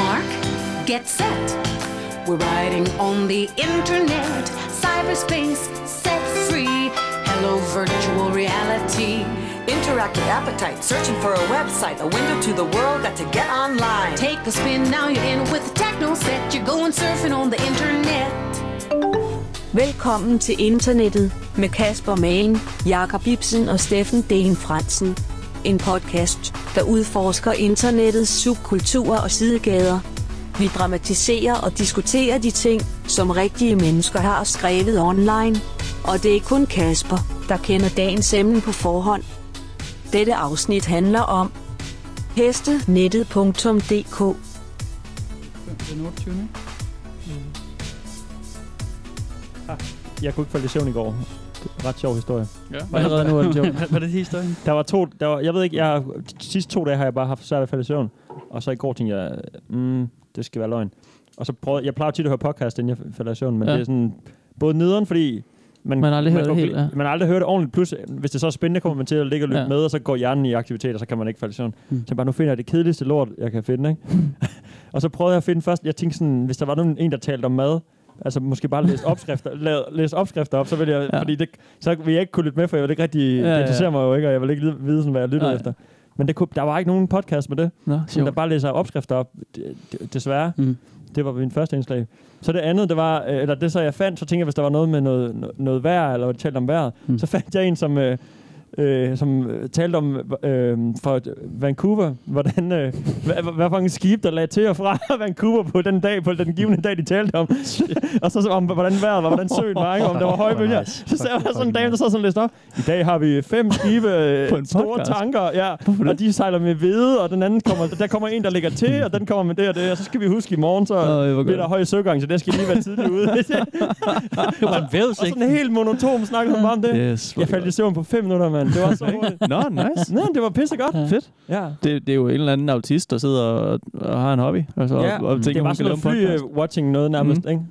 mark, get set. We're riding on the internet, cyberspace set free. Hello, virtual reality. Interactive appetite, searching for a website, a window to the world, got to get online. Take a spin, now you're in with the techno set. You're going surfing on the internet. Velkommen til internettet med Kasper Magen, Jakob Ibsen og Steffen Den Fransen. En podcast, der udforsker internettets subkulturer og sidegader. Vi dramatiserer og diskuterer de ting, som rigtige mennesker har skrevet online. Og det er kun Kasper, der kender dagens emne på forhånd. Dette afsnit handler om hestenettet.dk. Den 28. Mm. Ah, jeg kunne ikke falde i søvn i går. Det er en ret sjov historie. Ja. Var allerede nu er det sjovt. Var det historien? Der var to, der var, jeg ved ikke, jeg, har- de sidste to dage har jeg bare haft svært at falde i søvn. Og så i går tænkte jeg, mm, det skal være løgn. Og så prøvede, jeg plejer tit at høre podcast, inden jeg falder i søvn, men Ja. ja. det er sådan, både nederen, fordi man, Man har aldrig hørt går det helt, gl- ja. Man har aldrig hørt det ordentligt. Plus, hvis det så er spændende, kommer man til at ligge og lytte ja. Ja. med, og så går hjernen i aktivitet, og så kan man ikke falde i søvn. Mm. Så jeg bare, nu finder jeg det kedeligste lort, jeg kan finde, ikke? og så prøvede jeg at finde først, jeg tænkte sådan, hvis der var nogen, en, der talte om mad, altså måske bare læse opskrifter, la, læse opskrifter op, så ville jeg, ja. Ja. fordi det, så ville jeg ikke kunne lytte med, for jeg ville ikke rigtig, ja, Ja, det ja. interesserer mig jo ikke, og jeg ville ikke lide- vide, sådan, hvad jeg lyttede Nej. efter. Men det kunne, der var ikke nogen podcast med det, Nå, som sjovt. der bare læser opskrifter op, Det- det- desværre. Mm. Det var min første indslag. Så det andet, det var, øh, eller det så jeg fandt, så tænkte jeg, hvis der var noget med noget, no- noget vejr, eller hvad de talte om vejret, mm. Mm. så fandt jeg en, som, øh, øh, som øh, talte om øh, fra Vancouver, hvordan, øh, hvad, hvad for en skib, der lagde til og fra Vancouver på den dag, på den givende dag, de talte om. og så om, hvordan vejret var, hvordan søen var, ikke? om der var høje bølger. Nice. Så der var sådan en dame, der sad sådan lidt op. I dag har vi fem skibe, På øh, en store podcast? tanker, ja, og de sejler med hvide, og den anden kommer, der kommer en, der ligger til, og den kommer med det og det, og så skal vi huske i morgen, så Åh, det var øh, bliver godt. der høj søgang, så det skal lige være tidligt ude. Det var en vævs, og sådan en helt monotom snak hun bare om det. Yes, Jeg faldt i søvn på fem minutter, mand. Det var så hurtigt. Nå, nice. Nej, det var pissegodt. Fedt. Ja. Det, det er jo en eller anden autist, der sidder og, og har en hobby, og, så, Ja, og, og Det tænker, var hun kan sådan lave en noget podcast. fly-watching noget nærmest, mm. ikke?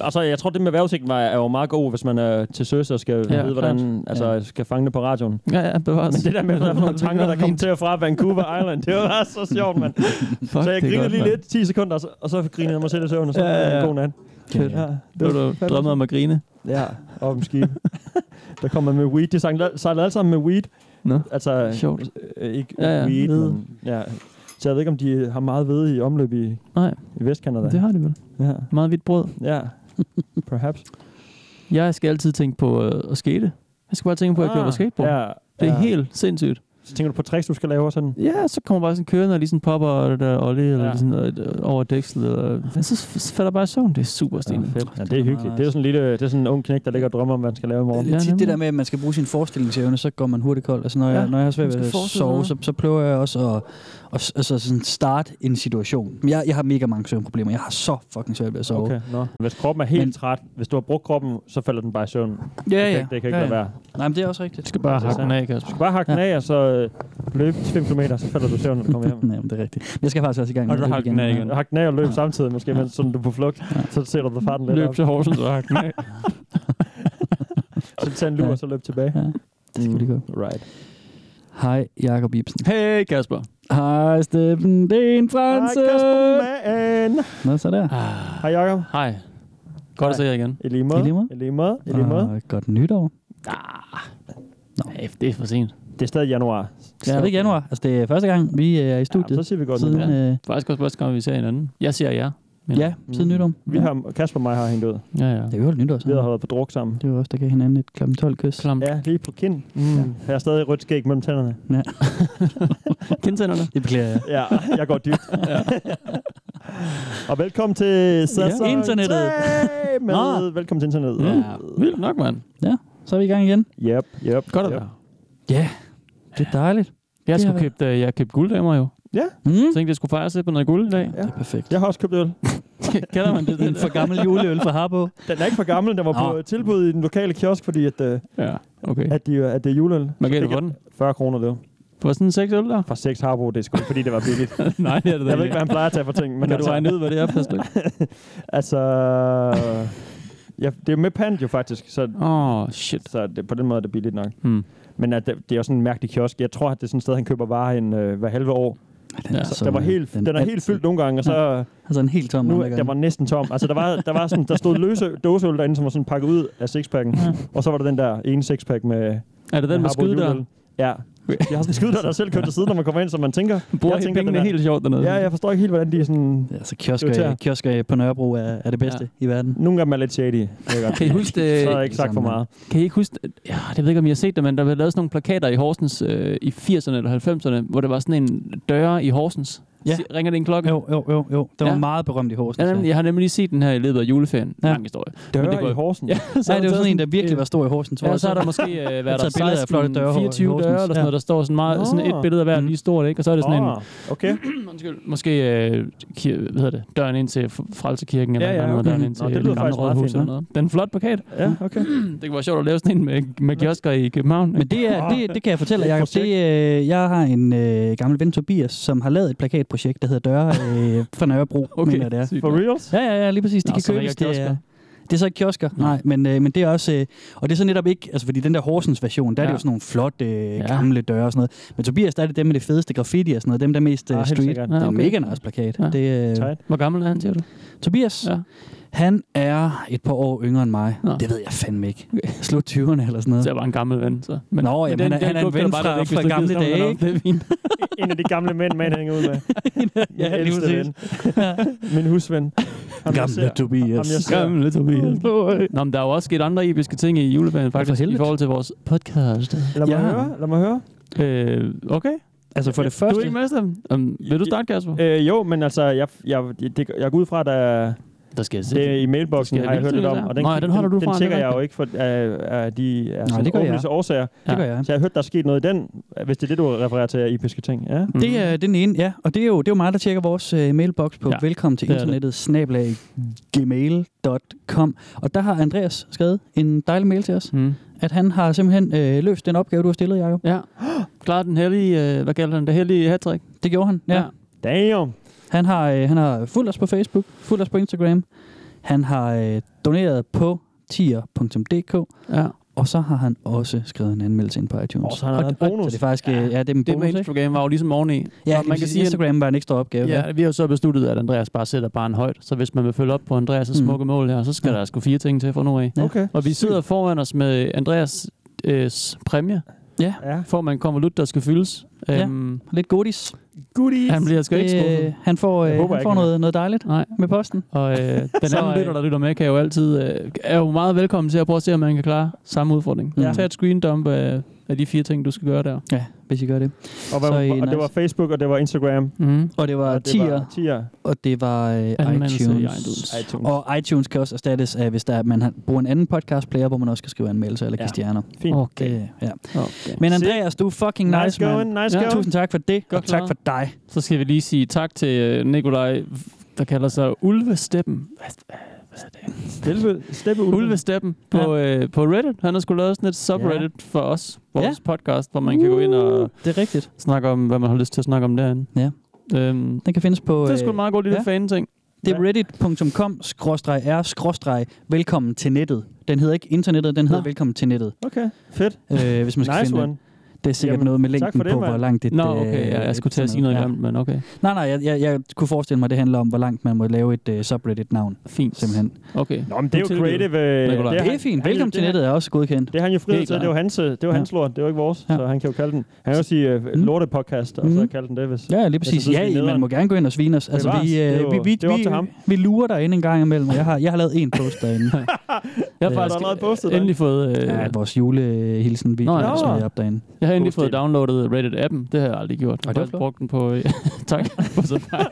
Altså, jeg tror, det med vejrudsigten var, er jo meget god, hvis man er til søs og skal ja, Ja, vide, hvordan, altså, ja. skal fange det på radioen. Ja, ja, bevares. Men det der med, hvad der er for nogle tanker, der kom til og fra Vancouver Island, det var så sjovt, mand. Fuck, Så jeg det er grinede godt, lige mand. lidt, 10 sekunder, og så, og så grinede jeg mig selv i søvn, og så Ja, ja, ja, ja. ja. god nat. Fedt. Ja, Det var du drømmet om at grine. Ja, op om skib. der kom man med weed. De sang, sejlede alle sammen med weed. Nå. Altså, Sjovt. Øh, ikke ja, Ja, ja. ja. weed, Hvede. men, ja. Så jeg ved ikke, om de har meget hvede i omløb i, Nej, i Vestkanada. det har de vel. Ja, Meget hvidt brød. ja. Perhaps. Jeg skal altid tænke på øh, at skate. Jeg skal bare tænke på, at jeg kører på skateboard. Ah, Ja, Det er ja. helt sindssygt. Så tænker du på tricks, du skal lave og sådan? Ja, så kommer bare sådan kørende og lige sådan popper og det der ollie, eller Ja. lige sådan noget, øh, over dækslet. Eller, men så så falder jeg bare i søvn. Det er super stilet. Ja, det er hyggeligt. Det er sådan en lille, det er sådan en ung knæk, der ligger og drømmer om, hvad han skal lave i morgen. Det er Ja, tit det nemlig. der med, at man skal bruge sin forestillingsevne, så går man hurtigt kold. Altså, når, Ja, ja, jeg, når jeg har man svært skal ved at forestille sig sove, noget. så, så prøver jeg også at, at altså, sådan starte en situation. Men Jeg, jeg har mega mange søvnproblemer. Jeg har så fucking svært ved at sove. Okay, nå. Hvis kroppen er helt Men- træt, hvis du har brugt kroppen, så falder den bare i søvn. Det kan, Ja, ja. ikke- det kan ikke ja, lade ja. være. Nej, men det er også rigtigt. Du skal bare Det er hakke den af, Kasper. Du kan bare hakke den af, og så øh, løbe 5 km, så falder du i søvn, når du kommer hjem. Nej, men det er rigtigt. Men Jeg skal faktisk også i gang Og med du at løbe har den af igen. igen. Hak den af og løb samtidig, måske, mens sådan, du er på flugt. Så ser du, at farten lidt Løb op. til Horsens og hakke den af. Så tag en lur, og så løb tilbage. Ja, det skal vi lige gøre. Right. Hej, Jakob Ibsen. Hey Kasper. Hej, Steffen. Det er en franse. Hej, Kasper Mann. Nå, så der. Hej, Jacob. Hej. Godt at se Hej. jer igen. I lige måde. I lige måde. Ah, I lige måde. I lige måde. Ah. Og godt nytår. Hey, det er for sent. Det er stadig januar. Ja, det er ikke januar. Altså, det er første gang, vi er i Ja, studiet. så siger vi godt nu. siden, Ja. øh, Det er faktisk også første gang, vi ser hinanden. Jeg ser jer. Men- ja, siden nytår. Vi har, Mm. Kasper og mig har hængt ud. Ja, ja. Ja, vi holdt nytår Vi sammen. har holdt på druk sammen. Det var også der gav hinanden et kl. 12 kys. Klamt. Ja, lige på kind. Mm. Jeg har stadig rødt skæg mellem tænderne. Kindtænderne. Det beklager jeg. Ja, jeg går dybt. og velkommen til sæson Internettet. Ah. tre Med, Nå. Velkommen til internettet. Ja. Vildt nok, mand. Så er vi i gang igen. Yep, yep. Godt at yep. være. Ja, det er dejligt. Jeg Det skulle har købe, øh, jeg købte gulddamer jo. Mm. Jeg tænkte, jeg skulle fejre sig på noget guld i dag. Ja. er perfekt. Jeg har også købt øl. Kalder man det det? En for gammel juleøl fra Harbo. Den er ikke for gammel. Den var på Nå. tilbud i den lokale kiosk, fordi at, øh, Ja, okay. at, de, at det er juleøl. Man kan Så du fik få den. jeg 40 kroner det. var. På sådan en seks øl der? Fra 6 Harbo, det er sgu ikke, fordi det var billigt. Nej, det er det da jeg ved ikke, hvad han plejer at tage for ting. Kan Men du altså, regne ud, hvad det er, Pastor? altså ja, det er jo med pant jo faktisk, så, Åh, oh, shit. så det, på den måde er det billigt nok. Hmm. Men at det, det er jo sådan en mærkelig kiosk. Jeg tror, at det er sådan et sted, han køber varer en, øh, hver halve år. Den, Ja. altså Den var helt, den er helt fyldt nogle gange, og så Altså en helt tom. nu, håndværker. der var næsten tom. Altså, der var, der var sådan, der stod løse dåseøl derinde, som var sådan pakket ud af sixpacken. Og så var der den der ene sixpack med Er det den med Harbo skyde der? juleøl. Ja. Jeg har sådan en skyde, der selv kørt til siden, når man kommer ind, så man tænker... Bruger jeg helt tænker, pengene den er- helt sjovt dernede. Ja, jeg forstår ikke helt, hvordan de er sådan... Ja, så Det var kiosker, der. kiosker på Nørrebro er, er det bedste i verden. Nogle gange er lidt shady. vil jeg godt Kan I sige. huske det- Så har jeg ikke sagt for meget. Kan I ikke huske, ja, det ved jeg ikke, om I har set det, men der blev lavet sådan nogle plakater i Horsens øh, i 80'erne eller 90'erne, hvor der var sådan en døre i Horsens. Ja. Ja. Ringer det en klokke? Jo, jo, jo, jo. Den Ja. var meget berømt i Horsens. Ja, nemlig, jeg har nemlig lige set den her i løbet af juleferien. Ja. Ja. Lang historie. Døre det går- i Horsens. Ja, så ja, det var sådan en, der virkelig var stor i Horsens. tror Ja, jeg. så er der måske øh, været der taget billeder af flotte 16, døre i 24 døre, Horsens. eller sådan Ja. noget, der står sådan, meget, sådan Nå. et billede af hver lige stort, ikke? og så er det sådan oh. Åh, okay. en, undskyld, måske øh, kir- hvad hedder det, døren ind til F- Frelsekirken, eller Ja, ja, ja, ja, noget, okay. døren ind Nå, til det det, lyder det gamle faktisk meget rådhus. fint, Eller ja. noget. Den er en flot plakat. Ja, okay. Det kunne være sjovt at lave sådan en med, med kiosker i København. Men det, er, Ah. det, det kan jeg fortælle dig, Jacob. projekt. Det, øh, jeg har en øh, gammel ven, Tobias, som har lavet et plakatprojekt, der hedder Døre øh, fra Nørrebro, okay. mener jeg, det er. sygt For nok. reals? Ja, ja, ja, lige præcis. Det Nå, kan så er der købes. ikke Det er, kiosker. det er så ikke kiosker, Nå. nej, men, øh, men det er også... Øh, og det er så netop ikke... Altså, fordi den der Horsens version, der ja. er det Ja. jo sådan nogle flotte, øh, Ja. gamle døre og sådan noget. Men Tobias, der er det dem med det fedeste graffiti og sådan noget. Dem, der er mest Ah, øh, helt street. sikkert. Det er Ja, en okay. mega nice plakat. Ja. Det, øh, Tight. Hvor gammel er han, siger du? Tobias, Ja. han er et par år yngre end mig. Nå. Det ved jeg fandme ikke. Okay. Slut 20'erne eller sådan noget. Så jeg var en gammel ven, så. Men, Nå, jamen, han er- han er en dukker ven bare der fra- væk, hvis fra du ikke gamle ved, om han dage, er- ikke? Det er fint. En af de gamle mænd, man hænger ud med. Min lige ældste præcis. ven. Min husven. Ham, jeg ser. Tobias. Ham, jeg ser. Gamle Tobias. Nå, men der er jo også sket andre episke ting i julebanen, faktisk, i helvede. forhold til vores podcast. Lad mig Ja. høre. Lad mig høre. Øh, okay. Altså for det Du er første, ikke med, Steffen? Um, vil du starte, Kasper? Øh, jo, men altså, jeg, jeg, det, jeg går ud fra, at der, er- Der skal jeg det er i mailboksen, Skal jeg har jeg hørt lige se det lidt om. der? Og den, Nå, ja, den holder du den, fra, den tjekker det er jeg jo ikke, for af, af de er det gør jeg. åbenlyse årsager. det gør jeg. Så jeg har hørt, der er sket noget i den, hvis det er det, du refererer til, episke ting. Ja. Mm-hmm. Det er den ene, ja. Og det er jo, det er jo mig, der tjekker vores øh, mailbox på ja, Ja, velkommen til det er det. internettet snablag gmail.com. Og der har Andreas skrevet en dejlig mail til os, Mm. at han har simpelthen øh, løst den opgave, du har stillet, Jacob. Ja. Klarer den hellige, øh, hvad kalder den, det hellige hat -trick. Det gjorde han, ja. ja. Ja. Damn! Han, har, øh, han har fulgt os på Facebook, fulgt os på Instagram. Han har øh, doneret på tier.dk, Ja. og så har han også skrevet en anmeldelse ind på iTunes. Og så har han Og- en og- så bonus. det er faktisk, øh, ja, det er en Det med bonus, ikke? Instagram var jo ligesom oveni. Ja, man kan sige, at- Instagram var en ekstra opgave. Ja, vi har jo så besluttet, at Andreas bare sætter barn højt. Så hvis man vil følge op på Andreas' Mm. smukke mål her, så skal Ja. der sgu fire ting til fra nu af. Okay. Og vi sidder foran os med Andreas' øh, s- præmie. Ja. Får man kommer lut, der skal fyldes. Ja. Øhm, Lidt godis. Goodies! han bliver sgu ikke Øh, skuffet. han får, øh, Jeg håber han ikke, får han er. noget, noget dejligt Nej. med posten. Og øh, den Så, anden øh, lytter, der lytter med, kan jo altid, øh, er jo meget velkommen til at prøve at se, om man kan klare samme udfordring. Ja. Ja. Tag et screendump af, af de fire ting, du skal gøre der. Ja, hvis I gør det. Og, hvad, Så er I og det nice. var Facebook, og det var Instagram. Mm. Og det var og det tier, var tier. og det var øh, Anmeldelse i iTunes. iTunes. iTunes. Og Og iTunes kan også erstattes af, hvis der, er- man har, bruger en anden podcast player, hvor man også skal skrive anmeldelser eller Ja. ja. stjerner. Fint. Okay. Det, ja. okay. Men Andreas, du er fucking nice, nice going, man. nice Ja. going. Tusind tak for det, Godt og tak klaret. for dig. Så skal vi lige sige tak til øh, Nikolaj, der kalder sig Ulvesteppen. Stille, steppe Ulvesteppen på, øh, på Reddit. Han har skulle lavet sådan et subreddit ja. for os, vores Ja. ja. podcast, hvor man kan gå ind og Det er rigtigt. snakke om, hvad man har lyst til at snakke om derinde. Ja. Øhm, Den kan findes på øh, det er sgu en meget god lille ja. ja. fan-ting. det er reddit.com-r- velkommen til nettet. Den hedder ikke internettet, den hedder Nå. velkommen til nettet. Okay, fedt. Øh, hvis man skal Nice finde one. Den. Det er sikkert Jamen, noget med tak længden for det, på, mand. hvor langt det Nå, øh, okay, ja, jeg skulle til sådan at sige noget ja. grimt, men okay. Nej, nej, jeg, jeg, jeg kunne forestille mig, at det handler om, hvor langt man må lave et uh, subreddit-navn, Fint. simpelthen. Okay. Nå, men det er jo Tilgivet. creative. Øh, Nikolaj. Det er han- fint. han- Velkommen det til er- nettet er også godkendt. Det er han jo frihed Helt til, det klart. er jo hans, øh, det er jo Ja. hans lort, det er jo ikke vores, Ja. så han kan jo kalde den. Han kan jo sige øh, Mm. lorte podcast, og så Mm. kalde den det, hvis... Ja, lige præcis. synes, vi er Ja, man nederen. må gerne gå ind og svine os. Altså, Bevares. vi, Det er øh, jo- vi, vi, det er op til ham. vi, vi lurer dig ind en gang imellem. Jeg har, jeg har lavet en post derinde. Jeg har Øh, faktisk der er allerede postet den. endelig fået, øh, ja, vores julehilsen video, Nå, ja. der smider jeg op derinde. jeg har endelig God fået stil. downloadet Reddit-appen. Det har jeg aldrig gjort. Jeg Og har det var faktisk brugt flot. den på... øh, tak. på Safari.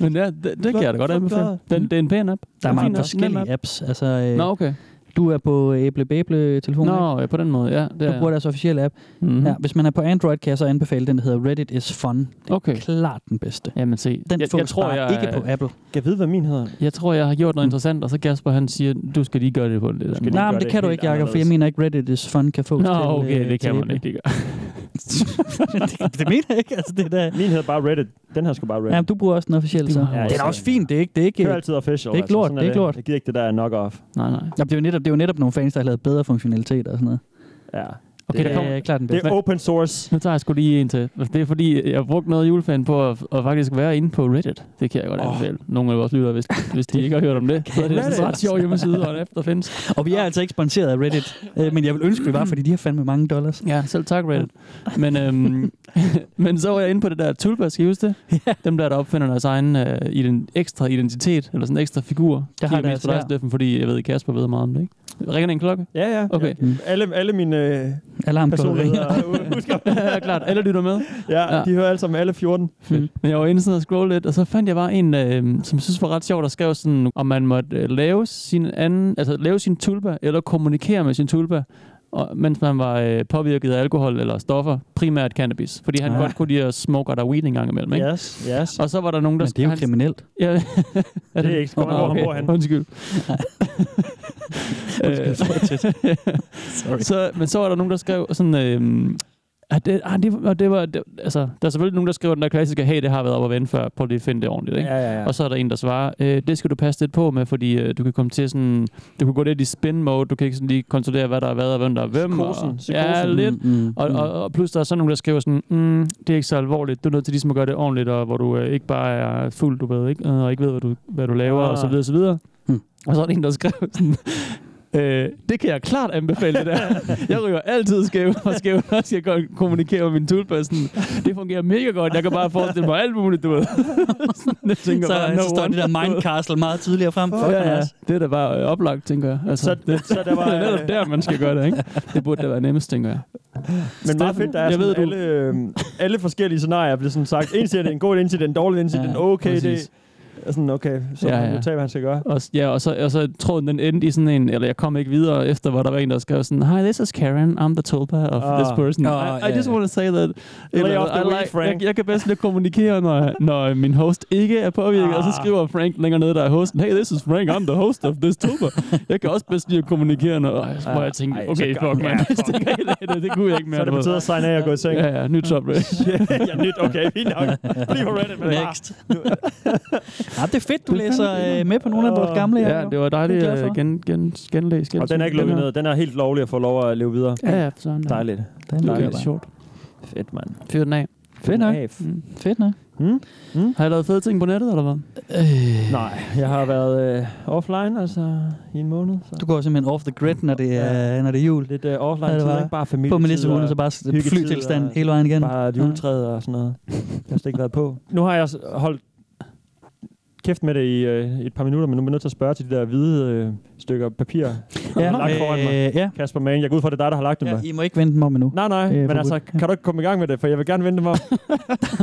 Men ja, det, det kan jeg da godt Flot anbefale. klaret. Den, det er en pæn app. Der er Den mange fin app. Nem app. forskellige apps. Altså, øh, Nå, okay. Du er på æble-bæble-telefonen, ikke? Nå, ja, på den måde, ja. Det Du bruger deres officielle app. mm-hmm. Ja, hvis man er på Android, kan jeg så anbefale den, der hedder Reddit is fun. Det er Okay. klart den bedste. Jamen se, Den jeg, fås jeg, tror, bare jeg, ikke på Apple. Kan jeg vide, hvad min hedder? jeg tror, jeg har gjort noget interessant, og så Kasper han siger, du skal lige gøre det på en lidt anden skal lige- måde. Mm. Nej, men gør det det kan du helt ikke, Jacob, for jeg anderledes. mener ikke, Reddit is fun kan fås Nå, til, øh, okay, det til kan man Æble. ikke. lige gøre. det, det mener jeg ikke. Altså, det der. Min hedder bare Reddit. Den her skal bare Reddit. Ja, du bruger også den officielle, så. Du har Ja, ja, også det er også den. fint. Det er ikke... Det er ikke Det er jo Jamen, altså. altid official. altså. Det er ikke lort, sådan det er ikke lort. Jeg giver ikke det der knock-off. Nej, nej. det, er jo netop, det er jo netop nogle fans, der har lavet bedre funktionalitet og sådan noget. Ja. Okay, det der kommer, er klart den Det bedste. er open source. nu tager jeg sgu lige en til. Det er fordi, jeg har brugt noget julefan på at, at faktisk være inde på Reddit. Det kan jeg godt anbefale. Nogle af vores lyttere, hvis, hvis de ikke har hørt om det, så er det sådan en Reddit? ret sjov hjemmeside, og en app, der findes. altså Og vi er altså ikke sponsoreret af Reddit, øh, men jeg vil ønske, vi var, fordi de har fandme mange dollars. Ja, selv tak Reddit. Men, øhm, men så var jeg inde på det der tulpas, skal I huske det? Dem der, der opfinder deres egen øh, ident- ekstra identitet, eller sådan en ekstra figur. Der Det har har deres, mest på dig, ja. Steffen, fordi jeg ved, Kasper ved meget om det, ikke? Ringer det en klokke? Ja, ja. Okay. Alle, alle mine øh, Alarmklokken personligheder ringer. er ude- husker. Ja, klart. Alle lytter med. Ja, Ja. de hører alle sammen alle 14. Fedt. Men jeg var inde sådan og scrolle lidt, og så fandt jeg bare en, øh, som jeg synes var ret sjov, der skrev sådan, om man måtte øh, lave sin, anden, altså, lave sin tulpa, eller kommunikere med sin tulpa, og, mens man var øh, påvirket af alkohol eller stoffer, primært cannabis. Fordi han Ah. ja. godt kunne lide at smoke og der weed en gang imellem. Ikke? Yes, yes. Og så var der nogen, der... Men det er jo han- kriminelt. Ja, er Det er ikke skåret, hvor han bor han. Undskyld. Øh, Sorry. så, men så var der nogen, der skrev sådan... Øh, at det, ah, det, og det var, det, altså, der er selvfølgelig nogen, der skriver den der klassiske, hey, det har været op at vende før, prøv lige at finde det ordentligt. Ikke? Ja, ja, ja. Og så er der en, der svarer, øh, det skal du passe lidt på med, fordi øh, du kan komme til sådan, du kan gå lidt i spin mode, du kan ikke sådan lige kontrollere, hvad der er hvad og hvem der er hvem. Psykosen, og, psykosen. ja, lidt. Mm, mm, Og, og, og plus der er sådan nogen, der skriver sådan, mm, det er ikke så alvorligt, du er nødt til ligesom at gøre det ordentligt, og hvor du øh, ikke bare er fuld, du ved ikke, øh, og ikke ved, hvad du, hvad du laver, Ah. og så videre, og så videre. Hmm. Og så er der en, der skrev sådan, Øh, det kan jeg klart anbefale det der. Jeg ryger altid skæv og skæv, når jeg går- kommunikerer med min tulpa. Sådan, Det fungerer mega godt. Jeg kan bare forestille mig alt muligt, du ved. Sådan, jeg tænker så, bare, så står one det der knows. Mindcastle meget tidligere frem. Fuck, Ja, ja. nice. Det er da bare øh, oplagt, tænker jeg. Altså, Så- det, så der var, det er netop øh, der, man skal gøre det, ikke? Det burde da være nemmest, tænker jeg. Men meget fedt, der er jeg sådan ved, ved, du- alle, øh, alle forskellige scenarier, bliver sådan sagt. En siger, det er en god incident, en dårlig incident, Ja, ja, okay, præcis. det er sådan, okay, så Ja, ja, ja. ja. må tage, hvad han skal gøre. Og, s- ja, og så, og så tråden den endte i sådan en, eller jeg kom ikke videre efter, hvor der var en, der skrev sådan, Hi, this is Karen, I'm the tulpa of Ah. this person. Ah, I, I ja, just ja. want to say that. Lay off the weed, Frank. Jeg, jeg kan bedst lide at kommunikere, når, når min host ikke er påvirket, Ah. og så skriver Frank længere nede, der er hosten, Hey, this is Frank, I'm the host of this tulpa. jeg kan også bedst lide at kommunikere, når Ej, så må jeg tænke, Ah, Ej, så okay, gør- fuck, man. det, det, det kunne jeg ikke mere. Så er det du på ved. tide at signe af og gå i seng. Ja, ja, nyt top race. ja, nyt, okay, fint nok. Bliv på Reddit, men bare. Next. ja, det er fedt, du læser øh, med på nogle af vores gamle. Ja, Jacob. det var Det dejligt er jeg øh, glad at for. gen, gen, genlæse. Og den er ikke lukket ned. Den er helt lovlig at få lov at leve videre. Ja, ja, sådan. Dejligt. Den Det lukker er jeg lidt bare. sjovt. Fedt, mand. Fyr den af. Fedt nok. Af. Mm. Fedt nok. Hmm? Har I lavet fede ting på nettet, eller hvad? Øh, Nej, jeg har været øh, offline altså i en måned. Så. du går simpelthen off the grid, når det er, når det er jul. Lidt øh, offline, Ja, det tid, var- ikke bare familie. På min liste ugen, så bare hyggetid flytilstand og- hele vejen igen. Bare et juletræet og sådan noget. Jeg har slet ikke været på. Nu har jeg s- holdt kæft med det i øh, et par minutter, men nu er jeg nødt til at spørge til de der hvide øh, stykker papir. Ja, lagt foran mig. øh, ja. Kasper Mann, jeg går ud fra, det er dig, der har lagt dem ja, der. I må ikke vente dem om endnu. Nej, nej, øh, Øh, men forbudt. altså, kan du ikke komme i gang med det, for jeg vil gerne vente mig.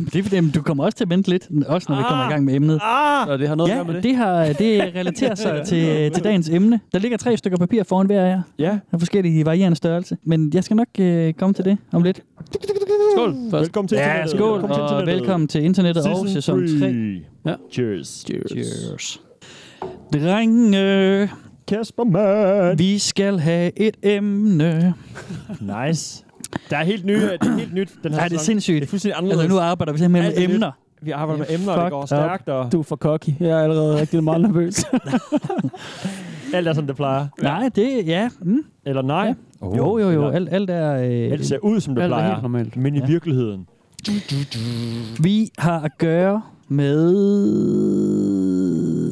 Det er fordi, men du kommer også til at vente lidt, også når vi kommer i gang med emnet. ah! Så det har noget at Ja, gøre med det? det, har, det relaterer sig til, til dagens emne. Der ligger tre stykker papir foran hver af jer, Ja, af forskellige varierende størrelse. Men jeg skal nok øh, komme til det om lidt. Skål først. velkommen til internettet. Skål, velkommen til og internettet. velkommen til internettet Season og sæson 3. three. Ja. Cheers. Cheers. Drenge, Kasper Mann. Øh, vi skal have et emne. Nice. Der er helt nye, det er helt nyt, den her Ja, det sæson. er Det sindssygt. er fuldstændig anderledes. Altså, nu arbejder vi simpelthen Alt er med nyt. emner. Vi arbejder med Det er emner, og det går fucked up. stærkt, og Du er for cocky. Jeg er allerede rigtig meget nervøs. alt er, som det plejer. Nej, det ja. Mm. Eller nej. Oh. Ja. Jo, jo, jo. Alt, alt er... Øh, Alt ser ud, som det Alt er plejer. helt normalt. Men i Ja. virkeligheden. Vi har at gøre med...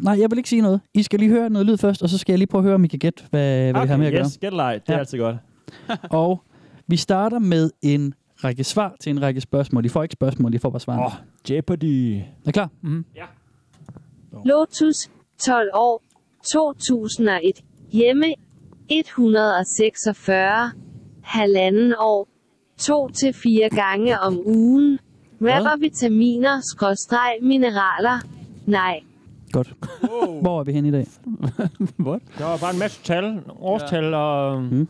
Nej, jeg vil ikke sige noget. I skal lige høre noget lyd først, og så skal jeg lige prøve at høre, om I kan gætte, hvad, hvad okay, vi har med at yes, gæt leg. Det er Ja. altid godt. gøre. Og vi starter med en række svar til en række spørgsmål. I får ikke spørgsmål, I får bare svar. Åh, Oh. oh, Jeopardy. Er I klar? Lotus, 12 år, 2001, hjemme, 146, halvanden år, 2-4 gange om ugen, rapper vitaminer, skråstreg, mineraler, nej. Godt. Wow. Hvor er vi hen i dag? What? Der var bare en masse tal, årstal og, Mm.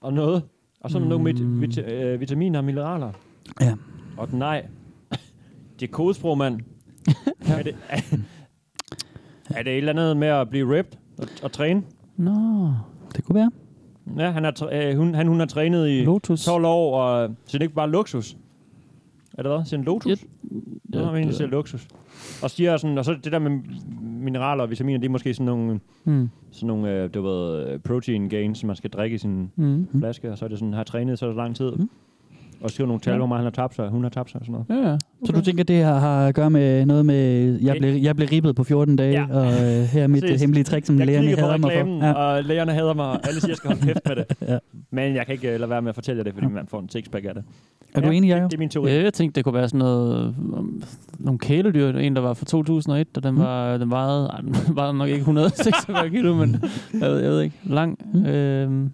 og noget. Og så mm. nogle mit, vit, øh, vitaminer og mineraler. Ja. Og den nej. Det er kodesprog, mand. er, det, er, er det et eller andet med at blive ripped og, og træne? Nå. Det kunne være. Ja, han, er, tr- øh, hun, han, hun har trænet i Lotus. 12 år, og øh, så det er ikke bare luksus. Er det hvad? Siger han Lotus? Ja, Ja, Nå, men egentlig siger luksus. Og, siger sådan, og så det der med mineraler og vitaminer, det er måske sådan nogle, Hmm. Mm. sådan nogle øh, du ved, øh, protein gains, man skal drikke i sin Hmm. Mm. flaske, og så er det sådan, har trænet så lang tid. Mm. Og skriver nogle tal, Ja. hvor meget han har tabt sig, hun har tabt sig og sådan noget. Ja, ja. Så du tænker, det har, har at gøre med noget med, jeg blev, jeg blev ribbet på 14 dage, Ja. ja. og øh, her er mit Præcis. Præcis. hemmelige trick, som Jeg lærerne kigger på hader mig for. reklamen, og lægerne hader mig, og alle siger, jeg skal holde kæft med det. Men jeg kan ikke øh, lade være med at fortælle jer det, fordi man får en sixpack af det. Er du Ja, enig, det- Jacob? Det er min teori. Ja, jeg tænkte, det kunne være sådan noget, um, nogle kæledyr. En, der var fra 2001, og den, var, den vejede, ej, den vejede nok ikke 146 kilo, men jeg ved, jeg ved ikke, lang. Mm. Øhm,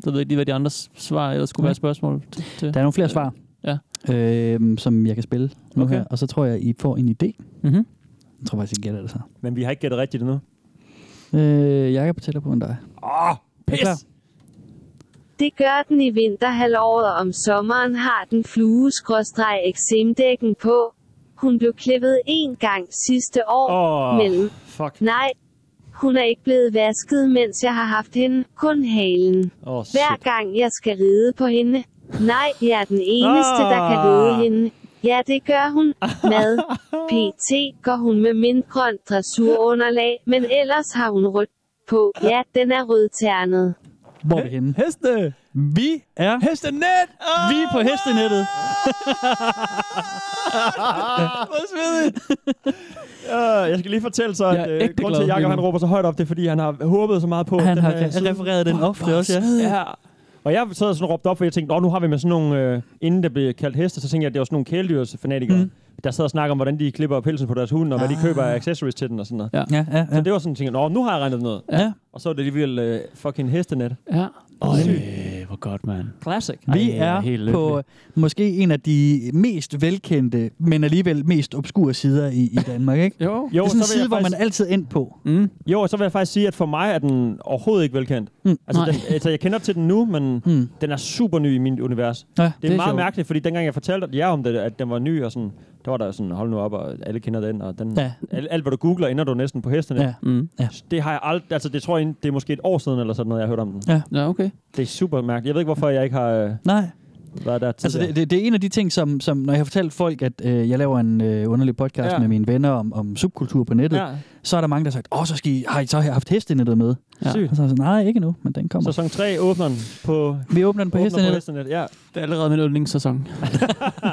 så ved jeg ikke lige, hvad de andre s- svar ellers skulle Ja. være spørgsmål til. til. Der er nogle flere svar, Ja. øh, som jeg kan spille nu Okay. okay. her, og så tror jeg, I får en idé. Mhm. Mm-hmm. Jeg tror faktisk, I gætter det så. Men vi har ikke gættet rigtigt endnu. Øh, Jacob fortæller på en dig. Pis! klar? Det gør den i vinterhalvåret og om sommeren har den flue eksemdækken på. Hun blev klippet én gang sidste år. Åh, Mellem. fuck. Nej, hun er ikke blevet vasket, mens jeg har haft hende. Kun halen. Åh, oh, shit. Hver gang jeg skal ride på hende. Nej, jeg er den eneste, der kan Ah. ride hende. Ja, det gør hun. Mad. PT går hun med mindgrønt dressurunderlag, men ellers har hun rødt på. Ja, den er rødternet. Hvor er vi henne? Heste! Vi er, Hestenet! Oh, vi er på hestenettet. Øh, jeg skal lige fortælle så, Jeg at er øh, ægte grunden til, at glad Jacob lige han nu. råber så højt op, det er, fordi han har håbet så meget på Han den øh, har her side. refereret den ofte også, ja. Ja. Og jeg sad og sådan råbte op, for jeg tænkte, Nå, nu har vi med sådan nogle, øh, inden der blev kaldt heste, så tænkte jeg, at det var sådan nogle kæledyrsfanatikere, mm. der sad og snakkede om, hvordan de klipper pelsen på deres hund, og ah. hvad de køber af accessories til den og sådan noget. Ja. Ja, ja, Så ja. det var sådan, jeg tænkte, Nå, nu har jeg regnet noget. ja. Og så er det alligevel øh, fucking hestenet. Ja. Øj, hvor godt, mand. Classic. Vi Ej, jeg er er helt på lykkelig. måske en af de mest velkendte, men alligevel mest obskure sider i, i Danmark, ikke? Jo. Jo, det er sådan en så vil side, jeg hvor man faktisk, altid end på. Mm. jo, og så vil jeg faktisk sige, at for mig er den overhovedet ikke velkendt. Mm. Altså, Nej. den, altså, jeg kender til den nu, men Mm. den er super ny i mit univers. Ja. Det er, Det er meget sjovt. mærkeligt, fordi dengang jeg fortalte jer om det, at den var ny, og sådan, der var der sådan, hold nu op, og alle kender den, og den, ja. Ja. alt, alt, hvad du googler, ender du næsten på hestene. Ja. Mm. Det har jeg aldrig, altså det tror jeg, det er måske et år siden, eller sådan noget, jeg har hørt om den. Ja, okay. Det er super mærkeligt. Jeg ved ikke, hvorfor jeg ikke har øh, Nej, været der altså tidligere. det, det, det er en af de ting, som, som når jeg har fortalt folk, at øh, jeg laver en øh, underlig podcast Ja. ja. med mine venner om, om subkultur på nettet, ja. ja. så er der mange, der har sagt, åh, så skal I, har I så haft hestenettet med? Ja. Sygt. Og så er jeg sådan, nej, ikke nu, men den kommer. Så, Sæson 3 åbner den på, så... Vi åbner den på åbner på hestenettet. hestenet. Ja. Det er allerede min yndlingssæson.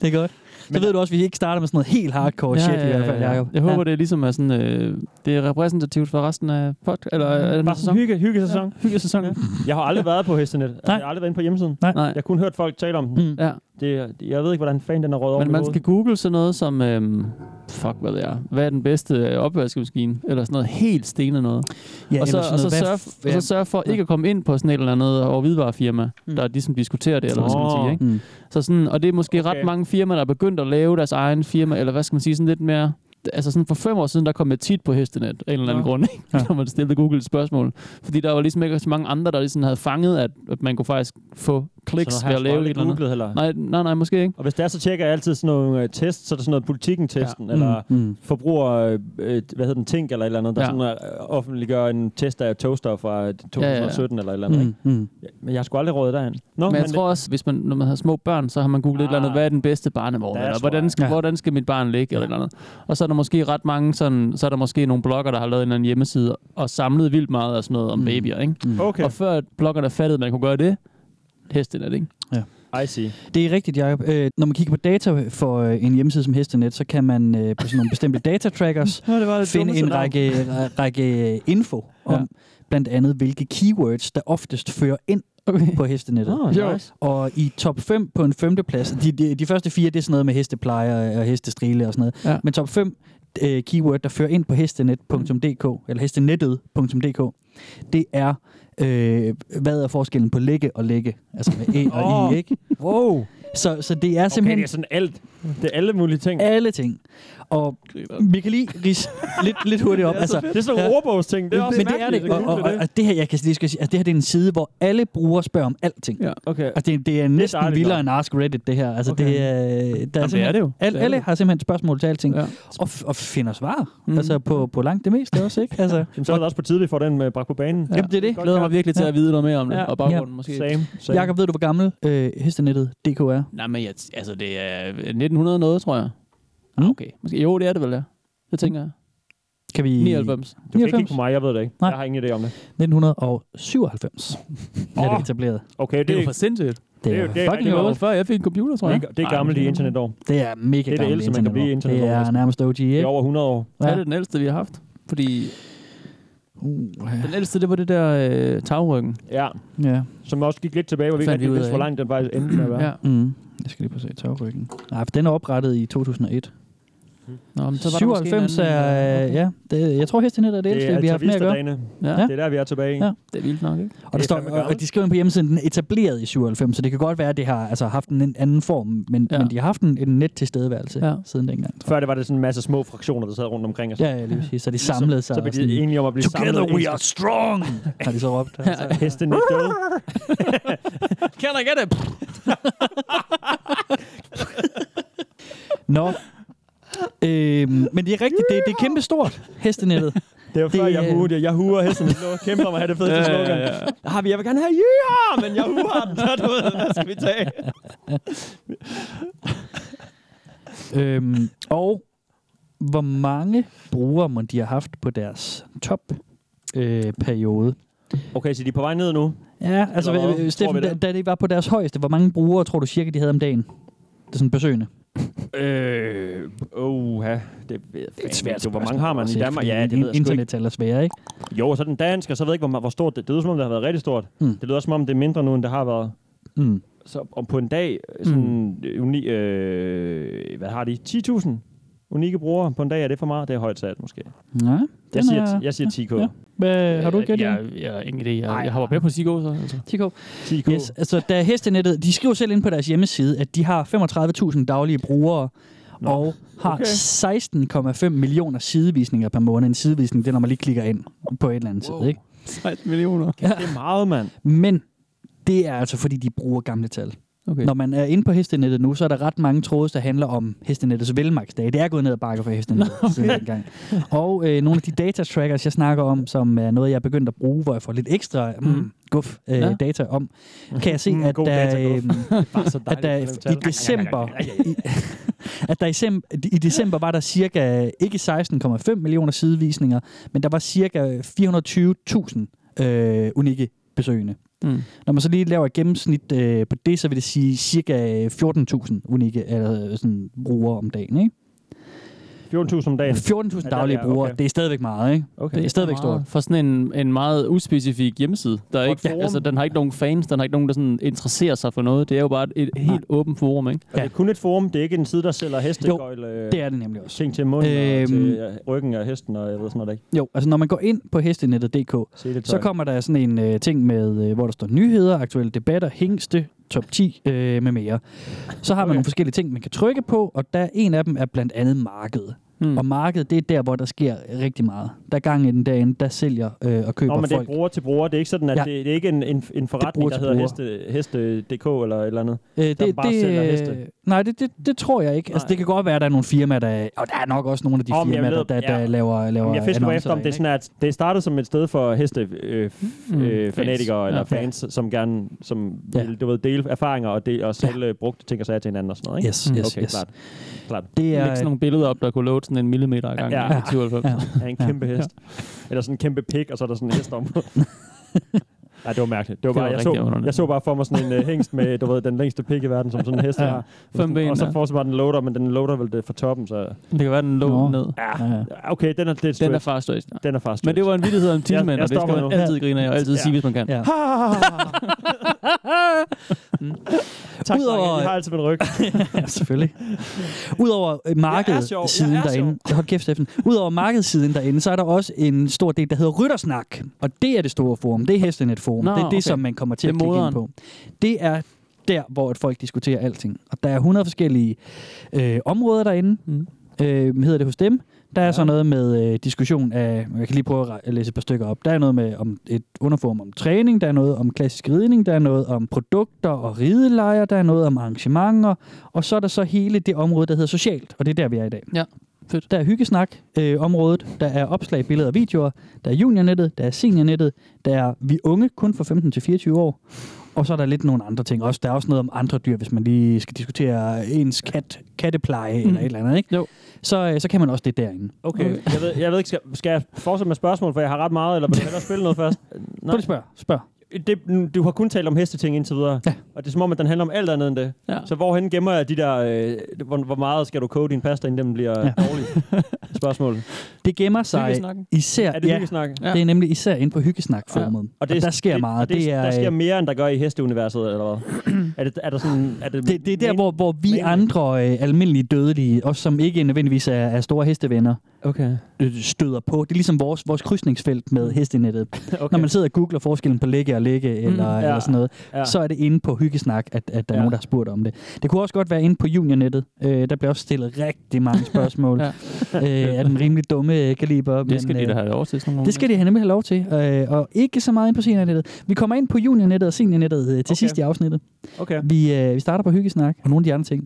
Det er godt. Men ved du også, at vi ikke starter med sådan noget helt hardcore shit i hvert fald, Jacob. Jeg håber, ja. det er ligesom er sådan, øh, det er repræsentativt for resten af pod, eller Mm. af den her Bare sæson. sådan hygge, hygge sæson. Ja. Hyggesæson. Ja. Jeg har aldrig været på hestenet. Altså, Nej. jeg har aldrig været inde på hjemmesiden. Nej. Jeg har kun hørt folk tale om den. Mm. Ja. Det, jeg ved ikke, hvordan fanden den er røget over Men man mit skal google sådan noget som, øhm, fuck hvad det er, hvad er den bedste øh, opvaskemaskine, eller sådan noget helt stenet noget. Ja, og, så, eller sådan og, så noget, hvad sørge, f- og så sørge for ikke at komme ind på sådan et eller andet over hvidevarefirma, mm. Mm. der ligesom diskuterer det, eller hvad skal man Åh. sige, ikke? Mm. Så sådan, og det er måske okay. Okay. ret mange firmaer, der er begyndt at lave deres egen firma, eller hvad skal man sige, sådan lidt mere... Altså sådan for fem år siden, der kom jeg tit på hestenet af en eller anden Nå. grund, ikke? Ja. når man stillede Google et spørgsmål. Fordi der var ligesom ikke så mange andre, der ligesom havde fanget, at, at man kunne faktisk få kliks ved at lave et eller andet. Googlet, eller? Nej, nej, nej, måske ikke. Og hvis det er, så tjekker jeg altid sådan nogle øh, tests, så er der sådan noget politikken-testen, ja. eller Mm. Mm. forbruger, øh, øh, hvad hedder den, Tink eller et eller andet, der Ja. ja. sådan øh, offentliggør en test af toaster fra 2017 ja, ja. eller et eller andet. Mm. Mm. Mm. Men jeg har sgu aldrig rådet derind. Nå, Men jeg tror også, hvis man, når man har små børn, så har man googlet ah, et eller andet, hvad er den bedste barnevogn, Der eller tror hvordan jeg. skal, ja. Ja. hvordan skal mit barn ligge, eller et eller andet. Og så er der måske ret mange, sådan, så er der måske nogle blogger, der har lavet en eller anden hjemmeside, og samlet vildt meget af sådan noget om mm. babyer, ikke? Okay, Og før bloggerne fattede, at man kunne gøre det, hestenet, ikke? I see. Det er rigtigt, Jacob. Øh, når man kigger på data for øh, en hjemmeside som Hestenet, så kan man øh, på sådan nogle bestemte datatrackers Nå, det var finde en række, ra- række øh, info om Ja. blandt andet, hvilke keywords, der oftest fører ind Okay. på hestenettet. Oh, Jo. nice. Og i top 5 på en femteplads, de, de, de første fire, det er sådan noget med hestepleje og hestestrile og sådan noget. Ja. Men top 5 øh, keyword, der fører ind på hestenet.dk, eller hestenettet.dk, det er, øh, hvad er forskellen på lægge og lægge? Altså med E og Åh. I, ikke? Wow. Så, så det er Okay, simpelthen det er sådan alt. Det er alle mulige ting. alle ting. Og vi kan lige ris lidt, lidt hurtigt op. altså, Det er sådan nogle Ja. ordbogsting. Det er også men det er det. mærkeligt Og, at og, google og, og det her, jeg kan lige skal sige, altså, det her det er en side, hvor alle brugere spørger om alting. Ja. Ja. Okay. Altså, det, det er næsten det er dejligt vildere end Ask Reddit, det her. Altså, Okay. okay. det, er, der er det er det jo. Alle, Det er alle det. har simpelthen spørgsmål til alting. Ja. Ja. Og, f- og finder svar. Mhm. Mm. Altså, på, på langt det meste også, ikke? Altså, Jamen, så er det også på tide, vi får den med bragt på banen. Jamen, det er det. Jeg glæder mig virkelig til at vide noget mere om det, Ja. og baggrunden måske. Same. Same. Jakob, ved du, hvor gammel øh, hestenettet DK er? Nej, men jeg, altså, det er 1900 noget, tror jeg. Mm. Okay. Måske, jo, det er det vel, ja. Det tænker jeg. Kan vi... 99. Du kan ikke kigge på 99. mig, jeg ved det ikke. Nej. Jeg har ingen idé om det. 1997. Oh. Er det etableret? Okay, det, Det er jo det, for sindssygt. Det er er, jo- det er fucking Det var jo- også gammelt. før, jeg fik en computer, tror jeg. det, det er gammelt i internetår. Det er mega det gammelt ældste, man kan blive i internet. internetår Det er næsten. nærmest OG, Det er ikke? over 100 år. Ja. Er Ja. det den ældste, vi har haft? Fordi Uh, den ældste, det var det der øh, tagryggen. Ja, ja. som også gik lidt tilbage, hvor vi ikke Fandt vi rigtig ud vidste, af, hvor langt den faktisk endte med at være. Ja. Mm. Jeg skal lige prøve at se tagryggen. Nej, for den er oprettet i 2001. Nå, men så var 97 der måske en er... anden, øh, Ja, det, jeg tror, hestenet er det ældste, vi har haft med at gøre. Altavista-dagene. ja. Ja. ja. Det er der, vi er tilbage i. Ja. Det er vildt nok, ikke? Og, der Det er står, fandme og- gammelt. og de skriver på hjemmesiden, den er etableret i 97, så det kan godt være, at det har altså, haft en anden form, men, Ja. ja. men de har haft en, en net tilstedeværelse ja. Ja. siden dengang. Tror Før det var det sådan en masse små fraktioner, der sad rundt omkring os. jeg. Ja, ja, lige præcis. Så de samlede sig. Så og blev sådan, de enige om at blive samlet. Together we i- are strong! har de så råbt. Altså. Hesten er død. Kan I get it? Nå. Øhm, men det er rigtigt, det, det er kæmpe stort, hestenettet. Det var før Det, jeg øh, hurtigt. Jeg huer hesten. Jeg kæmper om at have det fedeste Ja, ja, slogan. ja. Har vi, jeg vil gerne have jyre, men jeg huer den. Så du ved, hvad skal vi tage? øhm, og hvor mange brugere må de har haft på deres top øh, periode. Okay, så de er på vej ned nu. Ja, altså Eller hvad? øh, Tror vi Steffen, da, det? da det var på deres højeste, hvor mange brugere tror du cirka, de havde om dagen? Det er sådan besøgende. Øh, oh, ja. Det, ved jeg fandme ikke. Hvor mange har man i spørgsmål at se, Danmark? fordi Ja, det ved jeg sgu ikke. Internettal er svære, ikke? Jo, og så den dansk, og så ved jeg ikke, hvor, ma- hvor stort det, det lyder som om, det har været rigtig stort. Mm. Mm. Det lyder som om, det er mindre nu, end det har været. Mm. Så om på en dag, sådan, Hmm. mm. uni, øh, hvad har de? 10.000 unikke brugere på en dag. Er det for meget? Det er højt sat, måske. Nej, den Jeg siger, er- jeg siger 10K. Ja. Ja. Hvad, har du ikke gjort det? jeg, jeg har Øh, ingen idé. Jeg, jeg hopper med på Sigo, så. Altså. 10K. Yes, altså da hestenettet, de skriver selv ind på deres hjemmeside, at de har 35.000 daglige brugere, Nå. og har okay. 16,5 millioner sidevisninger per måned. En sidevisning, det er, når man lige klikker ind på en eller anden wow. side, ikke? 16 millioner. Det er meget, mand. Men det er altså, fordi de bruger gamle tal. Okay. Når man er inde på hestenettet nu, så er der ret mange tråde, der handler om hestenettets velmaksdage. Det er gået ned ad bakke for hestenettet okay. siden dengang. Og øh, nogle af de data trackers, jeg snakker om, som er noget, jeg er begyndt at bruge, hvor jeg får lidt ekstra mm, guf øh, Ja. ja. data om, kan jeg se, Mm, at god der, øh, dataguf. Bare så at der med dem tal. i december... i- At der i, sem, i december var der cirka, ikke 16,5 millioner sidevisninger, men der var cirka 420.000 øh, unikke besøgende. Mm. Når man så lige laver et gennemsnit øh, på det, så vil det sige cirka 14.000 unikke eller, øh, sådan, brugere om dagen. Ikke? 14.000 om dagen. 14.000 daglige Ja, brugere, okay. det er stadigvæk meget. Ikke? Okay. Det er stadigvæk meget- stort. For sådan en, en meget uspecifik hjemmeside. Der er Og ikke, et forum. altså, den har ikke nogen fans, den har ikke nogen, der sådan interesserer sig for noget. Det er jo bare et, et helt åbent forum, ikke? Og det er kun et forum. Det er ikke en side, der sælger øh. hestegøjle. Det er det nemlig også. Ting til munden øhm, og Øhm. til øh, ryggen af hesten og jeg ved sådan noget. Ikke? Jo, altså når man går ind på hestenettet.dk, Seletøj. Så kommer der sådan en øh, ting med, øh, hvor der står nyheder, aktuelle debatter, hængste, top 10 øh, med mere. Så har man Okay. nogle forskellige ting, man kan trykke på, og der en af dem er blandt andet markedet. Mm. Hmm. Mm. Og markedet, det er der, hvor der sker rigtig meget. Der er gang i den derinde, der sælger øh, og køber Nå, men det er folk. bruger til bruger. Det er ikke sådan, at Ja. ja. det, det, er ikke en, en, en forretning, bruger der til hedder bruger. heste, heste.dk eller et eller andet. Øh, der bare sælger heste. Nej, det, det, det tror jeg ikke. Altså, Nej. det kan godt være, at der er nogle firmaer, der... Og der er nok også nogle af de Om, jeg firmaer, der, ved- der, der ja. laver, laver Jamen, jeg fisker bare annoncer efter, om det er derinde, sådan, at det startede som et sted for heste øh, f- Mm, øh, fans. fanatikere eller Ja. fans, som gerne som Ja. vil, du ved, dele erfaringer og, del, og sælge brugte ting og sager til hinanden og sådan noget. ikke? Ikke? Yes, Mm. yes, okay, yes. klart. klart. Det Ja, er, Læg sådan nogle billeder op, der kunne load sådan en millimeter ad gangen. Ja. Ja. 97. Ja. Han er en kæmpe hest. Eller sådan en kæmpe pik, og så er der sådan en hest om. Nej, det var mærkeligt. Det var Det bare, var jeg, rigtig så, underligt. jeg så bare for mig sådan en uh, hængst med, du ved, den længste pik i verden, som sådan en hest Ja. ja. har. Fem ben, Og så ja. fortsætter bare den loader, men den loader vel det fra toppen, så... Det kan være, den lå Nå. ned. ja, ja. Ja, Okay, den er lidt Den er stretch. fast ja. Den er fast. Men det var en vittighed om Jeg- tidsmænd, jeg og det stopper skal man nu. altid grine af, og altid Ja. sige, hvis man kan. Ja. Mm. tak, Udover- Udover... Jeg har altid min ryg. ja, selvfølgelig. Udover øh, markedet sjov. Jeg siden er derinde. Hold kæft, Steffen. Udover markedssiden derinde, så er der også en stor del, der hedder Ryttersnak. Og det er det store forum. Det er Hestenetforum. Nå, det er det, okay. som man kommer Det til at er klikke ind moderen. på. Det er der, hvor at folk diskuterer alting. Og der er 100 forskellige øh, områder derinde. Mm. Mm. Øh, hedder det hos dem. Der er ja. så noget med øh, diskussion af, jeg kan lige prøve at re- at læse et par stykker op. Der er noget med om et underform om træning, der er noget om klassisk ridning, der er noget om produkter og ridelejer, der er noget om arrangementer, og så er der så hele det område, der hedder socialt, og det er der, vi er i dag. Ja, fedt. Der er hyggesnak, øh, området, der er opslag, billeder og videoer, der er juniornettet, der er seniornettet, der er vi unge kun fra 15 til 24 år, og så er der lidt nogle andre ting også. Der er også noget om andre dyr, hvis man lige skal diskutere ens kat, kattepleje mm. eller et eller andet, ikke? Jo. så, øh, så kan man også det derinde. Okay, okay. Jeg, ved, jeg ved ikke, skal, skal jeg fortsætte med spørgsmål, for jeg har ret meget, eller vil du hellere spille noget først? Prøv lige at spørge. spørg. Det, du har kun talt om hesteting indtil videre, ja. og det er som om, at den handler om alt andet end det. Ja. Så hvorhen gemmer jeg de der, øh, hvor, hvor meget skal du koge din pasta, inden den bliver ja. dårlig? Spørgsmål. Det gemmer sig Hyggesnakken. især... Er det hyggesnakken? Ja. Det er nemlig især inde på hyggesnak-formet. Ja. Og, det, og der sker det, meget. og Det, Det, er, der sker øh, mere, end der gør i hesteuniverset, eller hvad? er, det, er der sådan... Er det, det, det er der, main- hvor, hvor vi mainly. andre øh, almindelige dødelige, og som ikke nødvendigvis er, er store hestevenner, Okay. øh, støder på. Det er ligesom vores, vores krydsningsfelt med hestenettet. okay. Okay. Når man sidder og googler forskellen på lægge og lægge, eller, ja. ja. eller sådan noget, Ja. ja. så er det inde på hyggesnak, at, at der Ja. er ja. nogen, der har spurgt om det. Det kunne også godt være inde på juniornettet. Øh, der bliver også stillet rigtig mange spørgsmål Ja. ja. øh, af den rimelig dumme øh, kaliber. Det skal de øh, da have lov til. Sådan nogle det skal de have nemlig have lov til, øh, og ikke så meget ind på seniornettet. Vi kommer ind på juniornettet og seniornettet øh, til Okay. okay. sidst i afsnittet. Okay. Vi, øh, vi starter på hyggesnak og nogle af de andre ting.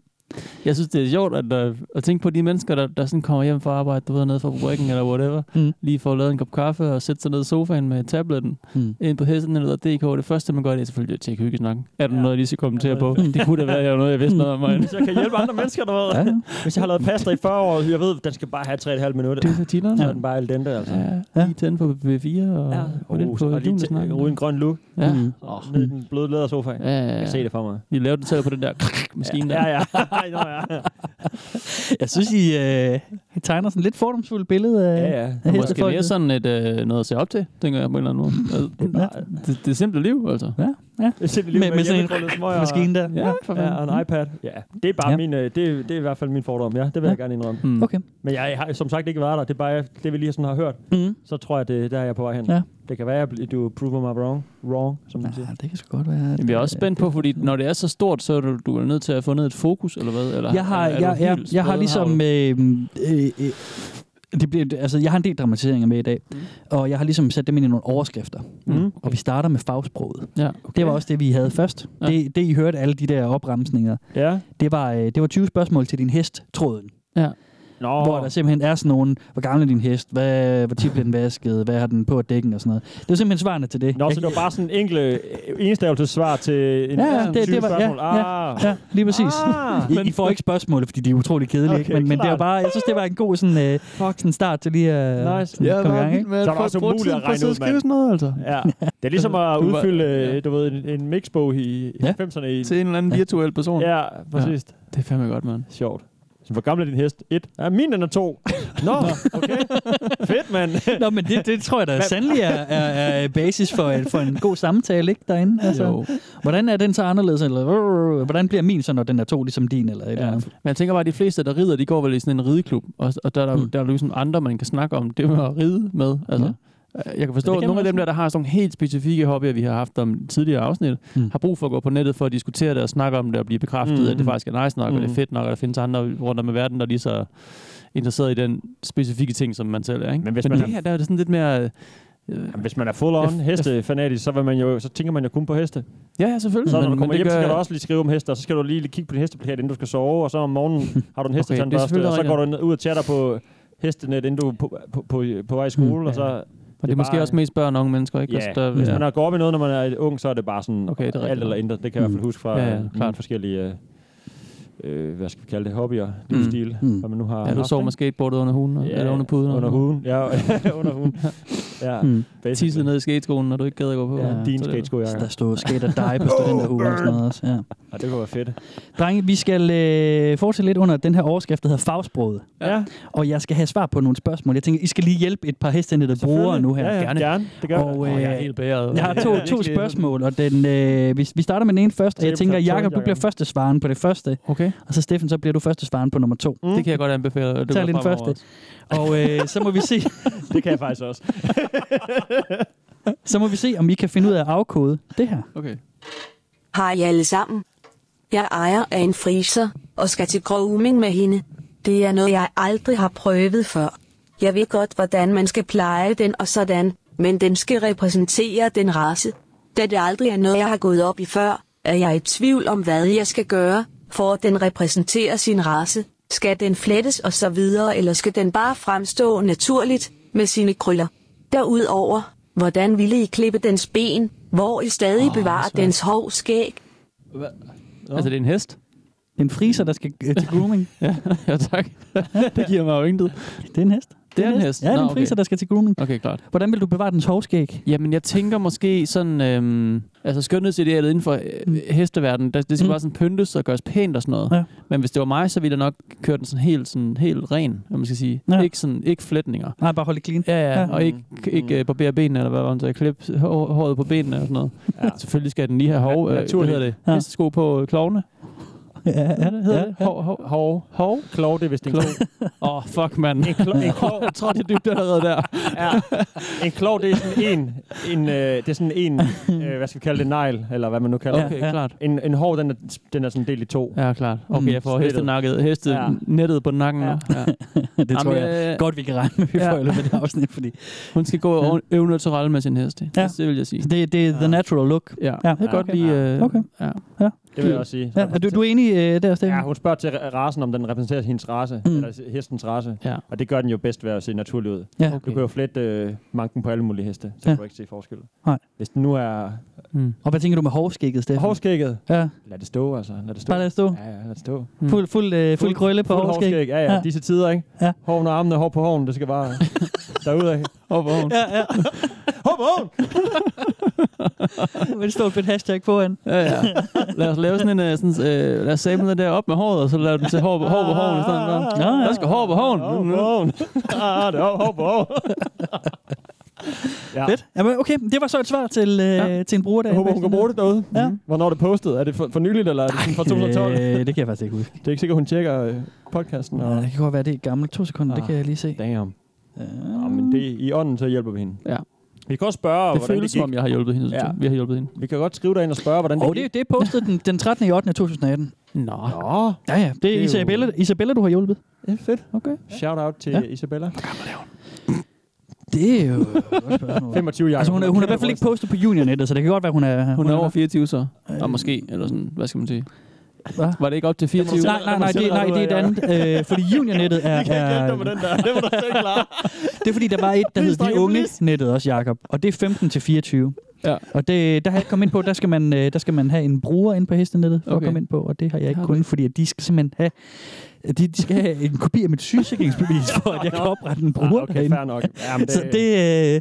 Jeg synes, det er sjovt at, øh, at tænke på de mennesker, der, der sådan kommer hjem fra arbejde, du ved, ned fra fabrikken eller whatever, Mm. lige får lavet en kop kaffe og sætter sig ned i sofaen med tabletten Mm. ind på hestenettet.dk. Det første, man gør, det er selvfølgelig at tjekke hyggesnakken. Er der Ja. ja. noget, jeg lige skal kommentere Ja, på? Det kunne da være, jeg var noget, jeg vidste noget om. Og Hvis jeg kan hjælpe andre mennesker, der ved. Ja, ja. Hvis jeg har lavet pasta i 40 år, jeg ved, den skal bare have 3,5 minutter. det er for tilleren. Så Ja. er den bare al dente, altså. Ja, lige tænde på B4 og ja. Uh, lidt på og lige Junesnakken. til- uden grøn look. Ja. Mm. Oh. Ned i den bløde lædersofa. Ja. Ja, ja, Jeg kan se ja. det for mig. Vi lavede det selv på den der maskine der. Ja, ja. Ej, nå, ja. Jeg synes, I, øh, I tegner sådan lidt fordomsfuldt billede af, ja, ja. af Måske hestefolket. mere sådan et, øh, noget at se op til, tænker jeg på en eller anden måde. Altså, det, det er simple liv, altså. Det er simpelthen med, Med- med med sådan en hjemmekrøllet smøger. og- maskine der. Ja, for Ja, og fanden. en iPad. Ja, det er bare ja. Ja. min, øh, det, er- det er i hvert fald min fordom. Ja, det vil ja. jeg gerne indrømme. Mm. Okay. Men jeg har som sagt ikke været der. Det er bare det, vi lige sådan har hørt. Mm. Så tror jeg, det, der er jeg på vej hen. Ja. Det kan være, at du prover mig wrong, wrong som man siger. Ja, det kan sgu godt være. at, Jamen, jeg er øh, også spændt på, fordi når det er så stort, så er du, du er nødt til at have fundet et fokus, eller hvad? Eller, Jeg har, er du jeg, helt jeg, jeg har spæd, ligesom... du- Øh, øh, øh, det bliver, altså, jeg har en del dramatiseringer med i dag, mm. og jeg har ligesom sat dem ind i nogle overskrifter. Mm. Og vi starter med fagsproget. Ja, Det var også det, vi havde først. Ja. Ja. Det, det, I hørte, alle de der opremsninger, Ja. det var, øh, det var 20 spørgsmål til din hest, tråden. Nå, Oh. Hvor der simpelthen er sådan nogle, hvor gammel er din hest, hvad, hvor tit bliver den vasket, hvad har den på dækken og sådan noget. Det var simpelthen svarene til det. Nå, Jeg- så det var bare sådan en enkelt enstavelsesvar til en Ja, ja, det- 20 det var- ja, spørgsmål. ja. ah. Ja, lige præcis. Ah. I, I får ikke spørgsmål, fordi de er utrolig kedelige, Okay, okay, men, men det var klart. bare, jeg synes, det var en god sådan, øh, sådan start til lige at Nice. sådan komme i gang. Ikke? med, Så er det også umuligt at regne ud, mand. sådan noget, altså. Ja. Det er ligesom Du at var- udfylde, ja. øh, du ved, en, en mixbog i Ja. ja. 90'erne. I, Til en eller anden virtuel person. Ja. ja, præcis. Ja. Det er fandme godt, mand. Sjovt. Så hvor gammel er din hest? Et. Ja, min den er to. Nå, okay. Fedt, mand. Nå, men det, det tror jeg da sandelig er, er, er basis for, en- for en god samtale, ikke, derinde? Altså, Jo. Hvordan er den så anderledes? Eller, øh, hvordan bliver min så, når den er to ligesom din? Eller et eller Ja. andet? Men jeg tænker bare, at de fleste, der rider, de går vel i sådan en rideklub, og, og der, er der, mm. Mm. der er jo ligesom andre, man kan snakke om det med at ride med. Altså, Jeg kan forstå, det at kan nogle man af dem også. der, der har sådan nogle helt specifikke hobbyer, vi har haft om tidligere afsnit, mm. Mm. har brug for at gå på nettet for at diskutere det og snakke om det og blive bekræftet, mm. Mm. at det faktisk er nice nok, mm. og det Mm. er fedt nok, og der findes andre rundt om i verden, der er lige så interesseret i den specifikke ting, som man selv er. Ikke? Men hvis Men man det har- her, der er det sådan lidt mere... Øh, Jamen, Hvis man er full on Jeg- hestefanatisk, så, vil man jo, så tænker man jo kun på heste. ja, ja, selvfølgelig. Så når men- du men kommer det hjem, så gør- skal du også lige skrive om heste, og så skal du lige kigge på din hesteplakat, inden du skal sove, og så om morgenen har du en hestetandbørste, okay, selvfølgelig og så rigtigt. går du ned- ud og chatter på hestenet, inden du er på, på, på, på vej i skole, Mm, og så... ja. Og det er bare- måske også mest børn og unge mennesker, ikke? Ja, Altså, der, hvis ja. man har gået op i noget, når man er ung, så er det bare sådan Okay, okay, det er det rigtigt. Mm. alt eller intet. Det kan jeg i hvert fald huske fra Ja, ja, ja, ja, klart. forskellige... øh, Øh, hvad skal vi kalde det? Hobbyer, Mm. livsstil, Mm. hvad man nu har Ja, du haft, sov ikke? med skateboardet under huden, ja, eller under puden. Under huden. Ja, under huden. Ja, Tissede Mm. basically. ned i skateskoen, når du ikke gad at gå på. Ja, din toilettet. skateskojakke. Der stod skate og die på studenterhuen og sådan noget også. Ja. Ja, det kunne være fedt. Drenge, vi skal øh, fortsætte lidt under den her overskrift, der hedder fagsproget. Ja, Og jeg skal have svar på nogle spørgsmål. Jeg tænker, I skal lige hjælpe et par hestenettede brugere nu her. Ja, ja, gerne. Gerne. gerne. Det gør Og, vi. øh, Åh, jeg er helt bæret. Jeg har Ja, to, to virkelig. spørgsmål, og den, øh, vi, vi starter med den ene først. Og jeg Steffen, så tænker, tog Jakob, du Jakob. bliver første svaren på det første. Okay, Og så Steffen, så bliver du første svaren på nummer to. Mm. det kan jeg godt anbefale. Det Tag lige den første. Og øh, så, må vi se, Det kan jeg faktisk også. så må vi se, om I kan finde ud af at afkode det her. Okay. Har I alle sammen? Jeg ejer af en friser, og skal til grooming med hende. Det er noget, jeg aldrig har prøvet før. Jeg ved godt, hvordan man skal pleje den og sådan, men den skal repræsentere den race. Da det aldrig er noget, jeg har gået op i før, er jeg i tvivl om, hvad jeg skal gøre, for at den repræsenterer sin race. Skal den flettes og så videre, eller skal den bare fremstå naturligt med sine krøller? Derudover, hvordan ville I klippe dens ben, hvor I stadig oh, bevarer dens hov skæg? Altså, det er en hest? En friser, der skal øh, til grooming. ja, ja, tak. det giver mig jo intet. Det er en hest. Det er en hest. Ja, det er Nå, en friser, okay. der skal til grooming. Okay, klart. Hvordan vil du bevare dens hovskæg? Jamen, jeg tænker måske sådan... Øhm, altså, skønhedsidealet inden for øh, mm. hesteverdenen, der, det skal Mm. mm. bare sådan pyntes og gøres pænt og sådan noget. Ja. Men hvis det var mig, så ville jeg nok køre den sådan helt, sådan, helt ren, om man skal sige. Ja. Ja. Ikke, sådan, ikke flætninger. Nej, bare hold det clean. Ja, ja, Ja. ja. og ikke, ikke øh, barbere benene, eller hvad var det, så klippe hår, håret på benene og sådan noget. Ja. Selvfølgelig skal den lige have hov, Na- øh, hvad naturligt. hedder det? Ja. Ja. Hestesko på øh, klovene. Ja, ja, Hvad hedder ja. det? Hov, hov, hov, hov. Klog, det er vist en klog. Åh, oh, fuck, mand. En klog, en klog, Jeg tror, det er dybt allerede der. ja. en klog det er sådan en, en øh, det er sådan en øh, hvad skal vi kalde det, negl, eller hvad man nu kalder det. Okay, ja. ja. klart. En, en hår, den er, den er sådan delt i to. Mm. Ja, klart. Okay, jeg får splittet. hestenakket, hestet Ja. ja. nettet på nakken. Ja. Ja. Ja. Det tror Jamen, jeg øh, godt, vi kan regne med, vi ja. får i løbet af det afsnit, fordi Hun skal gå og øve noget til relle med sin hest. Det, Ja. det vil jeg sige. det, det er the natural look. Ja, Ja, ja jeg kan godt okay. lide... Øh, Okay. Ja. Det vil jeg også sige. Ja, er du, du er enig øh, der, Steffen? Ja, hun spørger til rasen, om den repræsenterer hendes race, Mm. mm. eller hestens race. Ja. Og det gør den jo bedst ved at se naturlig ud. ja. Du Okay. kan jo flette øh, manken på alle mulige heste, så Ja. ja. kan du ikke se forskel. Nej. Hvis den nu er Mm. Og hvad tænker du med hovskægget, Steffen? hårskægget, Ja, lad det stå altså. Lad det stå. bare lad det stå. Ja, ja, lad det stå. Mm. Fuld, fuld, øh, fuld krølle på Fuld hovskæg. hårskæg. Ja, ja, Ja. ja, disse tider, ikke? Ja. Hår under armene, hår på hården, det skal bare derudad. Op og oven. Ja, ja. Hår på hården! Med et stort fedt hashtag foran. Ja, ja. Lad os lave sådan en... Øh, sådan, øh, lad os samle den der op med håret, og så lave den til hår, hår på hården. Sådan der. Ja, ja. Der skal hår på hården. Hår på hården. Ah, det er hår på hården. Ja. Fedt. Jamen, okay, det var så et svar til, øh, ja. til en brugerdag. Jeg håber, hun kan bruge det derude. Ja. Hvornår er det postet? Er det for, for nyligt, eller er det sådan fra 2012? Øh, det kan jeg faktisk ikke huske. Det er ikke sikkert, hun tjekker øh, podcasten. Nå, Og... det kan godt være, det er gammelt. To sekunder, det Ah. kan jeg lige se. Damn. Øh, Nå, men det, i ånden, så hjælper vi hende. Ja. Vi kan også spørge, Det hvordan føles som det gik. om, jeg har hjulpet hende. Ja. Ja. Vi har hjulpet hende. Vi kan godt skrive derind og spørge, hvordan det og gik. det, det postede den, den 13. i 8. 2018. Nå. Nå, Ja, ja. Det er jo- Isabella, Isabella du har hjulpet. det er fedt. Okay. Shout out til Ja. ja. Isabella. Det er jo et godt spørgsmål. 25 Jacob. Altså, hun, er, hun er i hvert fald ikke postet på juniornettet, så det kan godt være, hun er... Hun er over 24 så. Og måske, eller sådan, hvad skal man sige? Hva? Var det ikke op til 24? Nej, nej, nej, det, nej, det er et andet. Øh, fordi juniornettet er, er... den der. Det var da selv klar. Det er fordi, der var et, der hed Please, De drenge, Unge please. nettet også, Jakob. Og det er 15-24. Ja. Og det, der har jeg ikke kommet ind på, der skal man, øh, der skal man have en bruger ind på hestenettet for okay. at Okay. komme ind på. Og det har jeg ikke Har du kunnet, ikke? fordi at de skal simpelthen have... De, de skal have en kopi af mit sygesikringsbevis, for at jeg kan oprette en bruger Ah, ah, okay, fair nok. Jamen, Så det, øh,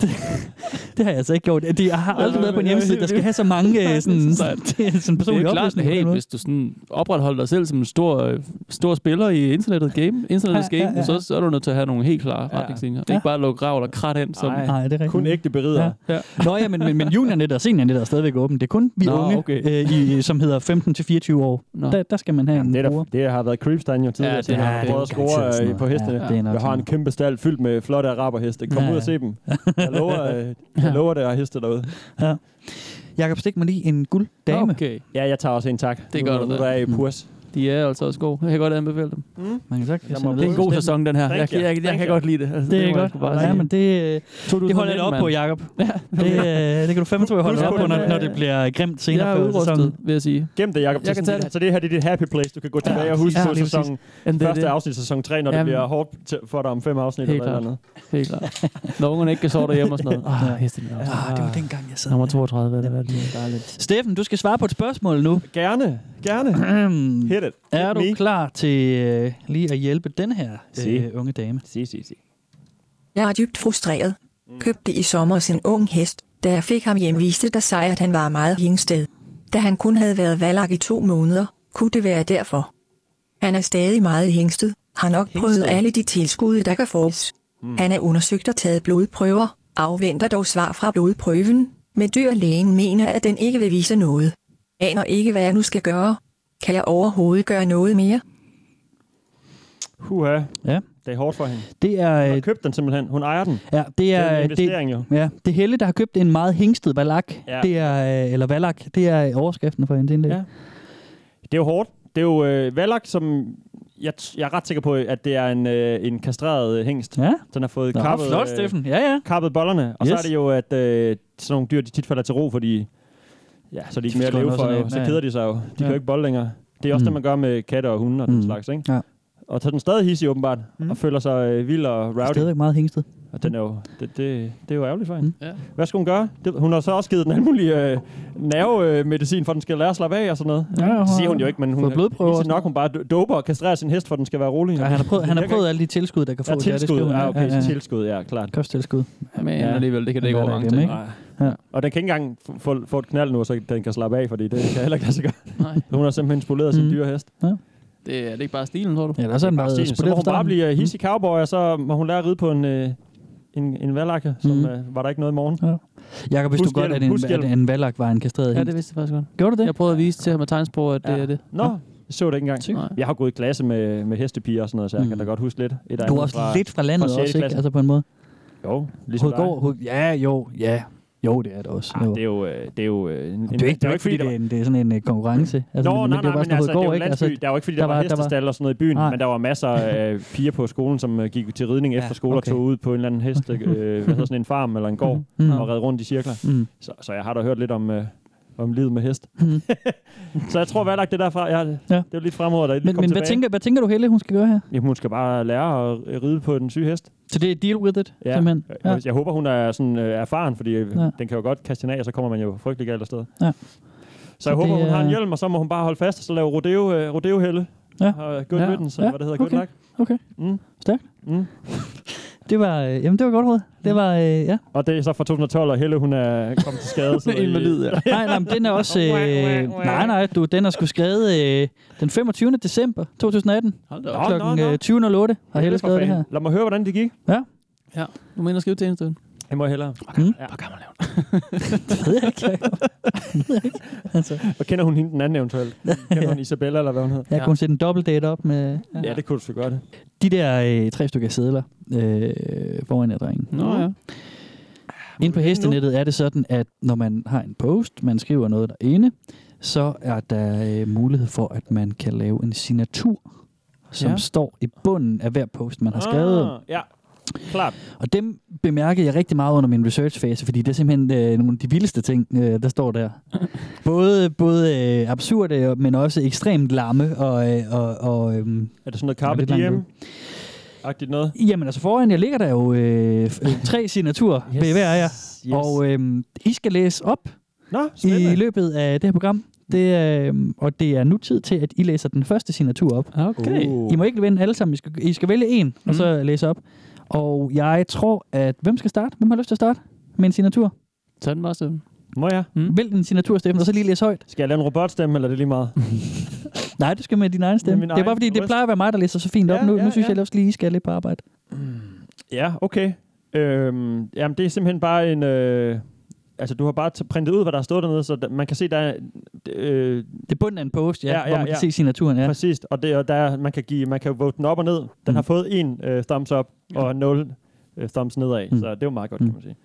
det, det har jeg altså ikke gjort. Det, jeg har aldrig været på en hjemmeside, der skal have så mange øh, sådan, sådan, sådan Det er personlige jo klart, oplysninger. på den hey, måde. hvis du sådan opretholder dig selv som en stor, øh, stor spiller i internettet game, internettets Ja, game, ja, ja, ja. Så, så er du nødt til at have nogle helt klare Ja. retningslinjer. Det er ikke bare at lukke ravl og krat ind. Som, Ej. Nej, det er rigtigt. Kun ægte berider. Ja. Ja. Nå ja, men, men, men juniornettet og seniornettet er stadigvæk åbent. Det er kun vi Nå, Nå, unge, okay. okay. øh, i, som hedder 15-24 år. Nå. Der, der skal man have en Det, er bruger. der, det har været Creepstein jo tidligere. Ja, det til, at har han det. prøvede at Det er score garanteret sådan øh, på noget. hestene. Ja, det er nok jeg har sådan en kæmpe stald fyldt med flotte araberheste. Kom Ja, ud ja. og se dem. Jeg lover, øh, jeg lover det at heste derude. Jakob, stik mig lige en gulddame. Okay. Okay, Ja, jeg tager også en tak. Det Nu- gør du Nu da. Mm. er jeg i purs. Mm. de er altså også gode. Jeg kan godt anbefale dem. Mange tak. Lad Jeg mig sender Det er en god videre. sæson, den her. Jeg, Thank jeg, you. jeg, jeg Thank kan you. godt lide det. Altså, Det må er jeg godt. sgu Ja, men det, øh, det holder jeg dig op på, jeg. Jakob. Det, øh, det kan du fandme tro, jeg holder Husk dig op på på, når, den, øh, når det bliver grimt senere Jeg er på sæsonen. udrustet, vil jeg sige. Gem det, Jacob. til Jeg kan sådan- tage det. Så det her det er dit happy place. Du kan gå tilbage og huske præcis. på Ja, lige sæsonen. Jamen, det er Første det. afsnit af sæson 3, når Jamen. det bliver hårdt til- for dig om fem afsnit. Helt Eller et eller andet. Helt klart. Når ungerne ikke kan sove derhjemme og sådan noget. Ah, hesten. Ah, det var dengang, jeg sad. Nummer 32, eller hvad det er. Dejligt. Steffen, du skal svare på et spørgsmål nu. Gerne, gerne. Hit it. er Hit du me. klar til øh, lige at hjælpe den her Se. øh, unge dame? Se, se, se. Jeg er dybt frustreret. Købte i sommer sin ung hest. Da jeg fik ham hjem, viste der sig, at han var meget hingsted. Da han kun havde været valak i to måneder, kunne det være derfor. Han er stadig meget hingstet, har nok prøvet alle de tilskud, der kan fås. Hmm. Han er undersøgt og taget blodprøver, afventer dog svar fra blodprøven, men dyrlægen mener, at den ikke vil vise noget. Aner ikke, hvad jeg nu skal gøre. Kan jeg overhovedet gøre noget mere? Huha. Ja. Det er hårdt for hende. Det er, Hun øh, har købt den simpelthen. Hun ejer den. ja, det Det er, er en det, investering jo. Ja, det er Helle, der har købt en meget hingstet valak. Ja. Ja. Det er, øh, eller valak, det er overskriften for hendes indlæg. Ja. Ja. Det er jo hårdt. Det er jo øh, Valak, som jeg, t- jeg er ret sikker på, at det er en, øh, en kastreret øh, hængst. ja. Den har fået Nå, kappet, flot, øh, Steffen. Ja, ja. kappet bollerne. Og yes. så Yes. er det jo, at øh, sådan nogle dyr, de tit falder til ro, fordi ja, så er de ikke De mere at slår leve noget for. sådan Jo. af. Så Ja, ja. keder de sig jo. De kan Ja. jo ikke bolle længere. Det er også Mm. mm. det, man gør med katte og hunde og den Mm. slags, ikke? Ja. Og så er den stadig hissig åbenbart, mm. og føler sig øh, vild og rowdy. Stadigvæk meget Mm. hingstet. Og den er jo, det, det, det er jo ærgerligt for hende. Ja. Hvad skal hun gøre? Det, hun har så også givet den alle mulige øh, nervemedicin, for at den skal lære at slappe af og sådan noget. Ja, det siger hun hun jo ikke, men hun fået blodprøver og viser sådan nok, hun bare do- doper og kastrerer sin hest, for den skal være rolig. Ja, han har prøvet, han har virker prøvet alle de tilskud, der kan få. Ja, tilskud. skriver han. Ja, okay, tilskud, ja, klart. Kosttilskud. Men Ja. alligevel, det kan det ikke Ja, over det mange er dem, ting. ikke? Nej. Ja. Og den kan ikke engang f- få, få et knald nu, så den kan slappe af, fordi det kan heller ikke lade sig gøre. Nej, Hun har simpelthen spoleret mm. sin Mm. dyre hest. det er, det er ikke bare stilen, tror du? Ja, der er sådan Bare meget stilen. så må spoleret Mm. hun fra bare starten. Mm. blive uh, hissig cowboy, og så må hun lære at ride på en, øh, en, en valakke, som Mm. øh, var der ikke noget i morgen. Jakob, vidste du Husk godt, at hjelm, husk en, hjelm. at en valak var en kastreret Ja, hest? det vidste jeg faktisk godt. Gjorde du det? Jeg prøvede at vise til ham med tegnsprog, at det Ja. er det. Nå, jeg så det ikke engang. Nej. Jeg har gået i klasse med, med hestepiger og sådan noget, så jeg Mm. kan da godt huske lidt. Et Du er også lidt fra landet fra sjette også, ikke? klasse. Altså på en måde. Jo, ligesom dig. Hovedgård, hoved, ja, jo, ja. Jo, det er det også. Ah, jo. det er jo... øh, Det er jo, øh, en, det er jo ikke, det er jo ikke fordi, der det var- er, en, det er sådan en øh, konkurrence. Altså, Nå, men nej, det er nej, bare men sådan altså, det er jo Hovedgård, ikke? landsby. Altså, der var ikke, fordi der, der der var, var- der var- hestestald og sådan noget i byen, Nej. men der var masser af øh, piger på skolen, som øh, gik til ridning efter Ja, skole okay. og tog ud på en eller anden hest, øh, hvad hedder sådan en farm eller en gård, Mm. og red rundt i cirkler. Mm. Så, så jeg har da hørt lidt om, øh, om livet med hest. Mhm. så jeg tror, hvad det derfra? Jeg, ja. Ja. Det var lidt fremover, der lige Men, kom men hvad, tilbage. tænker, hvad tænker du, Helle, hun skal gøre her? Jamen, hun skal bare lære at øh, ride på den syge hest. Så det er deal with it, ja. simpelthen? Jeg, Ja. jeg, jeg håber, hun er sådan, øh, erfaren, fordi øh, Ja. den kan jo godt kaste hende af, og så kommer man jo frygtelig galt afsted. Ja. Så jeg Så håber, det hun har en er- hjelm, og så må hun bare holde fast, og så lave rodeo, øh, rodeo-hælde. Ja. Og good Ja. riddance, Ja. eller hvad det hedder, good Okay. luck. Okay. Mm. Stærkt. Mm. Det var, øh, jamen, det var godt råd. Det var, øh, ja. Og det er så fra 2012, og Helle, hun er kommet til skade. så i- Invalid, ja. Nej, nej, men den er også... Øh, nej, nej, du, den er sgu skrevet øh, den 25. december 2018 Hold da Nå, op. nå, klokken nå. øh, 20.08 har Helle Helle for skrevet det fanden. her. Lad mig høre, hvordan det gik. Du mener at skrive til en Jeg må hellere. Mm. Ja. Hvor gammel er hun? Altså. Og kender hun hende den anden eventuelt? Kender hun Isabella, eller hvad hun hedder? Jeg kunne sætte en dobbelt date op med... Ja, det kunne du så godt. De der øh, tre stykker sædler øh, foran jer, drengen. Nå ja. Inde på vi vinde hestenettet er det sådan, at når man har en post, man skriver noget derinde, så er der øh, mulighed for, at man kan lave en signatur, som Ja. ja. står i bunden af hver post, man har skrevet. Ah, ja, klart. Og dem bemærkede jeg rigtig meget under min researchfase, fordi det er simpelthen øh, nogle af de vildeste ting, øh, der står der. Både, både øh, absurde, men også ekstremt lamme. Og, øh, og, og, øh, Er det sådan noget Carpe Ja, det er langt Diem? Agtigt noget? jamen altså foran jer ligger der jo øh, øh, tre signaturer yes. ved hver af jer. Yes. Og øh, I skal læse op Nå, i spændende. løbet af det her program. Det, er, øh, og det er nu tid til, at I læser den første signatur op. Okay. Uh. I må ikke vende alle sammen. I skal, I skal vælge en, og Mm-hmm. så læse op. Og jeg tror, at hvem skal starte? Hvem har lyst til at starte med en signatur? Tag den bare, Steffen. Må jeg? Mm. Vælg en signatur, Steffen, og så lige læse højt. Skal jeg lave en robotstemme, eller er det lige meget? Nej, du skal med din egen stemme. min det er bare egen fordi, det røst. plejer at være mig, der læser så fint op. Ja, nu, ja, nu synes ja. jeg også lige, I skal lidt på arbejde. ja, okay. Øhm, jamen, det er simpelthen bare en... Øh, altså, du har bare t- printet ud, hvad der har stået dernede, så d- man kan se, der er... Øh, Det er bunden af en post, ja, Ja, ja, hvor man kan ja. se signaturen. ja. Ja. Præcis, og, det, og der, er- man, kan give, man kan jo vote den op og ned. Den Mm. har fået en øh, thumbs up og nul øh, thumbs nedad, Mm. så det er jo meget godt, Mm. kan man sige.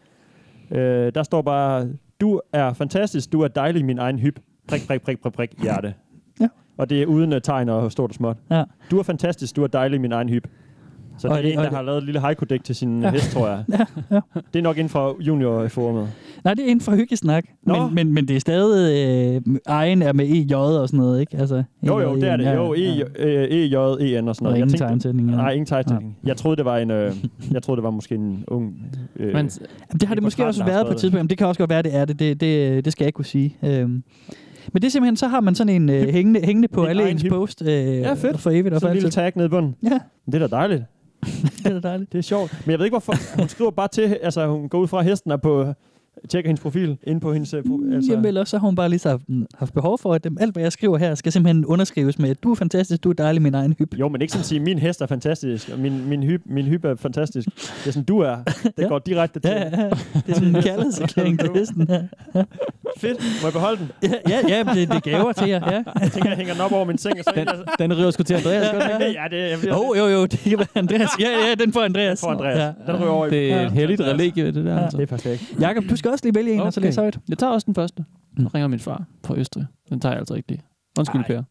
Øh, der står bare, du er fantastisk, du er dejlig, min egen hyb. Prik, prik, prik, prik, prik, hjerte. Ja. Og det er uden øh, tegn og stort og småt. Ja. Du er fantastisk, du er dejlig, min egen hyb. Så Og det er er det- en, og der er det- har lavet et lille haiku-dæk til sin ja. hest, tror jeg. Ja, ja. Det er nok inden fra juniorforumet. Nej, det er inden for hyggesnak. Nå. Men, men, men det er stadig... Øh, egen er med EJ og sådan noget, ikke? Altså, Jo, jo, det er EJ, det. Jo, ja, EJ, ja. øh, EJ, EN og sådan noget. Og Jeg ingen tænkte- tegnsætning. Ja. Nej, ingen tegnsætning. Jeg troede, det var en... Øh, jeg troede, det var måske en ung... Øh, Men, Men, Jamen, det har Det det er måske portrætten, også der har været på et skrevet tidspunkt. Jamen, det kan også godt være, det er det. Det, det, det skal jeg ikke kunne sige. Øhm. Men det er simpelthen, så har man sådan en øh, hængende, hængende på En alle egen ens hip. post. Øh, ja, fedt. For evigt og for sådan en altid. lille tag nede i bunden. Ja, Det er da dejligt. det er da dejligt. Det er sjovt. Men jeg ved ikke, hvorfor... Hun skriver bare til... Altså, hun går ud fra at hesten er på... Tjekker hendes profil inde på hendes... øh, Pro, Altså. altså, Jamen ellers så har hun bare lige "Mm, så haft, haft behov for, at dem, alt hvad jeg skriver her, skal simpelthen underskrives med, at du er fantastisk, du er dejlig, min egen hyb. jo, men ikke sådan at sige, min hest er fantastisk, og min, min, hyb, min hyb er fantastisk. Det er sådan, du er. Det Ja. går direkte til. Ja, ja, ja. Det er sådan en kærlighedserklæring til hesten. Ja, Fedt. Må jeg beholde den? ja, ja, ja men det, det er gaver til jer. Ja. Jeg tænker, jeg hænger den op over min seng, og så... den, den river sgu til Andreas. gør den ikke? Ja, det, jeg bliver, Jo, jo, jo, det kan være Andreas. Ja, ja, den får Andreas. for Andreas. Ja. Den ryger over i... Det er et heldigt religie, det der. Altså. Det er perfekt. Jakob, du skal også lige vælge en, okay. og så Okay. læse højt. Jeg tager også den første. Nu ringer min far fra Østrig. Den tager jeg altså ikke lige. Undskyld, Per.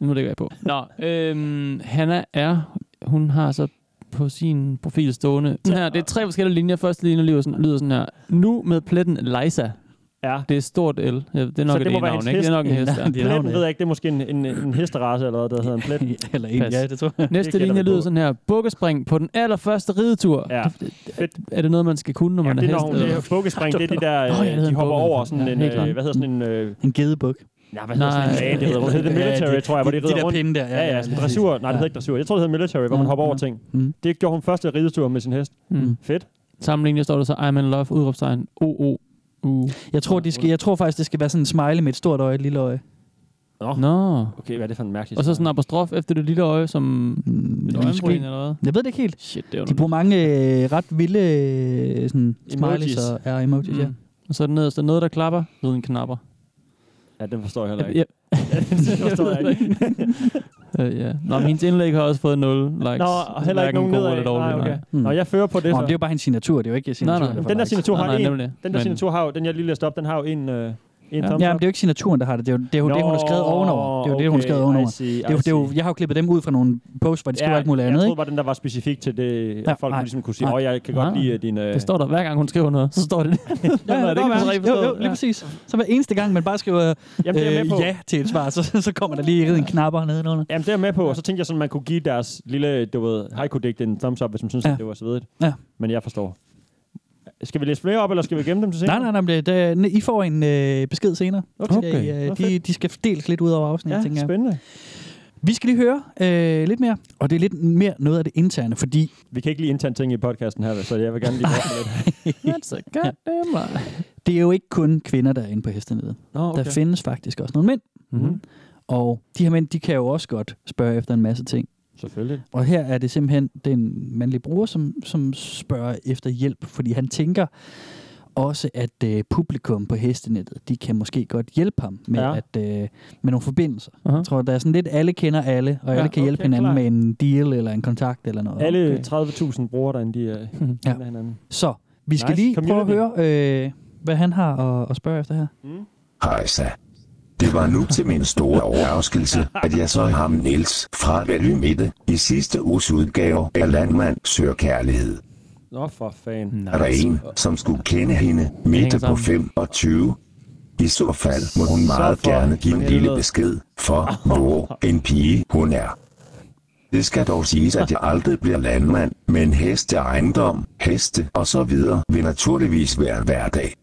Nu lægger jeg på. Nå, øhm, Hanna er, hun har så på sin profil stående. Den her, det er tre forskellige linjer. Første linje lyder sådan, lyder sådan her. Nu med pletten Leisa. Ja. Det er et stort L. Ja, det er nok så et det må være egenavn, en ikke? Det hest. er nok en hest, ja. Det er navnet, Pletten ved jeg ikke, det er måske en, en, en hesterace eller hvad der hedder en plet. Eller en, Pas. ja, det tror jeg. Næste gætter linje vi på. lyder sådan her. Bukkespring på den allerførste ridetur. Ja, fedt. Er det noget, man skal kunne, når Jamen, man det er, er når hest? hun det er eller- bukkespring, det er de der, Nå, ja, det øh, hedder de en hopper bukke. over sådan Ja, en, helt øh, klart. hvad hedder sådan en, øh, En gedebuk. nej, hvad hedder sådan en Nej. bane, det hedder, hvor det hedder Ja, military, de- tror jeg, hvor de- det de rider der rundt. pinde der, ja, ja, ja, ja, lige sådan præcis. dressur, nej, det Ja. hedder ikke dressur, jeg tror, det hedder military, hvor man Ja, hopper over ja. ting. Mm. Det gjorde hun første ridetur med sin hest. Mm. Fedt. Samme linje står der så, I'm in love, udråbstegn, OO. U. Jeg tror, de skal, jeg tror faktisk, det skal være Uh. sådan en smiley med et stort øje og et lille øje. Nå. Okay, hvad er det for en mærkelig Mm, Og så sådan en apostrof efter det lille øje, som et måske. øjenbryn eller hvad? Jeg ved det ikke helt. Shit, det er De bruger mange øh, ret vilde øh, sådan smileys Emojis. og ja, emojis. Mm. Ja. Mm. Og så er der nederst, der er noget, der klapper, lyden knapper. Ja, den forstår jeg heller Jeg, ikke. jeg, Den forstår jeg ikke. øh, ja. Nå, men hendes indlæg har også fået 0 likes. Nå, og heller ikke nogen nedad. Nej, okay. Nå, jeg fører på det Nå, men det er så. jo bare hendes signatur, det er jo ikke Nej, signaturen, nej. der får Den der likes. signatur har Nej, nej, en, nemlig. den der Men- signatur har jo, den jeg lige læste op, den har jo en, øh, en thumbs Ja, men up. det er jo ikke signaturen, der har det. Det er jo det, er jo det hun har skrevet Nå, ovenover. Det er jo det, hun har okay, skrevet ovenover. I see, Det er, jo, I det er jo, see. jeg har jo klippet dem ud fra nogle posts, hvor de skriver alt muligt jeg andet. troede Ikke? bare, den der var specifik til det, at Ja, folk nej. ligesom kunne sige, Nej. åh, jeg kan godt Nej. lide øh, din... Øh, Det står der, hver gang hun skriver noget, så står det Ja, ja, er det det ikke sådan, ikke rigtig jo, jo, forstået? lige Ja. præcis. Så hver eneste gang, man bare skriver Jamen, det er jeg med øh, på. ja til et svar, så, så kommer der lige ridder en knapper nedenunder. Jamen, det er jeg med på, og så tænkte jeg sådan, man kunne give deres lille, du ved, haiku-digt en thumbs up, hvis man synes, Ja. at det var svedigt. Ja. Men jeg forstår. Skal vi læse flere op, eller skal vi gemme dem til senere? Nej, nej, nej, men det, det, I får en øh, besked senere. Okay. Så det, Nå, øh, de, fedt. de skal deles lidt ud over afsnittet, ja, tænker Ja, jeg. spændende. Vi skal lige høre øh, lidt mere, og det er lidt mere noget af det interne, fordi Vi kan ikke lige interne ting i podcasten her, så jeg vil gerne lige høre lidt. That's a goddamn lie. det er jo ikke kun kvinder, der er inde på hestenede. Nå, Okay. Der findes faktisk også nogle mænd, Mhm. og de her mænd, de kan jo også godt spørge efter en masse ting. Selvfølgelig. Og her er det simpelthen den mandlige bruger, som, som spørger efter hjælp, fordi han tænker også, at øh, publikum på hestenettet, de kan måske godt hjælpe ham med, Ja. ja. at, øh, med nogle forbindelser. Aha. Jeg tror, der er sådan lidt, alle kender alle, og alle Ja, kan hjælpe okay, hinanden klar. med en deal eller en kontakt eller noget. Alle Okay. 30.000 brugere derinde, de er Ja. ja. hinanden. Så vi skal Nice. nice. lige Community. Mm. prøve at høre, øh, hvad han har at, at spørge efter her. Hejsa. Det var nu til min store overraskelse, at jeg så ham Niels fra Valley Midte i sidste uges udgave af Landmand Søger Kærlighed. Nå, for fanden. Er der en, som skulle kende hende, Mette på sammen. 25? I så fald må hun Så meget for gerne give en lille helvede. besked, for hvor en pige hun er. Det skal dog siges, at jeg aldrig bliver landmand, men heste ejendom, heste og så videre vil naturligvis være hverdag.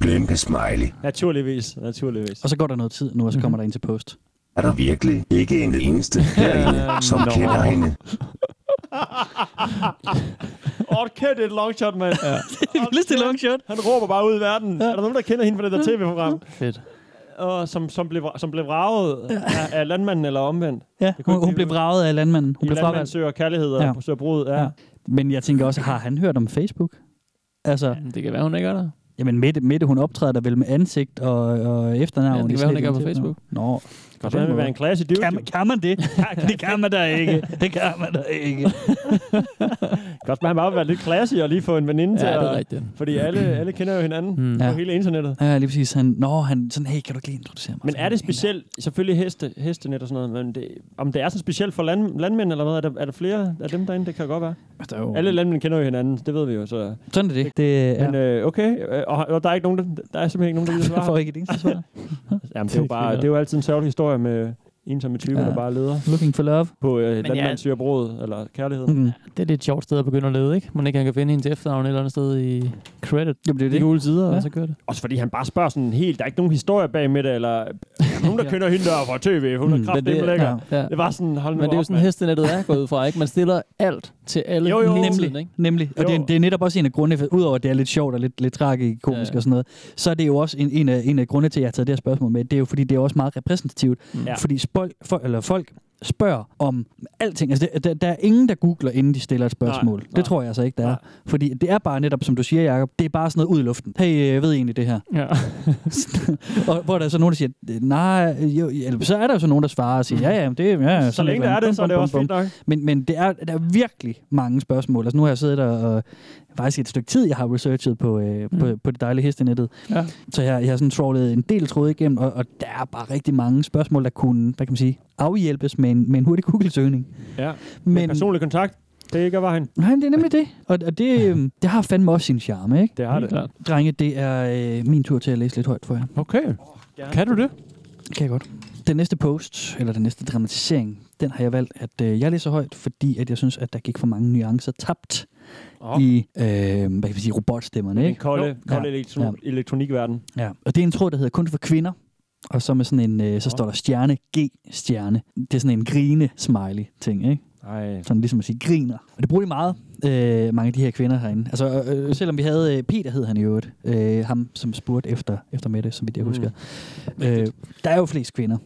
Blinke smiley. Naturligvis, naturligvis. Mhm. Og så går der noget tid nu, og så kommer der ind til post. Er der virkelig ikke en eneste derinde, som kender hende? Åh, oh, kæft, det er et long shot, mand. Ja. Lidt til long shot. Mm. Han råber bare ud i verden. Ja. Er der nogen, der kender hende fra det der tv-program? Fedt. Og som, som, blev, som blev ravet af, af landmanden eller omvendt. Ja, Jeg kunne hun, ikke hun blive blev vraget af landmanden. Hun I blev landmand fravalgt. søger kærlighed og ja. Ja. søger brud. Ja. Ja. Men jeg tænker også, har han hørt om Facebook? Altså, Men Det kan være, hun ikke er der. jamen Mette, Mette hun optræder der vel med ansigt og, og efternavn. Ja, det kan i være, hun sådan ikke er et på interview. Facebook. Nå, Godt, så han vil være en klasse dude. kan, man- kan man det? det kan man da ikke. Det kan man da ikke. Godt, men han bare vil være lidt klasse og lige få en veninde til. Ja, det er at- rigtigt. Fordi alle, alle kender jo hinanden Mm. på Ja. hele internettet. Ja, lige præcis. Han, nå, han sådan, hey, kan du ikke lige introducere mig? Men for er det hende her?" specielt, selvfølgelig heste, hestenet og sådan noget, men det, om det er så specielt for land, landmænd eller hvad, er der, er der flere af dem derinde, det kan godt være. Der er jo- Alle landmænd kender jo hinanden, det ved vi jo, så... Sådan er det. det Men ja. øh, okay, øh, og, og der er ikke nogen, der, der er simpelthen ikke nogen, der gider Jeg svare. får ikke et eneste svar. Jamen, det er jo, bare, det er jo altid en sørgelig historie med ensomme typer, ja. Ja. der bare leder Looking for love. på øh, ja. landmand søger brod eller kærlighed. Mm. Det er lidt et sjovt sted at begynde at lede, ikke? Man ikke han kan finde hende til efternavn et eller andet sted i credit. Jamen, det er Det er det. gule sider, Ja. og så kører det. Også fordi han bare spørger sådan helt, der er ikke nogen historie bag med det, eller "Er der nogen, der kender hende der fra tv, hun er Mm, men kraftig det- lækker. ja. Ja. Det var sådan, hold nu Men det er jo op, sådan, mand. hestenettet er gået ud fra, ikke? Man stiller alt til alle Jo, jo. hele Nemlig. tiden, ikke? Nemlig. Og det er, Jo. det er netop også en af grundene, for- udover at det er lidt sjovt og lidt, lidt tragikomisk Ja, ja. og sådan noget, så er det jo også en, en, af, en af grundene til, at jeg har taget det her spørgsmål med. Det er jo fordi, det er også meget repræsentativt. Mm. Ja. Ja. Fordi spol, for, eller folk spørger om alting. Altså, det, der, der er ingen, der googler, inden de stiller et spørgsmål. Nej, Nej, nej. det tror jeg altså ikke, der er. Nej. Fordi det er bare netop, som du siger, Jacob, det er bare sådan noget ud i luften. Hey, øh, jeg ved I egentlig det her. Ja. og hvor der er så nogen, der siger, nej, jo, eller så er der jo så nogen, der svarer og siger, ja, ja, men det ja, ja, Så sådan et længe eller der er andet. det, så er det Bum, bum, også bum. fint nok. Men, men det er, der er virkelig mange spørgsmål. Altså, nu har jeg siddet der og faktisk et stykke tid, jeg har researchet på, øh, mm. på, på det dejlige hestenettet. Ja. Så jeg, jeg har sådan trawlet en del tråde igennem, og, og der er bare rigtig mange spørgsmål, der kunne, hvad kan man sige, afhjælpes med en, med en hurtig Google-søgning. Ja. Men Men, personlig kontakt, Det er ikke var han. Nej, men det er nemlig det. Og, og det, øhm, det har fandme også sin charme, ikke? Det har det. klart. Drenge, det er øh, min tur til at læse lidt højt for jer. Okay. Kan du det? Det kan jeg godt. Den næste post, eller den næste dramatisering, den har jeg valgt, at øh, jeg læser højt, fordi at jeg synes, at der gik for mange nuancer tabt Åh. oh. i, øh, hvad kan vi sige, robotstemmerne, Den ikke? kolde, kolde Ja. elektro- elektronikverden. Ja. Og det er en tråd, der hedder kun for kvinder, og så med sådan en, øh, så står der stjerne, G-stjerne. Det er sådan en grine-smiley-ting, ikke? Nej. sådan ligesom at sige, griner. Og det bruger de meget, øh, mange af de her kvinder herinde. Altså, øh, øh, selvom vi havde, øh, Peter hed han i øvrigt, øh, ham som spurgte efter, efter Mette, som Mm. vidt jeg husker. Øh, der er jo flest kvinder.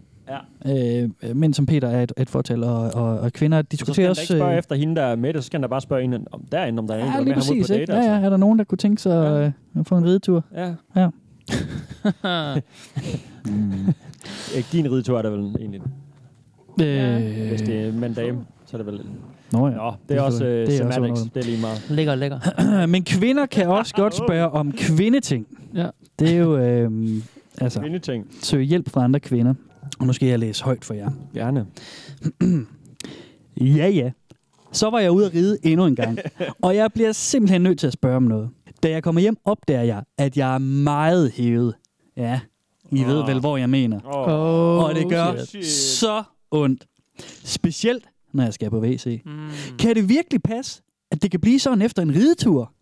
Ja. Øh, men som Peter er et, et fortal, og, og, og kvinder Så skal diskuterer han da også... øh, ikke spørge efter hende, der er med det. Så skal han da bare spørge hende om derinde, om der er en, der ja, vil lige med ham ud præcis, på ikke? date. altså. Ja, ja, er der nogen, der kunne tænke sig øh, at få en ridetur? ja. Ja. Mm. Øh, Din ridetur er der vel egentlig. Øh, Hvis det er mand dame, så er det vel... Nå ja. Nå, det er også øh, det er også semantics. underhovedet. det er lige meget. Lækker, lækker. Men kvinder kan også godt spørge om kvindeting. Ja. Det er jo... Øh, altså, Kvindeting. søge hjælp fra andre kvinder. Og nu skal jeg læse højt for jer. Gerne. Ja, ja. Så var jeg ude at ride endnu en gang, og jeg bliver simpelthen nødt til at spørge om noget. Da jeg kommer hjem, opdager jeg, at jeg er meget hævet. Ja, I ved vel, hvor jeg mener. Åh, oh. Oh, Og det gør shit. så ondt. Specielt, når jeg skal på WC. Kan det virkelig passe, at det kan blive sådan efter en ridetur?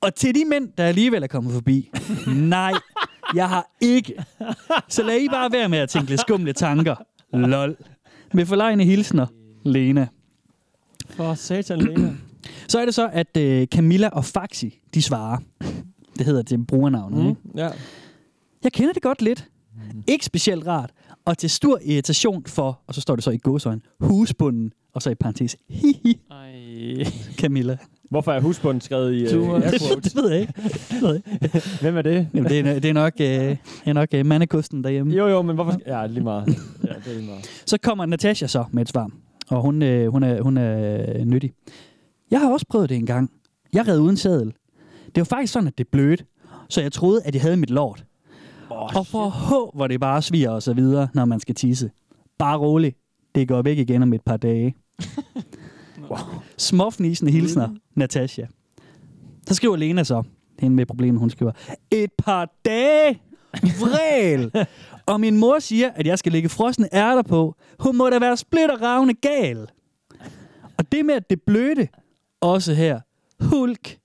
Og til de mænd, der alligevel er kommet forbi. Nej, jeg har ikke. Så lad I bare være med at tænke lidt skumle tanker. Lol. Med forlegne hilsner. Lena. for satan, Lena. Så er det så, at øh, Camilla og Faxi, de svarer. Det hedder det brugernavnet, mm. ikke? ja. Jeg kender det godt lidt. Mm. Ikke specielt rart. Og til stor irritation for, og så står det så i godsøjen, husbunden, og så i parentes, hihi, Ej. Camilla. Hvorfor er husbunden skrevet i... Du Øh, er- air Det, quotes? det ved jeg ikke. Det ved jeg ikke. Hvem er det? Jamen, det, er, det er nok, øh, det er nok øh, mandekusten derhjemme. Jo, jo, men hvorfor... Ja, lige meget. Ja, det er lige meget. Så kommer Natasha så med et svar, og hun, øh, hun, er, hun er øh, nyttig. Jeg har også prøvet det en gang. Jeg red uden sædel. Det var faktisk sådan, at det blødte, så jeg troede, at jeg havde mit lort. Oh, og for H, hvor det bare sviger og så videre, når man skal tisse. Bare rolig. Det går væk igen om et par dage. wow. Småfnisende hilsner, Natasha. Så skriver Lena så, hende med problemet, hun skriver, et par dage, vræl, og min mor siger, at jeg skal lægge frosne ærter på. Hun må da være splitter ravne gal. Og det med, at det blødte, også her, hulk,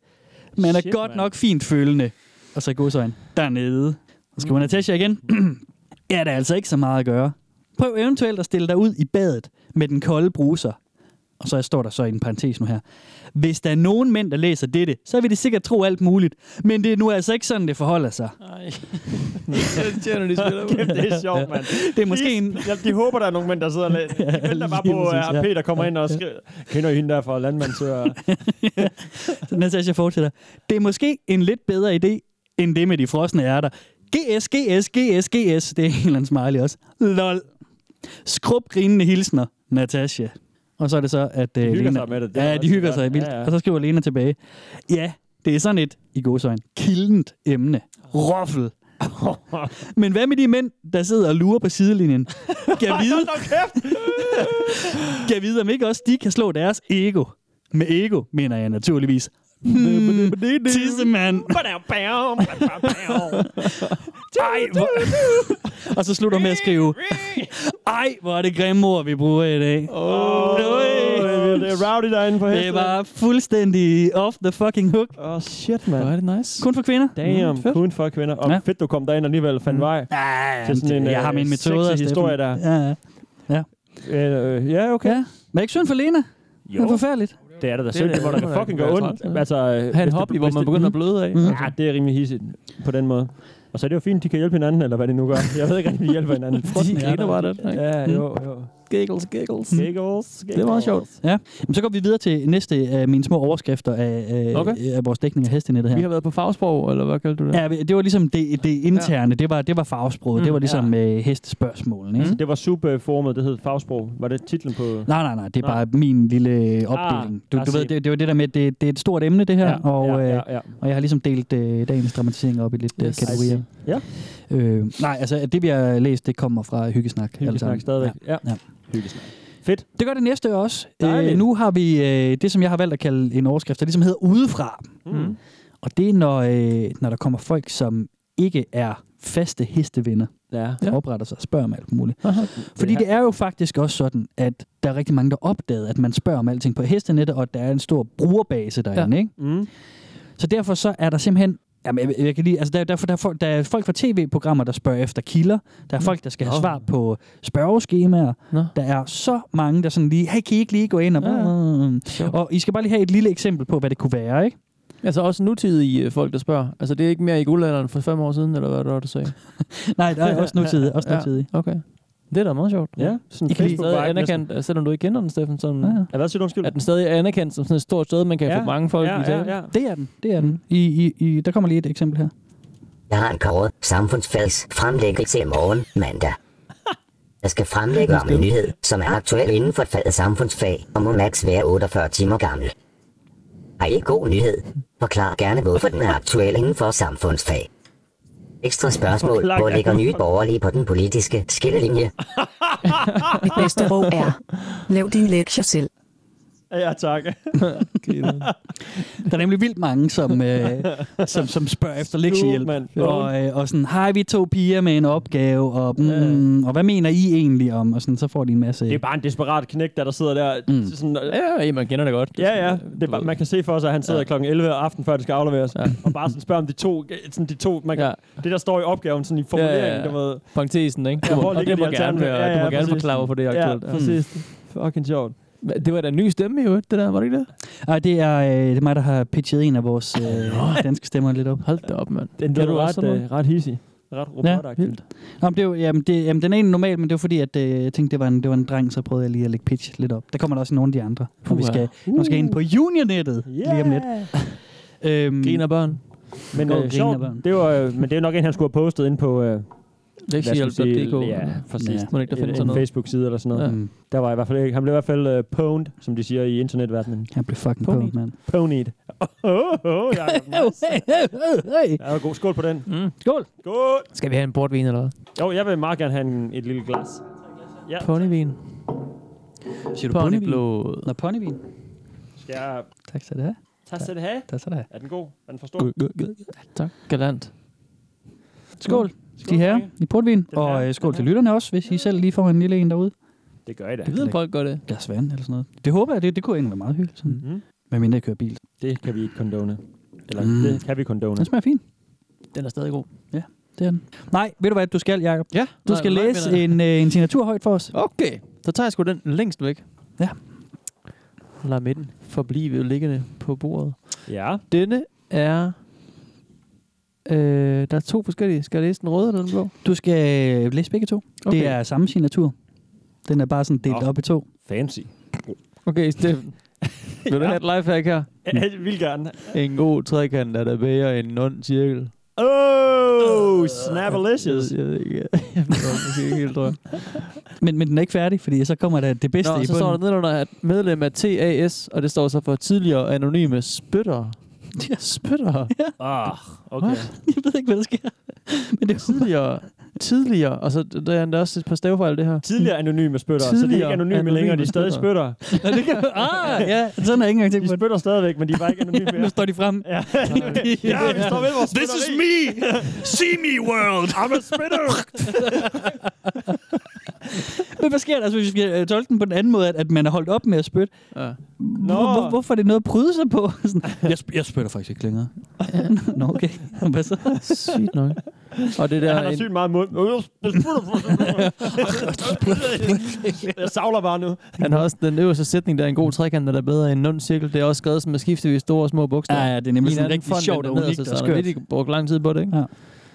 man er Shit, godt mand. nok fint følende. Og så godsøjne, dernede. Så Mm. skriver Natasha igen, ja, der er altså ikke så meget at gøre. Prøv eventuelt at stille dig ud i badet med den kolde bruser. Og så står der så i en parentes nu her. Hvis der er nogen mænd, der læser dette, så vil de sikkert tro alt muligt. Men det er nu altså ikke sådan, det forholder sig. Ej. Det tjener de spiller ud. Kæft, det er sjovt, mand. Det er måske en... Ja, de håber, der er nogen mænd, der sidder og læ- De venter bare lige på, præcis, at ja. Peter kommer ind og skriver, kender I hende der fra landmandsøger? Så Natasha fortsætter. Det er måske en lidt bedre idé, end det med de frosne ærter. GS, GS, GS, GS. Det er en eller anden smiley også. Lol. Skrub grinende hilsner, Natasha. Og så er det så, at uh, hygger Lena... sig med det. Det er Ja, de også hygger godt. sig vildt. Ja, Ja, ja. ja. Og så skriver Lena tilbage. Ja, det er sådan et, i godsøjen, kildent emne. Roffel. Men hvad med de mænd, der sidder og lurer på sidelinjen? Kan vide, kan vide, om ikke også de kan slå deres ego. Med ego, mener jeg naturligvis. Hmm, tissemand. Ej, hvor... Og så slutter hun med at skrive, ej, hvor er det grimme ord, vi bruger i dag. Åh, Øj. det er rowdy derinde på Det hesten. var fuldstændig off the fucking hook. Åh, oh, shit, mand. Hvor er det nice. Kun for kvinder. Damn, Mm, mm, fedt. kun for kvinder. Og Ja. Mm. fedt, du kom derind alligevel og fandt vej. Ja, til sådan en, jeg øh, har min sexy metode. Steffen. historie der. Ja, ja. Øh, øh, ja, okay. ja. Men er ikke synd for Lena? Jo. Det er forfærdeligt. Det er det da Det synd, er det må det. da fucking gå Det er ondt. træls, ja. Altså, øh, Ha' en hvis hobby, det, hvor hvis man det- Mm. begynder at bløde af. Ja, det er rimelig hissigt på den måde. Og så er det jo fint, de kan hjælpe hinanden, eller hvad det nu gør. Jeg ved ikke, om de hjælper hinanden. De griner bare lidt. ikke? Ja, jo, jo. Giggles, giggles. Giggles, giggles. Det var meget sjovt. Ja. Jamen, så går vi videre til næste af mine små overskrifter af, øh, Okay. okay. af vores dækning af hestenettet her. Vi har været på fagsprog, eller hvad kaldte du det? Ja, det var ligesom det, det interne, det var, det var fagsproget, mm, det var ligesom ja. øh, hestespørgsmålene. Ikke? Så Altså, Mm. det var subformet, det hed fagsprog. Var det titlen på... Nej, nej, nej, det er bare min lille opdeling. Ah, Du, lad du os ved, se. det, det var det der med, at det, det er et stort emne det her, ja, og, ja, øh, ja, ja. og jeg har ligesom delt øh, dagens dramatisering op i lidt Yes. yes. kategorier. Ja. Øh, nej, altså det vi har læst, det kommer fra Hyggesnak. alle Hyggesnak sammen. stadigvæk. Ja. Ja. Hyggesnak. Fedt. Det gør det næste også. Øh, nu har vi øh, det, som jeg har valgt at kalde en overskrift, der ligesom hedder udefra. Mhm. Mm. Og det er, når, øh, når der kommer folk, som ikke er faste hestevenner, Ja. der opretter sig og spørger om alt muligt. Aha. Fordi det er jo faktisk også sådan, at der er rigtig mange, der opdagede, at man spørger om alting på hestenettet, og at der er en stor brugerbase derinde, ja. ikke? Mm. Så derfor så er der simpelthen... Jamen, jeg, jeg kan lige, altså der, derfor, der, er folk, der er folk fra tv-programmer, der spørger efter kilder. Der er folk, der skal have Mm. Nå. svar på spørgeskemaer. Nå. Der er så mange, der sådan lige... Hey, kan I ikke lige gå ind? Og, Sjovt. og I skal bare lige have et lille eksempel på, hvad det kunne være, ikke? Altså også nutidige øh, folk, der spørger. Altså det er ikke mere i guldalderen for fem år siden, eller hvad det var, du sagde? Nej, der er også nutidig. Også nutidig. Okay. Det er da meget sjovt. Ja, sådan I kan facebook stadig anerkendt, altså, selvom du ikke kender den, Steffen, sådan, Ja, ja. Ja, hvad siger du undskyld? at den stadig er anerkendt som sådan et stort sted, man kan Ja, få mange folk ja, i tale. ja, ja. Det er den. Det er den. I, I, I, der kommer lige et eksempel her. Jeg har kåret samfundsfags fremlæggelse i morgen mandag. Jeg skal fremlægge om en nyhed, som er aktuel inden for faget samfundsfag, og må max være 48 timer gammel. Har I en god nyhed? Forklar gerne, hvorfor den er aktuel inden for samfundsfag. Ekstra spørgsmål, Forklar hvor gerne. ligger nye borgerlige på den politiske skillelinje? Mit bedste råd er, lav din lektier selv. Ja, tak. Der er nemlig vildt mange, som, øh, som, som spørger efter lektiehjælp. mand. Og, øh, og sådan, hej, vi er to piger med en opgave, og, mm, og hvad mener I egentlig om? Og sådan, så får de en masse... Det er bare en desperat knægt, der, der sidder der. Mm. Mm. Sådan, øh, Ja, ja, man kender det godt. Det er ja, ja. sådan, Det er bare, du man kan se for sig, at han sidder ja. kl. 11 om aftenen, før det skal afleveres. Ja. Og bare sådan spørger om de to... øh, Sådan de to man kan, Ja. Det, der står i opgaven, sådan i formuleringen, ja, ja, ja. du ved. ved. Parentesen, ikke? Ja, Du hvor må, og ligger det de må gerne alternative- være, Ja, du må ja, gerne præcis. forklare, hvorfor det er aktuelt. Ja, præcis. Mm. Fucking sjovt. Hva- Det var da en ny stemme, jo. Det der, var det ikke det? Ej, det er, øh, det er mig, der har pitchet en af vores øh, danske stemmer lidt op. Hold da op, mand. Den Kan er du også ret, sådan noget? øh, ret hissig. Ret robotagtigt. vildt. Nå, men det er jo, jamen, det, jamen, den er egentlig normal, men det var fordi, at øh, jeg tænkte, det var, en, det var en dreng, så prøvede jeg lige at lægge pitch lidt op. Der kommer der også nogle af de andre, når vi Puha. skal, når vi skal ind på juniornettet Uh. Yeah. lige om lidt. Øhm, Griner børn. Men Gå og øh, grine sjovt, af børn. det var, øh, men det er jo nok en, han skulle have postet ind på øh, Lektiehjælp.dk. ja, præcis. Ja. Må det ikke, der findes en, en sådan noget? Facebook-side eller sådan noget. Ja. mm, Der var i hvert fald ikke. Han blev i hvert fald øh, pwned, som de siger i internetverdenen. jeg blev fucking på, Pony. mand. Pwned. Åh, oh, oh, Jacob. nice. Hey. Ja, god. Skål på den. Mm. Skål. Skål. Skal vi have en portvin eller hvad? Jo, jeg vil meget gerne have en, et lille glas. Ponyvin. Siger du ponyvin? Ponyblod. Nå, ponyvin. Skal jeg Tak skal du have. tage sæt have? Tak skal du have. Er den god? Er den for stor? Tak. Galant. Skål, Skål, de her drenge. i portvin. her, Og øh, skål den til her. lytterne også, hvis I selv lige får en lille en derude. Det gør jeg da. Jeg ved, at folk gør det. Glas øh, vand eller sådan noget. Det håber jeg, det, det kunne egentlig være meget hyggeligt. Sådan. Mhm. Mm. Hvad mindre jeg kører bil. Det kan vi ikke kondone. Eller Mm. det kan vi kondone. Den smager fint. Den er stadig god. Det er den. Nej, ved du hvad du skal, Jacob? Ja. Du skal læse en, øh, en signatur højt for os. Okay. Så tager jeg sgu den længst væk. Ja. Lad midten forblive liggende på bordet. Ja. Denne er... Øh, der er to forskellige. Skal jeg læse den røde eller den blå? Du skal øh, læse begge to. Okay. Det er samme signatur. Den er bare sådan delt Nå. op i to. Fancy. Okay, Steffen. Vil du have et lifehack her? Jeg vil gerne. En god trekant er der bedre end en ond cirkel. Oh, snapalicious. Jeg, jeg, ved ikke. jeg, ved ikke helt, tror jeg. Men, men den er ikke færdig, fordi så kommer der det bedste Nå, i så står der bunden. nedenunder, at medlem af TAS, og det står så for tidligere anonyme spytter. Spytter? Ah, okay. Jeg ved ikke, hvad der sker. Men det er Tidligere. Tidligere. Og så der er endda også et par stavefejl, det her. Tidligere anonyme spytter, så de er ikke Tidligere anonyme, anonyme længere, de er stadig spytter. Nå, det kan... Ah, ja, sådan har jeg ikke engang De tænkt på det. spytter stadigvæk, men de er bare ikke anonyme Nu mere. står de frem. Ja, ja vi står ved vores This is me! See me, world! I'm a spitter! Men hvad sker der, altså, hvis vi skal øh, tolke den på den anden måde, at, at man er holdt op med at spytte? Ja. Hvor, hvor, hvorfor er det noget at pryde sig på? Sådan, jeg, sp- jeg spytter faktisk ikke længere. Nå, okay. Hvad så? Sygt nok. Og det der... Han har en- sygt meget mund. Jeg savler bare nu. Han har også den øverste sætning, der er en god trekant, der er bedre end en ond cirkel. Det er også skrevet som med skiftevis store og små bogstaver. Ja, ja, det er nemlig I en sådan anden rigtig fond sjovt end og den unikt nederste, og så har skørt. man virkelig brugt lang tid på det, ikke? Ja.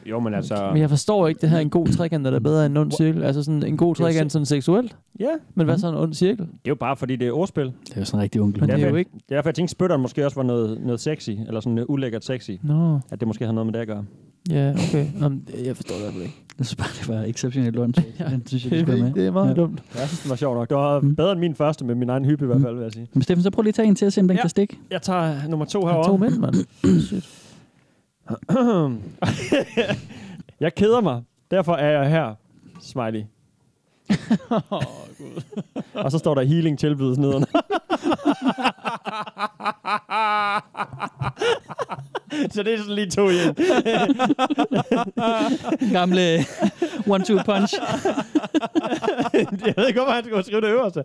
Jo, men altså... Men jeg forstår ikke, det her er en god trekant, der er bedre end en ond cirkel. Altså sådan en god trekant sådan seksuelt, Ja, men Mhm. hvad så en ond cirkel? det er jo bare, fordi det er ordspil. Det er jo sådan en rigtig onkel. Men det er jo fedt. ikke... Det er derfor, jeg tænkte, spytteren måske også var noget, noget sexy, eller sådan uh, ulækkert sexy. Nå, At det måske har noget med det at gøre. ja, okay. Jamen, det- jeg forstår det i hvert fald ikke. Jeg synes bare, det var exceptionelt lort. Den synes jeg, vi skulle have med. Det er meget Ja. dumt. Jeg synes, den var sjov nok. Det var Mm. bedre end min første, med min egen hyppe i hvert fald, vil jeg sige. Men Steffen, så prøv lige at tage en til at se, om den Ja. kan stikke. Jeg tager nummer to Der er to herovre. mænd, mand. Shit. jeg keder mig. Derfor er jeg her. Smiley. Og så står der healing tilbydes nedenunder. så det er sådan lige to igen. Gamle one-two punch. jeg ved ikke, hvorfor han skulle skrive det øverste.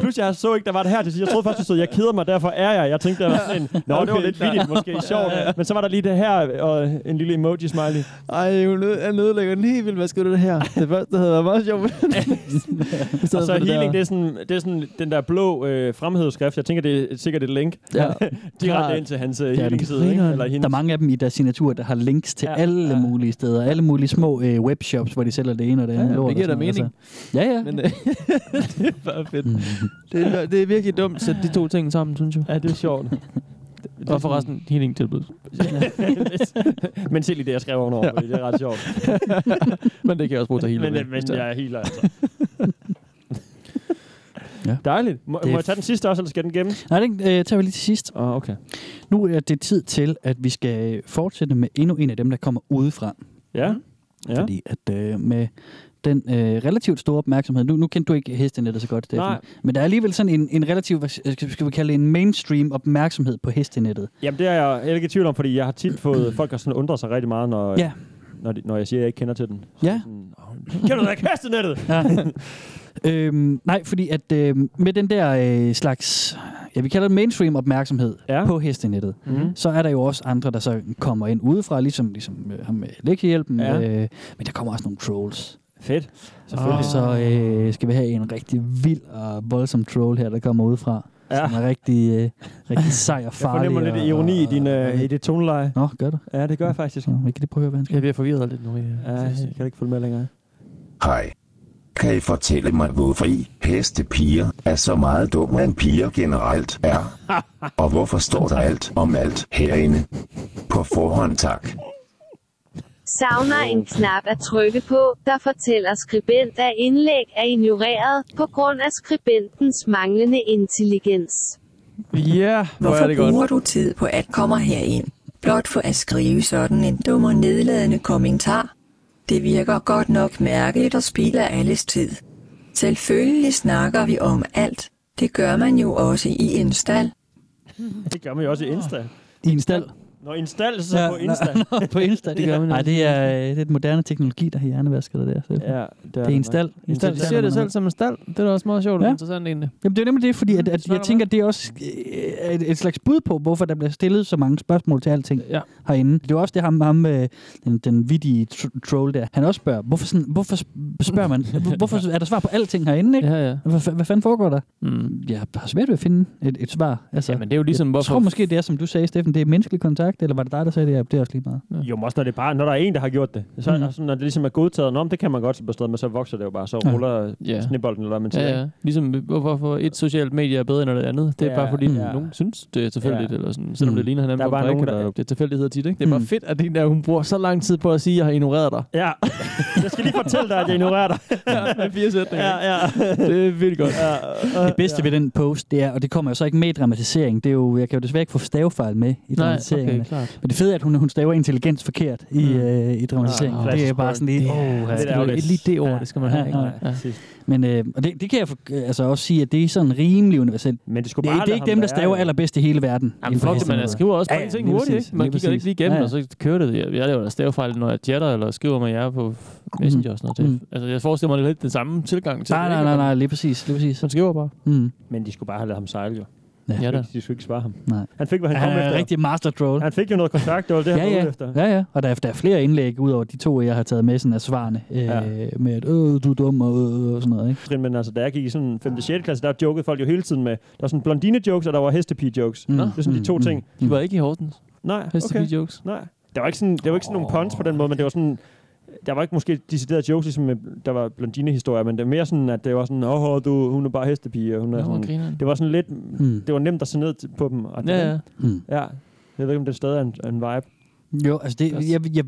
Plus, jeg så ikke, der var det her til sidst. Jeg troede faktisk, du stod, jeg keder mig, derfor er jeg. Jeg tænkte, der var sådan en, Nå, det var Okay, lidt klar. vildt, måske sjovt. Men så var der lige det her, og en lille emoji-smiley. Ej, hun nød, jeg nødlægger den helt vildt. Hvad skal du det her? Det første havde været meget sjovt. Og så for det healing, der- det er, sådan, det er sådan den der blå øh, fremhæveskrift. Jeg tænker, det er sikkert et link. Ja. Direkte Klart. ind til hans øh, Ja, den healing-side. ikke? griner. Eller der er hendes. mange af dem i deres signatur, der har links til Ja, ja, alle ja. ja. mulige steder. Alle mulige små øh, webshops, hvor de sælger det ene og det andet. ja, lort det giver og da sådan noget, mening. Altså. Ja, ja. Men øh, det er bare fedt. Det er, det er virkelig dumt at sætte de to ting sammen, synes jeg. Ja, det er sjovt. Og forresten, healing tilbud. men se lige det, jeg skrev ovenover, ja. det er ret sjovt. Men øh, det kan jeg også bruge til healing. men, men jeg er helt altså. Ja. Dejligt. Må, Det er må jeg tage den sidste også, eller skal den gemme? Nej, den øh, tager vi lige til sidst. Åh, oh, okay. Nu er det tid til, at vi skal øh, fortsætte med endnu en af dem, der kommer udefra. Ja. Ja. Ja. Fordi at øh, med den øh, relativt store opmærksomhed, nu, nu kendte du ikke hestenettet så godt, Steffen, Nej. men der er alligevel sådan en, en relativ, hvad skal skal vi kalde det, en mainstream opmærksomhed på hestenettet. Jamen, det er jeg heller ikke i tvivl om, fordi jeg har tit fået... Folk har sådan undret sig rigtig meget, når, Ja. når, de, når jeg siger, at jeg ikke kender til den. Ja. Sådan, "Åh, Kender du da kastenettet? ja. øhm, nej, fordi at øh, med den der øh, slags, ja vi kalder det mainstream opmærksomhed Ja. ja. på hestenettet, Mhm. mm. så er der jo også andre, der så kommer ind udefra, ligesom, ligesom øh, ham med lækkehjælpen, Ja. ja. øh, men der kommer også nogle trolls. Fedt. Ah. Selvfølgelig. Så øh, skal vi have en rigtig vild og voldsom troll her, der kommer udefra. Ja. Ja. Som er rigtig, øh, rigtig sej og Jeg farlig. fornemmer lidt og, ironi i, din, og- øh, i dit toneleje. Nå, gør det. Ja, det gør jeg faktisk. Nå, vi kan lige prøve at høre, hvad han skal. Ja, vi har forvirret lidt nu. Ja. Ja, jeg kan ikke følge med længere. Hej. Kan I fortælle mig, hvorfor I hestepiger er så meget dumme, end piger generelt er? Og hvorfor står der alt om alt herinde? På forhånd tak. Savner en knap at trykke på, der fortæller skribent, at indlæg er ignoreret på grund af skribentens manglende intelligens. Ja, hvor er det Hvorfor godt. bruger du tid på at komme herind? Blot for at skrive sådan en dum og nedladende kommentar? Det virker godt nok mærkeligt og spilder alles tid. Selvfølgelig snakker vi om alt. Det gør man jo også i en stald. Det gør man jo også i Insta. I en stald. Når Insta, så på Insta. Nå, på Insta, det gør man. Ja. Nej, det er, øh, det er den moderne teknologi, der har hjernevasker det der. Så. Ja. er Det er en nok. stald. En stald. stald. Du ser det selv som en stald. Det er da også meget sjovt og Ja. interessant egentlig. Jamen, det er jo nemlig det, fordi at, at jeg Snak om tænker, at det er også øh, er et, et slags bud på, hvorfor der bliver stillet så mange spørgsmål til alting Ja. herinde. Det er jo også det, ham, ham øh, den, den vidige tr- troll der, han også spørger, hvorfor, sådan, hvorfor sp- spørger man, hvorfor er der svar på alting herinde, ikke? Ja, ja. Hvad, fa- hvad fanden foregår der? Mm. Jeg har svært ved at finde et, et svar. Altså, Jamen, det er jo ligesom, jeg hvorfor... tror måske, det er, som du sagde, Steffen, det er menneskelig kontakt, eller var det dig, der sagde det? Ja, det er også lige meget. Jo, men også når, det er bare, når der er en, der har gjort det. Så mm. Mm. altså, når det ligesom er godtaget, om det kan man godt så på stedet, men så vokser det jo bare. Så Ja. ruller ja. Mm. Ja. snebolden, eller hvad man siger. Ja, ja. Ligesom hvorfor hvorfor et socialt medie er bedre end det andet. Det er Ja, ja, bare fordi, ja. ja. nogen synes, det er tilfældigt. Ja. Ja. Eller sådan. Selvom Mm. det ligner hinanden. Der er på bare en brik, nogen, der- eller Det er tilfældighed tit, ikke? Det er bare Mm. fedt, at den der, hun bruger så lang tid på at sige, at jeg har ignoreret dig. Ja, jeg skal lige fortælle dig, at jeg ignorerer dig. Med fire sætninger. Ja, Ja, ja. Det er vildt godt. ja. Det bedste ved den post, det er, og det kommer jo så ikke med i dramatisering, det er jo, jeg kan jo desværre ikke få stavefejl med i Nej, dramatiseringen. okay, klart. Men det fede er, at hun, hun staver intelligens forkert i, Mm. mm. øh, i dramatiseringen. Ah, Ah, det er flash bare sådan lige... Oh, Det er Det ja. er jo ærgerligt. lige det ord, det skal man have. Ja, ikke? ja, Ja. Men øh, og det, det kan jeg for, øh, altså også sige, at det er sådan rimelig universelt. Men det skulle Det, bare er- det er lade ikke ham dem, der være, staver jo. allerbedst i hele verden. Jamen, inden for fuck, det, hestemåder. man skriver også Ja, mange ja, ting lige hurtigt, præcis, ikke? Man lige kigger ikke lige præcis. igennem, Ja, Mm. ja. og så kører det. Jeg, jeg laver da stavefejl, når jeg chatter eller skriver med jer på Messenger og sådan noget. Det- Altså, jeg forestiller mig det er lidt den samme tilgang til Mm. Nej, det. nej, ikke? nej, nej, lige præcis, lige præcis. Man skriver bare. Mm. Men de skulle bare have lavet ham sejle, jo. Ja, da. De skulle ikke svare ham. Nej. Han fik, hvad han kom Han er efter. rigtig master troll. Han fik jo noget kontakt, det var det, han Ja, var ja. ude efter. ja, ja. Og der er, der er flere indlæg ud over de to, jeg har taget med sådan af svarene. Øh, Ja. ja. Med at, øh, du er dum og, øh, og sådan noget. Ikke? Trin, Men altså, da jeg gik i sådan Ah. 5. og 6. klasse, der jokede folk jo hele tiden med, der var sådan blondine-jokes, og der var hestepige-jokes. Mm. Det er sådan de to Mm, ting. De var ikke i Hortens. Nej, okay. Hestebi jokes. Nej. Der var ikke sådan, det var ikke sådan oh. nogle punch på den måde, men det var sådan... Der var ikke måske deciderede jokes, ligesom med, der var blondinehistorier, men det var mere sådan, at det var sådan, åh, oh, du, hun er bare hestepige, og hun er Nå, sådan... grineren. Det var sådan lidt... Mm. Det var nemt at se ned til- på dem. Og det- Ja, ja. Mm. ja. Jeg ved ikke, om det stadig er en, en vibe. Jo, altså det, jeg, jeg, jeg,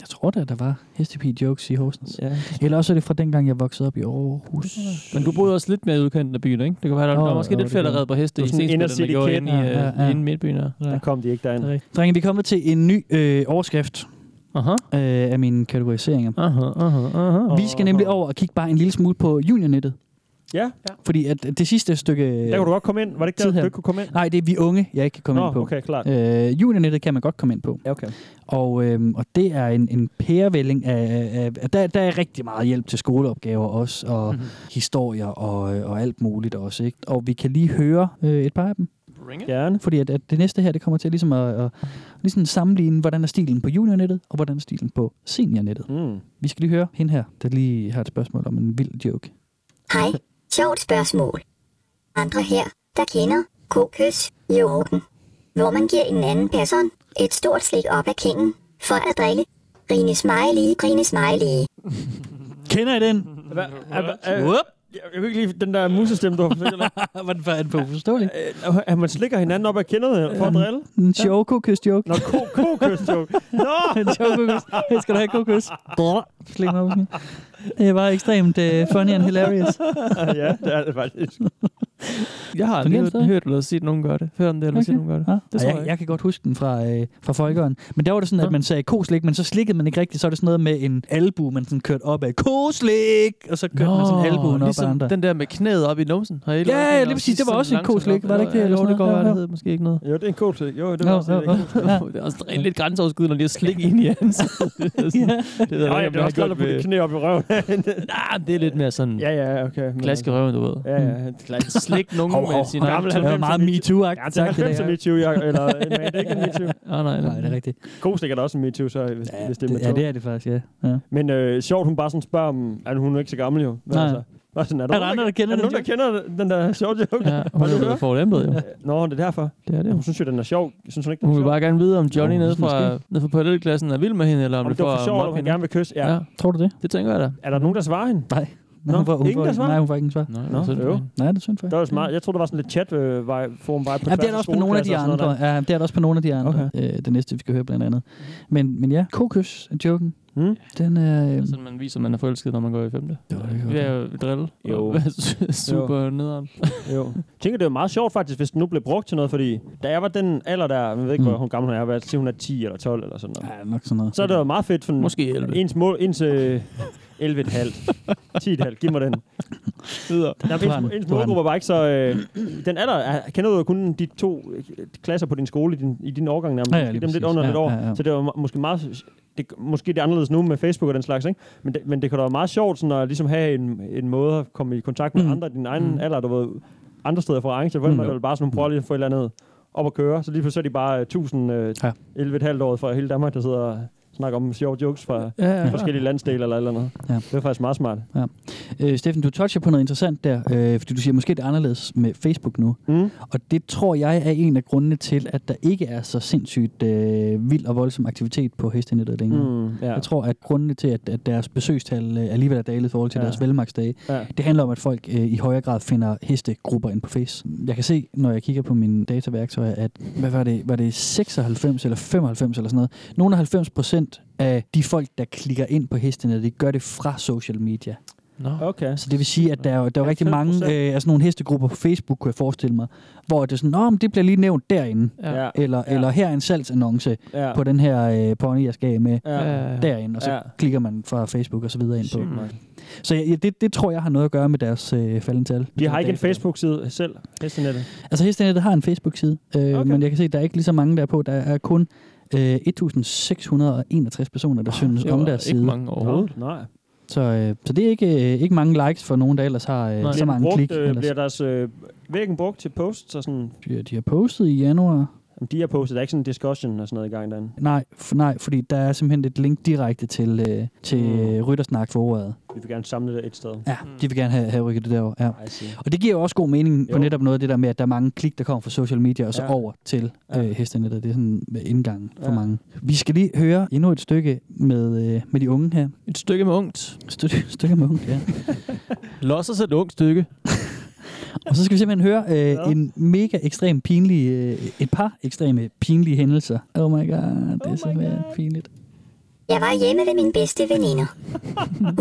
jeg tror da, der var hestepige-jokes i Horsens. Ja. Eller også er det fra dengang, jeg voksede op i Aarhus. Men du boede også lidt mere i udkanten af byen, ikke? Det kan være, der, der var Åh, måske jo, lidt det flere, kan der red på heste Det i er sådan Stensbæk, end inner der city gjorde kid. inde i, Ja, ja, ja, ja. ja. inde midtbyen. her. Der kom de ikke derind. Drenge, vi er kommet til en ny øh, overskrift. aha. Øh, af mine kategoriseringer. Aha, aha, aha. Vi skal nemlig over og kigge bare en lille smule på juniornettet. Ja. Fordi at det sidste stykke Der kunne du godt komme ind. Var det ikke tid der, her. du ikke kunne komme ind? Nej, det er vi unge, jeg ikke kan komme Nå, ind på. okay, klart. Øh, juniornettet kan man godt komme ind på. Ja, okay. Og, øhm, og det er en, en pærevælling af... af, af der, der er rigtig meget hjælp til skoleopgaver også, og Mhm. mm-hmm. historier og, øh, og alt muligt også. Ikke? Og vi kan lige høre øh, et par af dem. Gerne. Fordi at, at det næste her, det kommer til ligesom at, at ligesom sammenligne, hvordan er stilen på juniornettet, og hvordan er stilen på seniornettet. Mm. Vi skal lige høre hende her, der lige har et spørgsmål om en vild joke. Hej, sjovt spørgsmål. Andre her, der kender kokøs i orden, hvor man giver en anden person et stort slik op af kinden for at drikke. Grine smiley, grine smiley. Kender I den? Hva, er, er, er, jeg kan ikke lige den der musestemme, du har Øh, forsøgt. Hvordan var den på uforståelig? Øhm. At man slikker hinanden op af kinderne for at drille? En sjov kokøs-joke. Nå, kokøs-joke. Nå! en sjov kokøs. Jeg skal da have kokøs. Brrr. Slik mig op. Det var ekstremt uh, funny and hilarious. Ah, Ah, ja, det er det faktisk. Jeg har Fungerer det aldrig hørt, stadig? hørt eller set nogen gøre det. Hørt om det eller okay. set nogen gøre det. Ja. Det Det tror Ah, Ah. jeg, jeg, jeg kan godt huske den fra, øh, fra folkeren. Men der var det sådan, at man sagde koslik, men så slikkede man ikke rigtigt. Så er det sådan noget med en albu, man sådan kørte op af. Koslik! Og så kørte Nå, man sådan albuen op af ligesom andre. den der med knæet op i numsen. Har I Ja, ja, lige præcis. Det var også en koslik. Var det ikke det? Jo, eller sådan det går, noget? hvad Ja, det ja. hed. Måske ikke noget. Jo, det er en god ting. Jo, det Nå, var også nå, en god ting. nå. Det er også en lidt grænseoverskridende lige at slikke ind i ansigtet. Det er sådan- ved jeg Nej, ikke, om det er jeg også har godt gjort at putte ved- knæ op i røven. Nej, det er lidt mere sådan... Ja, ja, okay. men Klask i røven, du ved. Hmm. Ja, ja. Klask. Slik nogen Hov, hov. med sin Gammel egen- 90'er meget MeToo-agtigt Ja, det er sagt, det 90 der. MeToo, ja, eller men det er ikke en MeToo. Nej, nej, nej, det er rigtigt. Koslik er da også en MeToo, så, hvis, ja, hvis det er Det, MeToo. ja, det er det faktisk, ja. ja. Men øh, sjovt, hun bare sådan spørger om, at hun er ikke så gammel jo. Hvad Nej. Altså? Bare sådan, er Er der andre, der er kender der den nogen, der kender den der sjov joke? Ja, hun er blevet forulempet, jo. Nå, det er derfor. Det er det. Hun synes jo, den er sjov. Synes hun ikke, den Hun er vil sjov? bare gerne vide, om Johnny Jo, nede måske. fra, nede fra parallelklassen er vild med hende, eller om, Om det var for sjovt, om han gerne vil kysse. Ja. Ja. Tror du det? Det tænker jeg da. Er der nogen, der svarer hende? Nej. Nå, hun får, hun ingen, får, der svarer? Nej, hun får ikke en svar. Nå, Nå, det jo. Nej, det er synd for Det hende. var smart. Jeg tror, der var sådan lidt chat øh, vej- forum vibe på Ja, det er der også på nogle af de andre. Ja, det er der også på nogle af de andre. Okay. Øh, det næste, vi skal høre blandt andet. Men, men ja, kokøs joken. Mm. Den er... Øh, er sådan, man viser, at man er forelsket, når man går i femte. Jo, det er jo drille. Jo. Jo. Super nederen. Jo. Jeg tænker, det er meget sjovt faktisk, hvis den nu blev brugt til noget, fordi da jeg var den alder der, jeg ved ikke, hvor hun gammel hun er, hvad siger hun er 10 eller 12 eller sådan noget. ja, nok sådan noget. Så er det jo meget fedt, sådan, Måske 11. ens, mål, ens øh, 11,5. 10,5, giv mig den. Videre. Der er ens, ens målgruppe var ikke så... Øh, den alder, er- kender du jo kun de to øh, klasser på din skole i din, i din årgang nærmest. Ja, ja, Måske lige dem lidt præcis. under Ja, lidt over. ja, ja. Så det var må- måske meget... Det, måske det er anderledes nu med Facebook og den slags, ikke? Men det, men det kan da være meget sjovt sådan at ligesom have en, en måde at komme i kontakt med mm. andre i din egen mm. alder, du ved, andre steder fra arrangementer. For mm. er det bare sådan, hun prøver lige at få et eller andet op at køre. Så lige pludselig er de bare øh, 1000, øh, Ja. 11,5 år fra hele Danmark, der sidder og snakker om sjove jokes fra Ja, ja, ja. forskellige landsdele eller et eller andet. Ja. Det er faktisk meget smart. Øh, Steffen, du toucher på noget interessant der, øh, fordi du siger, måske det er anderledes med Facebook nu. Mm. Og det tror jeg er en af grundene til, at der ikke er så sindssygt øh, vild og voldsom aktivitet på hestenettet længere. Mm. Mm, ja. Jeg tror, at grundene til, at, at deres besøgstal øh, alligevel er dalet i forhold til Ja. ja. deres velmaksdage, Ja. ja. det handler om, at folk øh, i højere grad finder hestegrupper ind på Face. Jeg kan se, når jeg kigger på mine dataværktøjer, at hvad var det, var det 96 eller 95 eller sådan noget? Nogle af 90 procent af de folk, der klikker ind på hestenettet, de gør det fra social media. Nå. Okay. Så det vil sige, at der er, jo- der er jo rigtig 90%. mange øh, af sådan nogle hestegrupper på Facebook, kunne jeg forestille mig, hvor det er sådan, Nå, men det bliver lige nævnt derinde. Ja. Ja. Eller, ja. eller her er en salgsannonce Ja. ja. på den her øh, pony, jeg skal af med Ja. Ja. derinde, og så Ja. ja. klikker man fra Facebook og så videre ind på. Sygt, mand. Så ja, ja, det, det tror jeg har noget at gøre med deres øh, falden tal. De har ikke en Facebook-side selv, Hestenettet. Altså Hestenettet har en Facebook-side, øh, Okay. okay. men jeg kan se, at der er ikke lige så mange der er på. Der er kun øh, 1.661 personer, der oh, synes Det om var deres ikke side. mange overhovedet. Nej. Så, øh, så det er ikke, øh, ikke mange likes for nogen, der ellers har Nej. øh, så Bliver, den mange brugt, klik. øh, ellers. bliver deres øh, væggen brugt til posts og sådan? Ja, de har postet i januar. Om de er postet, der er ikke sådan en discussion og sådan noget i gang derinde. Nej, f- nej, fordi der er simpelthen et link direkte til, øh, til Mm. mm. Ryttersnak for ordet. Vi vil gerne samle det et sted. Ja, de vil gerne have, have rykket det derover. Ja. I see. Og det giver jo også god mening jo. Jo. på netop noget af det der med, at der er mange klik, der kommer fra social media, og så Ja. ja. over til Ja. øh, hestenettet. Det er sådan øh, indgangen for Ja. mange. Vi skal lige høre endnu et stykke med, øh, med de unge her. Et stykke med ungt. Stykke, stykke med unge, ja. Losser sig et ungt stykke. Og så skal vi simpelthen høre øh, Ja. ja. en mega ekstrem pinlig, øh, et par ekstreme pinlige hændelser. Oh my god, det er så oh pinligt. Jeg var hjemme ved min bedste veninder.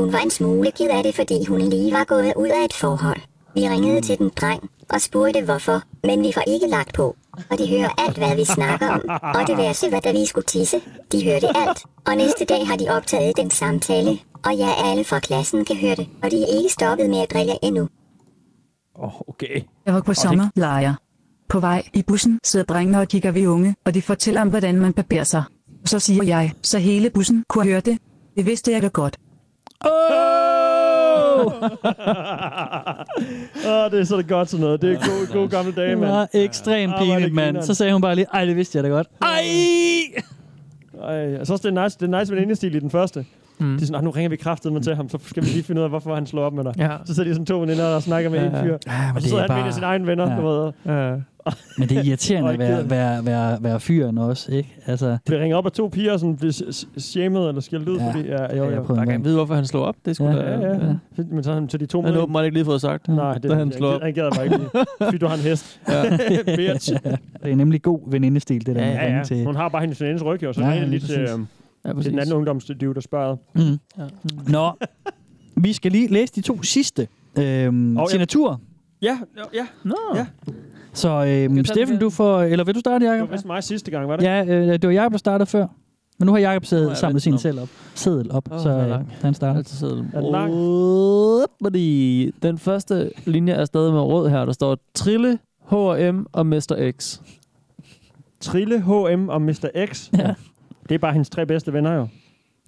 Hun var en smule ked af det, fordi hun lige var gået ud af et forhold. Vi ringede til den dreng og spurgte hvorfor, men vi får ikke lagt på. Og de hører alt, hvad vi snakker om. Og det værste var, da vi skulle tisse. De hørte alt. Og næste dag har de optaget den samtale. Og ja, alle fra klassen kan høre det. Og de er ikke stoppet med at drille endnu. Oh, okay. Jeg var på sommerlejr. På vej i bussen sidder drengene og kigger vi unge, og de fortæller om, hvordan man barberer sig. Så siger jeg, så hele bussen kunne høre det. Det vidste jeg da godt. Åh, oh, det er så godt sådan noget. Det er gode, gode gamle dage, Det mand. var ekstremt Ah, hvor er det pinligt, mand. grineren. Så sagde hun bare lige, ej, det vidste jeg da godt. Ej! Ej, og så også det er nice, det er nice med vendingestil i den første. Mm. Det er sådan, "Ah, nu ringer vi kraftedeme til ham, så skal vi lige finde ud af, hvorfor han slår op med dig. Ja. Så sidder de sådan to veninder og snakker med Ja, en ja. fyr. Ja, men og det så sidder er han bare... med bare- sine egne venner. Ja. Ja. Du ved. Ja. Men det er irriterende at Og jeg være, gider- være, være, være fyren også, ikke? Altså, Bliver ringet op af to piger, og sådan bliver s- s- shamed eller skældt ud, ja. fordi... Ja, jo, jo. Der kan jeg jeg vide, hvorfor han slår op. Det sgu ja, da- ja, ja. ja. Men så har han til de to Han møder- åbenbart ikke lige fået sagt. Nej, det da han slår han, op. han gad bare ikke. lige. Fordi du har en hest. Ja. Bitch. det er nemlig god venindestil, det der med at Ja, ringe ja. til. Hun har bare hendes venindes ryg, jo, så Ja, ja, ja, lige lige til, præcis. øhm, Ja, til den præcis. anden ungdomsdiv, der spørger. Mm. Nå, vi skal lige læse de to sidste øhm, Og jeg- signaturer. Ja, ja. Nå. Ja. Så øhm, Steffen, du får... Eller vil du starte, Det var Jacob? vist mig sidste gang, var det? Ja, øh, det var Jacob, der startede før. Men nu har Jacob Nu er sæd, jeg samlet lidt sin dum. seddel op. Seddel op, Åh, så den er øh, lang. han starter. Altså sædlen. Er den lang? Rød, fordi den første linje er stadig med rød her. Der står Trille, H&M og Mr. X. Trille, H&M og Mr. X. Ja. Det er bare hendes tre bedste venner, jo.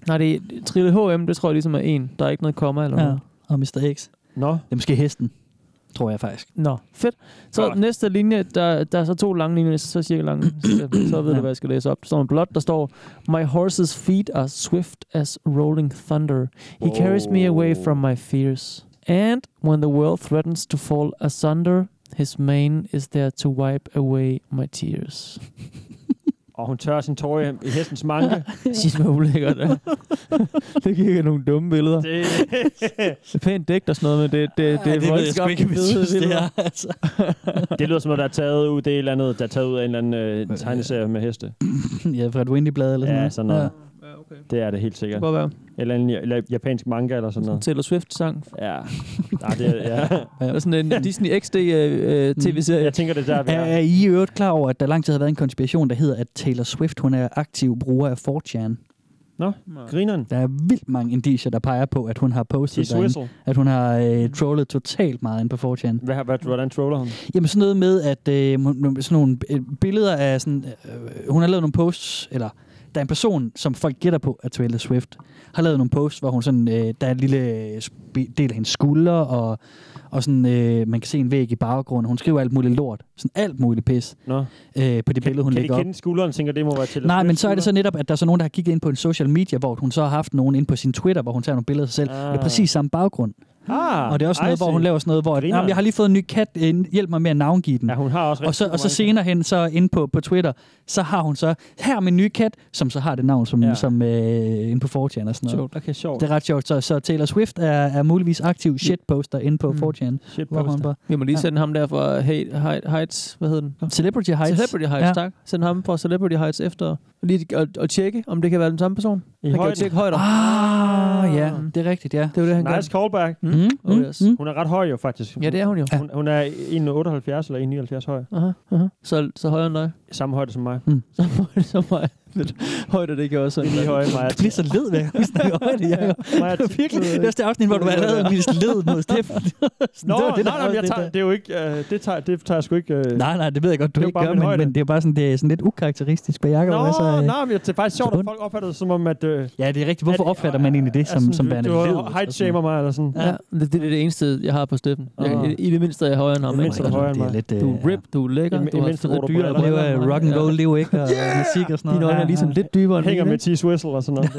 Nej, det er Trille H&M, det tror jeg ligesom er en. Der er ikke noget komma eller Ja, noget. og Mr. X. Nå. Det er måske hesten, tror jeg faktisk. Nå, fedt. Så Godt. næste linje, der, der er så to lange linjer, så cirka lange. Så, så ved du, hvad jeg skal læse op. Der står en blot, der står, My horse's feet are swift as rolling thunder. He carries me away from my fears. And when the world threatens to fall asunder, his mane is there to wipe away my tears. Og hun tørrer sin tårer i- i hestens manke. Sidst med ulækkert. det giver nogle dumme billeder. Det, det er pænt dækt og sådan noget, men det, det, det, Ej, det ved er jeg voldsomt. sgu ikke, om jeg fede synes, det billeder. er, altså. det lyder som noget, der er taget ud, det er et eller andet, der er taget ud af en eller anden øh, tegneserie med heste. ja, fra et Windy-blad eller sådan Ja, noget. sådan noget. Ja, okay. Det er det helt sikkert. Det kan godt Eller en ja- eller japansk manga eller sådan noget. Taylor Swift-sang. Ja. Nej, det er, ja. Mm. Der er sådan en Disney XD øh, tv-serie. Jeg tænker, det er der, vi Er, er I i øvrigt klar over, at der lang tid har været en konspiration, der hedder, at Taylor Swift hun er aktiv bruger af 4chan? Nå, grineren. Der er vildt mange indicier, der peger på, at hun har postet Tees Whistle. derinde, at hun har øh, trollet totalt meget inde på 4chan. Hvad, hvad, hvordan troller hun? Jamen sådan noget med, at øh, hun- hun- sådan nogle øh, billeder af sådan... Øh, hun har lavet nogle posts, eller der er en person, som folk gætter på, at Taylor Swift har lavet nogle posts, hvor hun sådan, øh, der er en lille øh, sp- del af hendes skuldre, og, og sådan, øh, man kan se en væg i baggrunden. Hun skriver alt muligt lort. Sådan alt muligt pis Nå. øh, på det billede, hun Kan de lægger op. kende skulderen, tænker det må være til. Nej, men så er det så netop, at der er så nogen, der har kigget ind på en social media, hvor hun så har haft nogen ind på sin Twitter, hvor hun tager nogle billeder af sig selv ah. med Ah. præcis samme baggrund. Ah, og det er også noget, I hvor hun see. laver sådan noget, hvor at, Grineren. "Jamen, jeg har lige fået en ny kat, øh, hjælp mig med at navngive den. Ja, hun har også og, så, og så senere hen, så inde på, på Twitter, så har hun så, her er min nye kat, som så har det navn, som, ja. som øh, inde på 4chan og sådan noget. Sjovt. Okay, sjovt. Det er ret sjovt. Så, så Taylor Swift er, er muligvis aktiv shitposter inde Mm. på 4chan. hvor hun bare- Vi må lige sende ham der fra Hate, Hate, Heights, hvad hedder den? Celebrity Heights. Celebrity Heights, Ja. ja. tak. Send ham fra Celebrity Heights efter og lige og, og tjekke, om det kan være den samme person. I han kan jo højden. tjekke højder. Ah, ja, det er rigtigt, ja. Det var det, han gør. Nice callback. Mm. Mm. Oh, yes. Hun er ret høj jo, faktisk. Ja, det er hun jo. Hun, hun er 1,78 eller 1,79 høj. Aha, aha. Så, så højere end dig. Samme højde som mig. Mm. Samme højde som mig. Fedt. højde, det kan også Det er lige høje, Maja. Du bliver så led, ved at snakke om det, Jacob. Det var virkelig. Det er også det afsnit, hvor du var lavet en lille led mod Steffen. Nå, Det var det, der nej, nej, var men jeg det tager, der. det er jo ikke, øh, det, tager, det tager jeg sgu ikke... Øh, Nej, nej, det ved jeg godt, du det er jo ikke bare gør, min men, højde. men det er bare sådan, det er sådan lidt ukarakteristisk, hvad Jacob Nå, er. Så, øh, nej, men det er faktisk sjovt, at folk opfatter det som om, at... Øh, ja, det er rigtigt. Hvorfor opfatter man egentlig det som, som du, værende du led? hejtshamer mig eller sådan. Ja, det, det, er det eneste, jeg har på Steffen. Jeg, Ah. i, I det mindste er jeg højere end ham. I det mindste er du højere end mig. Det er lidt, øh, du er rip, du er lækker, I- i du har mindste bruger fede du dyre briller. briller. Det var rock and roll, lever ikke, og musik og sådan noget. Dine øjne er Ja, ligesom lidt dybere end Hænger mine, med ikke? Tees Whistle og sådan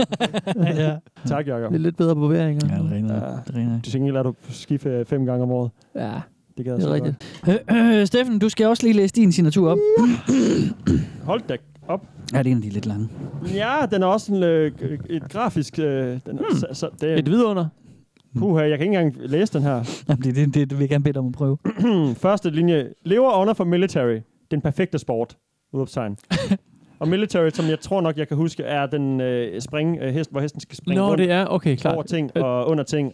noget. ja. Tak, Jacob. Det er lidt bedre på væringer. Ja, det regner. Det regner. Du tænker, at du er på skiferie fem gange om året. Ja, det gad jeg det så er rigtigt. Øh, øh, Steffen, du skal også lige læse din signatur op. godt. Hold da op. Ja, det er en af de lidt lange. Ja, den er også en, øh, et grafisk... Øh, den Hmm. er, så, så, det, Et vidunder. Puha, jeg kan ikke engang læse den her. Jamen, det, det, det, det vil jeg gerne bede dig om at prøve. Første linje. Lever under for military. Den perfekte sport. Udopstegn. Og Military, som jeg tror nok, jeg kan huske, er den øh, spring, øh, hest, hvor hesten skal springe Nå, rundt det er- okay, klart. over ting og under ting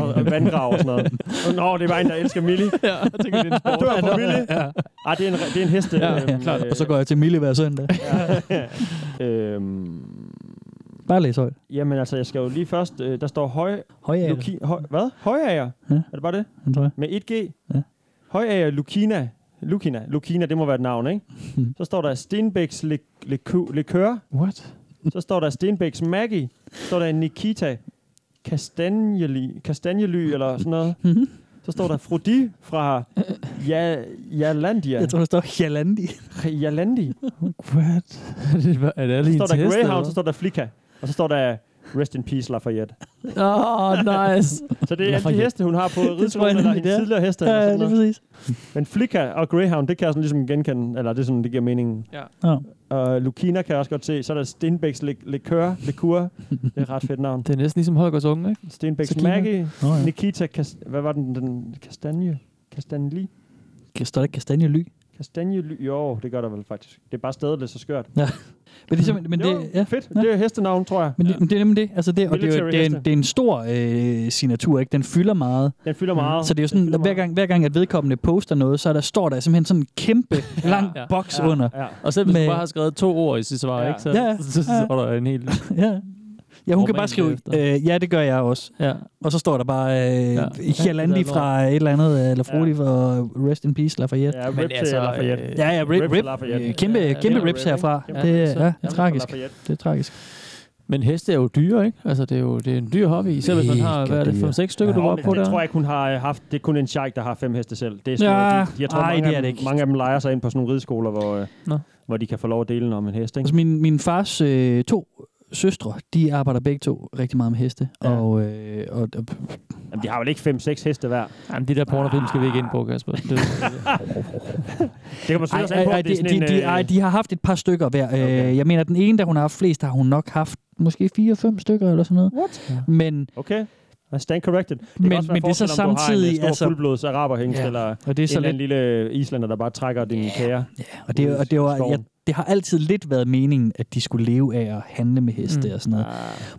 og, og vandgrav og sådan noget. Og, Nå, det er bare en, der elsker Millie. ja, jeg tænker, det er en sport. Du er for Millie. Ja. Ej, det er en, det er en øhm, heste. Ja, ja, klart. øh, Og så går jeg til Mille hver søndag. går... øhm, Bare læs højt. Jamen altså, jeg skal jo lige først... Øh, der står høj... Højager. Luki, høj, hvad? Højager? Ja. Er det bare det? Den tror jeg. Med 1G? Ja. Højager Lukina. Lukina. Lukina, det må være et navn, ikke? så står der Stenbæks lik- liku- Likør. What? så står der Stenbæks Maggie. Så står der Nikita Kastanjely, Kastanjely eller sådan noget. Mhm. så står der Frodi fra ja, Jalandia. Jeg tror, der står Jalandi. Jalandi. What? er det, er det alle Så hendes står der heste, eller Greyhound, hvad? så står der Flicka. Og så står der Rest in Peace Lafayette. Åh, oh, nice. Så det er alle de heste, hun har på Det tror jeg rideskolen, eller nemlig, hendes det er. tidligere heste. Ja, eller sådan ja, lige noget. Men Flicka og Greyhound, det kan jeg sådan ligesom genkende. Eller det er sådan, det giver meningen. Ja. Ja. Og Lukina kan jeg også godt se. Så er der Stenbæks Lik- Likør, Likur. Det er et ret fedt navn. Det er næsten ligesom Holgers unge, ikke? Stenbæks Så kigger- Maggie, Nå, ja. Nikita, Kas- hvad var den, den Kastanje? Kastanjely? Står der ikke Kastanje Ly? Kastanjely? Jo, det gør der vel faktisk. Det er bare stedet lidt så skørt. Ja. Men det er simpelthen... Men Jo, det, ja. fedt. Det er hestenavn, tror jeg. Men det, men det er nemlig det. Altså det, og det, er, jo- Military det, er en, heste. det er en stor øh, signatur, ikke? Den fylder meget. Den fylder meget. Så det er jo Den sådan, fylder at hver gang, hver gang, at vedkommende poster noget, så er der, står der simpelthen sådan en kæmpe, lang ja, boks ja, under. ja. Og selv hvis du bare har skrevet to ord i sit svar, Ja. ikke? Så, Ja, ja. så, så, så er der en hel... Ja. Ja, hun kan bare Roman skrive, derefter. øh, ja, det gør jeg også. Ja. Og så står der bare øh, ja. Ja, Hjalandi det er fra et eller andet, øh, eller Frodi fra Rest in Peace, Lafayette. Ja, rip til altså, Lafayette. altså, øh, øh, Ja, ja, rip, Rip til rip. Lafayette. Øh, Kæmpe, Ja, ja, kæmpe kæmpe rips rip, ikke? herfra. Kæmpe det rips, er ja. ja, Jamen, tragisk. fra Lafayette. Det er tragisk. Men heste er jo dyre, ikke? Altså, det er jo det er en dyr hobby, især hvis man har, hvad er det, 5-6 stykker, du var oppe på det der? tror jeg ikke, hun har øh, haft. Det er kun en sheik, der har fem heste selv. Det er sådan Ja. noget, de, jeg tror, Ej, mange, det er af det dem, ikke. mange af dem leger sig ind på sådan nogle rideskoler, hvor, øh, Nå. hvor de kan få lov at dele om en hest. Ikke? Altså min, min fars øh, to søstre, de arbejder begge to rigtig meget med heste. Ja. Og, øh, og, og Jamen, de har vel ikke fem-seks heste hver? Jamen, de der pornofilm skal vi ikke ind på, Kasper. Det, det, det kan man ej, selvfølgelig ej, på, ej, om det er de, sådan de, en... de, øh, ej, de har haft et par stykker hver. Okay. Jeg mener, den ene, der hun har haft flest, har hun nok haft måske fire-fem stykker eller sådan noget. What? Men, Okay. I stand corrected. Det Men- kan også være men det er så forskel, om du har samtidig, en øh, stor altså- fuldblods araberhængst, Ja, eller og og det er så en eller anden lille islander, der bare trækker din yeah. kære. og det, er jo- og det, var, Skoven. jeg, det har altid lidt været meningen, at de skulle leve af at handle med heste Mm. mm. og sådan noget.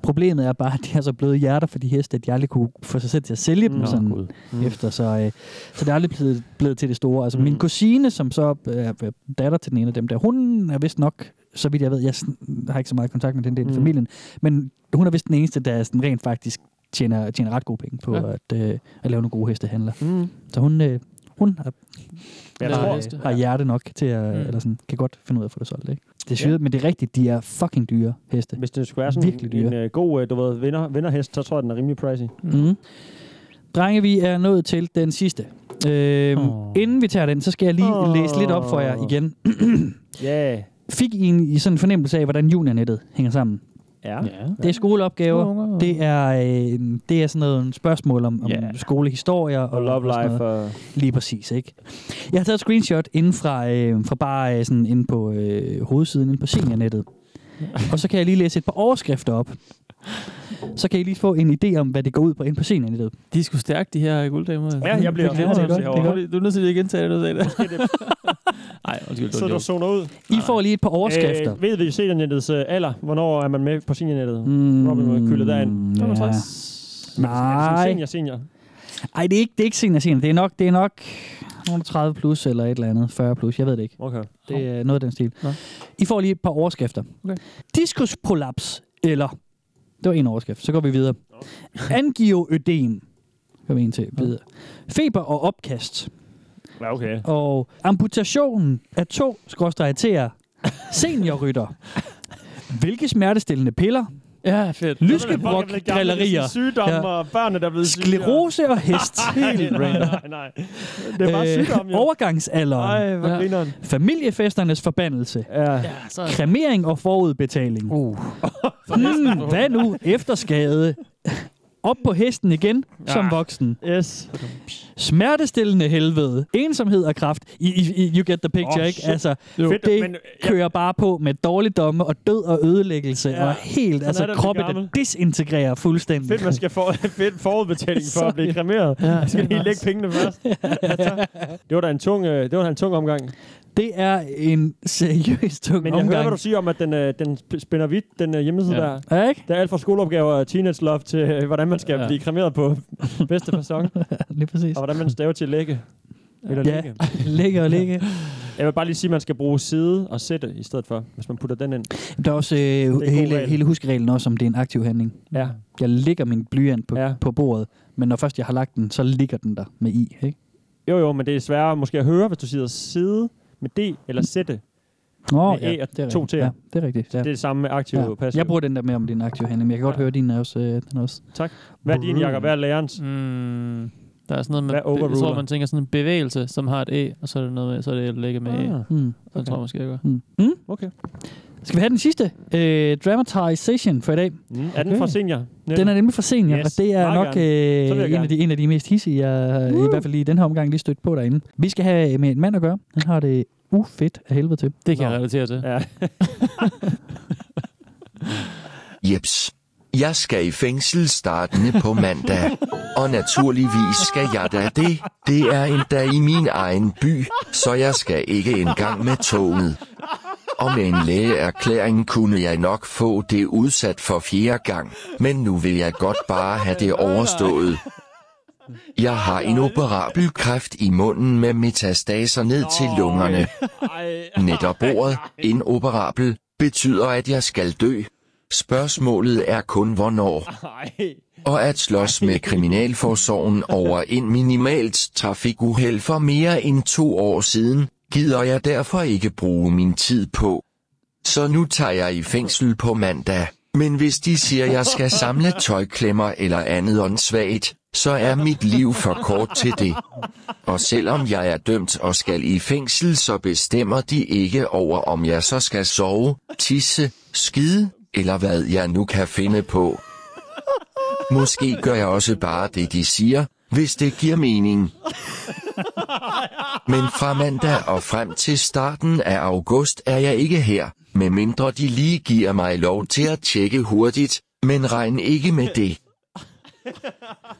Problemet er bare, at de har så blevet hjerter for de heste, at de aldrig kunne få sig selv til at sælge dem Nå, Nå, sådan Gud. mm. efter. Så, øh, så det er aldrig blevet, blevet til det store. Altså mm. min kusine, som så øh, er datter til den ene af dem der, hun er vist nok, så vidt jeg ved, jeg sådan- har ikke så meget kontakt med den del af Mm. familien, men hun er vist den eneste, der sådan rent faktisk tjener, tjener ret gode penge på Ja. ja. at, øh, at lave nogle gode hestehandler. Mm. Så hun, øh, hun har, Jeg har, tror- øh, har hjerte nok til at, Mm. mm. eller sådan, kan godt finde ud af at få det solgt. Ikke? Det er syret, men det er rigtigt, de er fucking dyre heste. Hvis det skulle være sådan Virkelig dyre. en, en uh, god øh, du ved, vinder, vinderhest, så tror jeg, den er rimelig pricey. Mm. Drenge, vi er nået til den sidste. Øhm, oh. Inden vi tager den, så skal jeg lige oh. læse lidt op for jer igen. Ja. Yeah. Fik I, en, I sådan en fornemmelse af, hvordan juniornettet hænger sammen? Ja. Det er skoleopgaver, Skoleopgaver. det er, øh, det er sådan noget spørgsmål om, om Ja. skolehistorier og, Og love sådan life noget. og- Lige præcis, ikke? Jeg har taget et screenshot inden fra, øh, fra bare øh, sådan inde på øh, hovedsiden, inde på seniornettet. og så kan jeg lige læse et par overskrifter op. Så kan I lige få en idé om, hvad det går ud på inde på seniornettet. De er sgu stærke, de her gulddamer. Ja, jeg bliver også det, det, lidt det, til det, at se det, over. Du er nødt til lige at gentage det, du sagde der. Nej, undskyld, det Så var en du joke. zoner ud. I får lige et par overskrifter. Øh, ved vi seniornettets øh, alder? Hvornår er man med på seniornettet? Mm, Robin må køle derind. ja. 65. Men Er det sådan Nej. senior, senior? Ej, det er ikke, det er ikke senior senior. Det er nok, det er nok nogen 30 plus eller et eller andet. 40 plus, jeg ved det ikke. Okay. Det er noget af den stil. Nå. I får lige et par overskrifter. Okay. Diskusprolaps eller... Det var en overskrift. Så går vi videre. Angioødem. Kom en til videre. Feber og opkast. Ja, okay. Og amputationen af to skråstrejetere seniorrytter. Hvilke smertestillende piller? Ja, fedt. Lyskebrok-grillerier. Sygdomme ja. og børnene, der er blevet syge. Sklerose og hest. Øh, nej, nej, nej, nej. Det er bare sygdom, jo. Overgangsalderen. Ej, hvor grineren. Familiefesternes forbandelse. Ja. Ja, så... Kremering og forudbetaling. Uh. hmm, hvad nu? Efterskade. Op på hesten igen, ja. som Ja. voksen. Yes. Smertestillende helvede. Ensomhed og kraft. I, I, I- you get the picture, Åh, ikke? shit. Altså, Jo. Fedt, Fedt, det men- men, kører bare på med dårligdomme og død og ødelæggelse. Ja. Ja. Og helt, Sådan er altså det at blive kroppen, der gammel. disintegrerer fuldstændig. Fedt, man skal få fedt forudbetaling for at blive Sorry. kremeret. Ja, Ja, skal det lige er lægge nice. pengene først. Ja, tak. det var da en tung, øh, det var da en tung omgang. Det er en seriøs tung Men jeg omgang. hører, hvad du siger om, at den, øh, den sp- spænder vidt, den øh, hjemmeside Ja. der. Ja, ikke? Der er alt fra skoleopgaver og teenage love til, øh, hvordan man skal Ja. ja. blive kremeret på bedste fasong. Lige præcis. Og hvordan man staver til lægge. Eller Ja, lægge. lægge og lægge. Jeg vil bare lige sige, at man skal bruge side og sætte i stedet for, hvis man putter den ind. Der er også øh, god er hele, regel. hele huskereglen også, om det er en aktiv handling. Ja. Jeg lægger min blyant på, ja. på bordet, men når først jeg har lagt den, så ligger den der med i. Ikke? Jo, jo, men det er sværere måske at høre, hvis du siger side med D eller sætte. Nå, med ja, E og det er to rigtigt. til. Ja, det er rigtigt. Så Ja. det er det samme med aktiv og passiv. Jeg bruger den der med, om det er en aktiv handling, men jeg kan godt høre, din er også... Øh, den er også. Tak. Hvad er din, Jacob? Hvad er lærerens? Mm, der er sådan noget med, Hvad jeg tror, overruler? man tænker sådan en bevægelse, som har et E, og så er det noget med, så er det at lægge med E. Ah, mm, Sådan tror jeg måske, jeg gør. Mm. Mm? Okay. Skal vi have den sidste øh, dramatization for i dag? Mm, er den fra senior? Den er nemlig fra senior, yes. Yes, og det er meget nok gerne. Så vil jeg øh, en, gerne. af de, en af de mest hissige, jeg uh. i hvert fald lige i den her omgang lige stødt på derinde. Vi skal have øh, med en mand at gøre. Han har det ufedt af helvede til. Det kan jeg relatere til. Ja. Jeps. Jeg skal i fængsel startende på mandag. Og naturligvis skal jeg da det. Det er endda i min egen by, så jeg skal ikke engang med toget. Og med en lægeerklæring kunne jeg nok få det udsat for fjerde gang, men nu vil jeg godt bare have det overstået. Jeg har en operabel kræft i munden med metastaser ned til lungerne. Netop ordet, inoperabel, betyder at jeg skal dø. Spørgsmålet er kun hvornår. Og at slås med Kriminalforsorgen over en minimalt trafikuheld for mere end to år siden, gider jeg derfor ikke bruge min tid på. Så nu tager jeg i fængsel på mandag. Men hvis de siger, jeg skal samle tøjklemmer eller andet åndssvagt, så er mit liv for kort til det. Og selvom jeg er dømt og skal i fængsel, så bestemmer de ikke over, om jeg så skal sove, tisse, skide, eller hvad jeg nu kan finde på. Måske gør jeg også bare det, de siger, hvis det giver mening. Men fra mandag og frem til starten af august er jeg ikke her, medmindre de lige giver mig lov til at tjekke hurtigt, men regn ikke med det.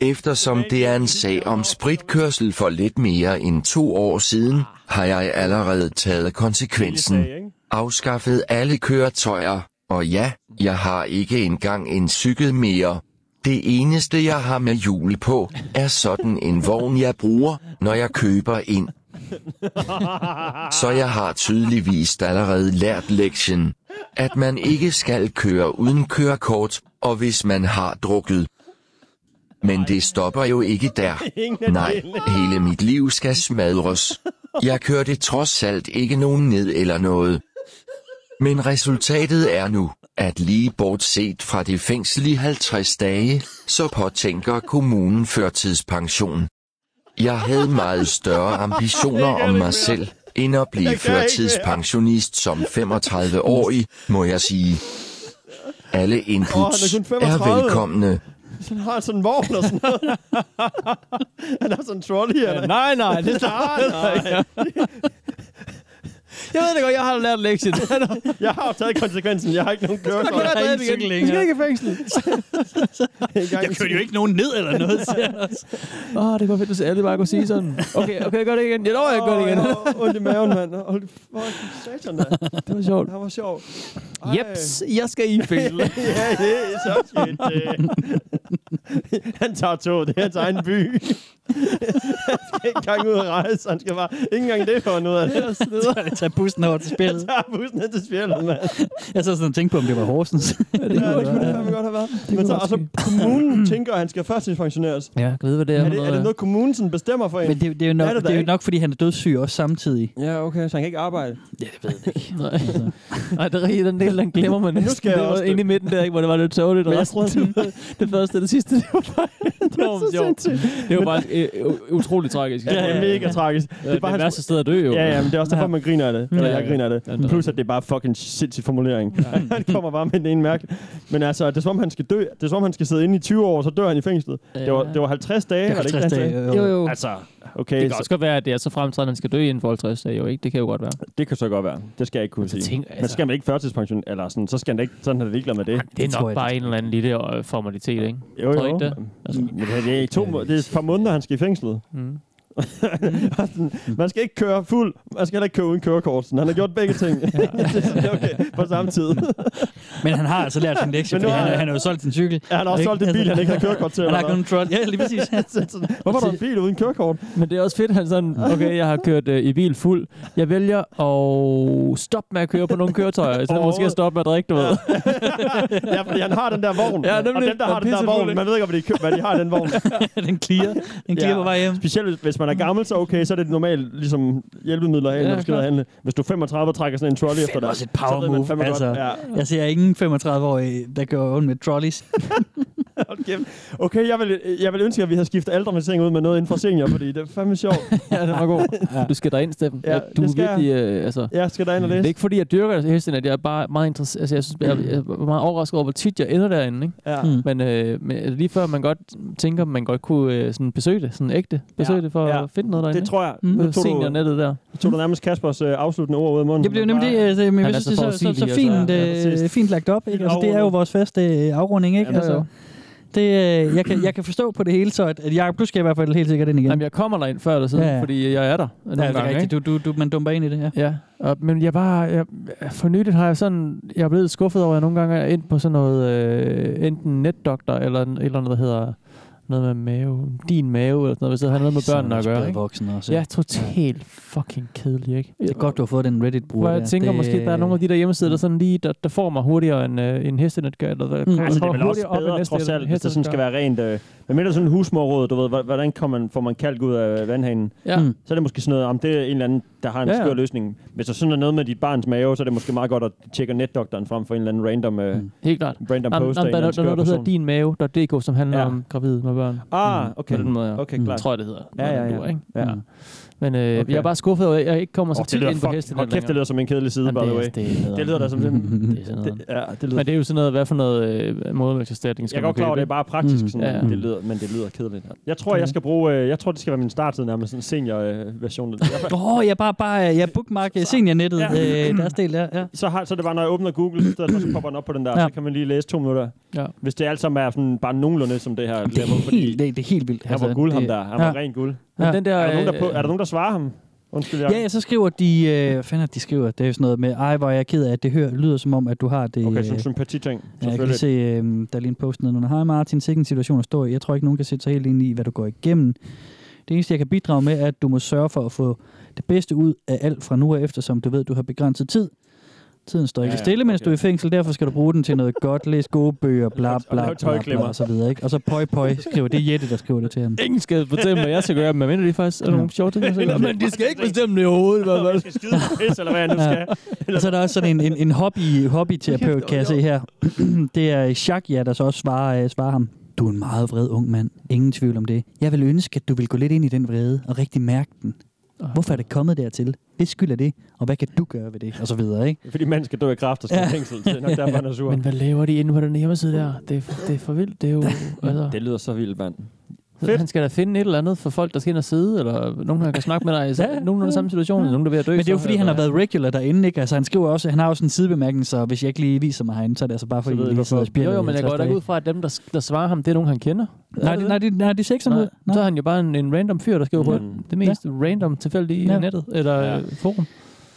Eftersom det er en sag om spritkørsel for lidt mere end to år siden, har jeg allerede taget konsekvensen. Afskaffet alle køretøjer, og ja, jeg har ikke engang en cykel mere. Det eneste jeg har med hjul på, er sådan en vogn jeg bruger, når jeg køber ind. Så jeg har tydeligvis allerede lært lektien, at man ikke skal køre uden kørekort, og hvis man har drukket. Men det stopper jo ikke der. Nej, hele mit liv skal smadres. Jeg kørte trods alt ikke nogen ned eller noget. Men resultatet er nu, at lige bortset fra det fængsel i 50 dage, så påtænker kommunen førtidspension. Jeg havde meget større ambitioner om mig selv, end at blive førtidspensionist som 35-årig, må jeg sige. Alle Åh, han er inputs kun er 35. velkomne. Hvis han har sådan en vogn og sådan noget. han har sådan en trolley. Eller? nej, nej, det starter nej. Jeg ved det godt, jeg har lært lektien. jeg har jo taget konsekvensen. Jeg har ikke nogen kørekort. godt have drevet igen. Du skal ikke i fængsel. Jeg kørte jo ikke nogen ned eller noget. siger han også. Åh, oh, det kunne være fedt, hvis alle bare kunne sige sådan. Okay, okay, gør det igen. Jeg lover, jeg gør det igen. Ondt i maven, mand. Hold fucking satan, da. Det var sjovt. Det var sjovt. Jeps, jeg skal i fængsel. ja, det er så shit. øh. han tager toget. Det er hans egen by. han skal ikke engang ud og rejse. Han skal bare... Ikke engang det for noget af det. Jeg tager bussen over til Jeg spillet. tager bussen ned til spjældet, mand. Jeg sad sådan og tænkte på, om det var Horsens. Ja, det kunne det fandme godt have været. Men så, altså, kommunen tænker, at han skal førtidspensioneres. Ja, kan vide, hvad det er. Er det, er det noget, kommunen sådan bestemmer for en? Men det, det, er jo nok, Er det det, da er jo ikke? nok, fordi han er dødssyg også samtidig. Ja, okay, så han kan ikke arbejde. Ja, det ved jeg ikke. Nej. Nej, det er rigtigt, den del, den glemmer man Men nu næsten. skal jeg det var også dø. inde i midten der, ikke, hvor det var lidt tårligt. Og Men jeg resten, det, var- det første og det sidste, det var bare... det var, så sjovt. sindssygt. det var bare øh, øh, utroligt tragisk. Ja, ja, mega tragisk. Det er bare det hans- værste sted at dø, jo. Ja, ja, men det er også derfor, man griner af det. Eller Ja, jeg ja. griner af Ja, det er det. Plus, at det er bare fucking sindssyg formulering. Han kommer bare med den ene mærke. Men altså, det er som om, han skal dø. Det er som om, han skal sidde inde i 20 år, og så dør han i fængslet. Det var, det var 50 dage, Det er var det ikke 50 han dage, sagde? jo, jo. Jo, jo. Altså, okay. Det kan så- også godt være, at det er så fremtrædende, at han skal dø inden for 50 dage, jo ikke? Det kan jo godt være. Det kan så godt være. Det skal jeg ikke kunne sige. tænk, altså- Men skal man ikke førtidspension, eller sådan, så skal man ikke, sådan er det ligeglad med det. Det er tror nok jeg, bare en eller anden lille øh, formalitet, ikke? Jo, Tror I jo. Mm, ikke det? Altså, Men det er, i to, må- det er et par måneder, han skal i fængslet. mm. man skal ikke køre fuld, man skal heller ikke køre uden kørekort. Sådan. Han har gjort begge ting Det er okay, på samme tid. Men han har altså lært sin lektie, Men nu fordi han, har- har- han har jo solgt sin cykel. Ja, han har også Ikke? solgt en bil, han ikke havde kørekort til, Han har eller hvad? kontrol. Ja, lige præcis. Hvorfor er der en bil uden kørekort? Men det er også fedt, han sådan, okay, jeg har kørt øh, i bil fuld. Jeg vælger at stoppe med at køre på nogle køretøjer, i stedet for måske at stoppe med at drikke, du ved. ja, fordi han har den der vogn. Ja, Ja, nemlig. nemlig, og dem, der Den har den der pissefuld, vogn, ikke? man ved ikke, om de, kø- hvad de har i den vogn. den clear. Den clear på vej hjem. Specielt hvis man er gammel, så okay, så er det normalt ligesom hjælpemidler af, Ja, når du skal ned og klart. handle. Hvis du er 35 og trækker sådan en trolley efter dig, også et så ved power man move. fandme Altså, godt. Ja. Jeg ser ingen 35-årige, der går rundt med trolleys. Okay, jeg vil, jeg vil ønske, at vi havde skiftet aldermassering ud med noget inden for senior, fordi det er fandme sjovt. ja, det var god. Du skal derind, Steffen. Ja, Ja, du det er skal jeg. virkelig... Øh, altså, jeg skal derind og Det læse. er ikke fordi, jeg dyrker hesten, at jeg er bare meget interesseret. Altså, jeg, synes, jeg, jeg er meget overrasket over, hvor tit jeg ender derinde. Ikke? Ja. Mm. Men, øh, men altså, lige før man godt tænker, man godt kunne øh, sådan besøge det, sådan ægte besøge ja. det, for ja. at finde noget derinde. Det tror jeg. Mm. Nu På tog du- seniornettet der. Så tog du nærmest Kaspers øh, afsluttende ord ud af munden. Det blev nemlig det, altså, men jeg synes, det er så, så, så fint, øh, fint lagt op. Ikke? Altså, det er jo vores faste øh, afrunding, ikke? Ja, jo, jo. Altså, det, øh, jeg, kan, jeg kan forstå på det hele, så at, at Jacob, du skal i hvert fald helt sikkert ind igen. Jamen, jeg kommer derind før eller siden, Ja, ja. fordi jeg er der. Ja, det er rigtigt. Du, du, man dumper ind i det, ja. ja. Og, men jeg bare, jeg, for nyligt har jeg sådan, jeg er blevet skuffet over, at jeg nogle gange er ind på sådan noget, øh, enten netdoktor eller et eller andet, der hedder noget med mave, din mave, eller sådan noget, hvis det har noget med så er børnene man at også gøre. blevet Ikke? voksen også, ja, ikke? totalt fucking kedelig, ikke? Det er godt, du har fået den Reddit-bruger. Hvor jeg der. tænker det, øh, måske, der er nogle af de der hjemmesider, der sådan lige, der, der får mig hurtigere end øh, en hestenet gør. Eller, der, Mm. Altså, det er vel også bedre, trods alt, hvis det sådan skal være rent... Øh, men mindre sådan en husmorråd, du ved, hvor- hvordan kommer man, får man kalk ud af vandhanen? Ja. Mm. Så er det måske sådan noget, om det er en eller anden, der har en Ja, ja, ja. skør løsning. Hvis der sådan er noget med dit barns mave, så er det måske meget godt at tjekke netdoktoren frem for en eller anden random, øh, Mm. Helt klart. random Jamen, jamen, post af der, en eller er- anden der er noget, der skør hedder person. dinmave.dk, som handler ja. om gravide med børn. Ah, Mm. okay. På den måde, ja. Okay, Mm. klart. Tror jeg, det hedder. Ja, ja, ja. Duer, ikke? Ja. Mm. Men øh, okay. Okay. jeg er bare skuffet over, at jeg ikke kommer så Åh, det tit lyder ind på fuck- hesten. hold kæft, det lyder som en kedelig side, by the way. Det lyder da som det, sådan- er sådan noget. Det- ja, det lyder- Mm-hmm. Men det er jo sådan noget, hvad for noget øh, modvægtserstatning Jeg skal er man godt klar købe, over, det er ikke? bare praktisk, Mm. sådan, Ja, ja. Det lyder, men det lyder kedeligt. Jeg tror, jeg skal bruge... Øh, jeg tror, det skal være min starttid nærmest, sådan en øh, senior-version. Åh, oh, jeg bare, bare jeg bookmark øh, seniornettet, Ja. ja. øh, deres del der. Ja. så, har, så er det bare, når jeg åbner Google, så, stedet for, så popper den op på den der, Ja. ja. så kan man lige læse to minutter. Ja. Hvis det alt sammen er sådan, bare nogenlunde som det her. Det er, helt, det, det er helt vildt. altså, Han var guld, ham der. Han var ja. ren guld. Men den der, er, der nogen, der på, øh, er der nogen, der svarer ham? Undskyld, jeg. Ja, ja, så skriver de, øh, hvad fanden er det, de skriver, det er jo sådan noget med, ej, hvor er jeg ked af, at det hører, lyder som om, at du har det... Okay, sådan øh, en sympatiting. Ja, jeg kan lige se, øh, der er lige en post nedenunder. Hej Martin, sikken situation at stå i. Jeg tror ikke, nogen kan sætte sig helt ind i, hvad du går igennem. Det eneste, jeg kan bidrage med, er, at du må sørge for at få det bedste ud af alt fra nu af efter, som du ved, du har begrænset tid. Tiden står ikke Ja, ja, ja, stille, mens okay. du er i fængsel. Derfor skal du bruge den til noget godt. Læs gode bøger, bla bla bla, lave bla, bla tøjklemmer. og så videre. Ikke? Og så pøj pøj, skriver det er Jette, der skriver det til ham. Ingen skal bestemme, hvad jeg skal gøre, men mindre de faktisk er nogle sjove ting, jeg skal gøre. Men de skal ikke bestemme det overhovedet. Hvad, hvad? skal skide på pis, eller hvad jeg nu skal. Og så er der også sådan en, en, en hobby, hobbyterapeut, kan jeg se her. det er Jacques, ja, der så også svarer, øh, svarer ham. Du er en meget vred ung mand. Ingen tvivl om det. Jeg vil ønske, at du vil gå lidt ind i den vrede og rigtig mærke den. Hvorfor er det kommet dertil? Det skylder det, og hvad kan du gøre ved det? Og så videre, ikke? Fordi manden skal dø af kræft og skal i fængsel. Det er nok derfor, han er sur. Men hvad laver de inde på den hjemmeside der? Det er, det er for vildt. Det er jo... Altså, Det lyder så vildt, mand. han skal da finde et eller andet for folk, der skal ind og sidde, eller nogen, der kan snakke med dig i ja, nogenlunde samme situation, eller nogen, der er ved at dø. Men det er jo så, fordi, han har eller- været regular derinde, ikke? Altså, han skriver også, han har også en sidebemærkning, så hvis jeg ikke lige viser mig herinde, så er det altså bare fordi, ved jeg I lige sidder og spiller. Jo, jo, men jeg går da ikke ud fra, at dem, der, s- der svarer ham, det er nogen, han kender. Nej, det- nej, det, nej, det ser ikke sådan ud. Nej. Så er han jo bare en, en random fyr, der skriver på det mest random tilfældige ja. Ja. nettet, eller ja. forum.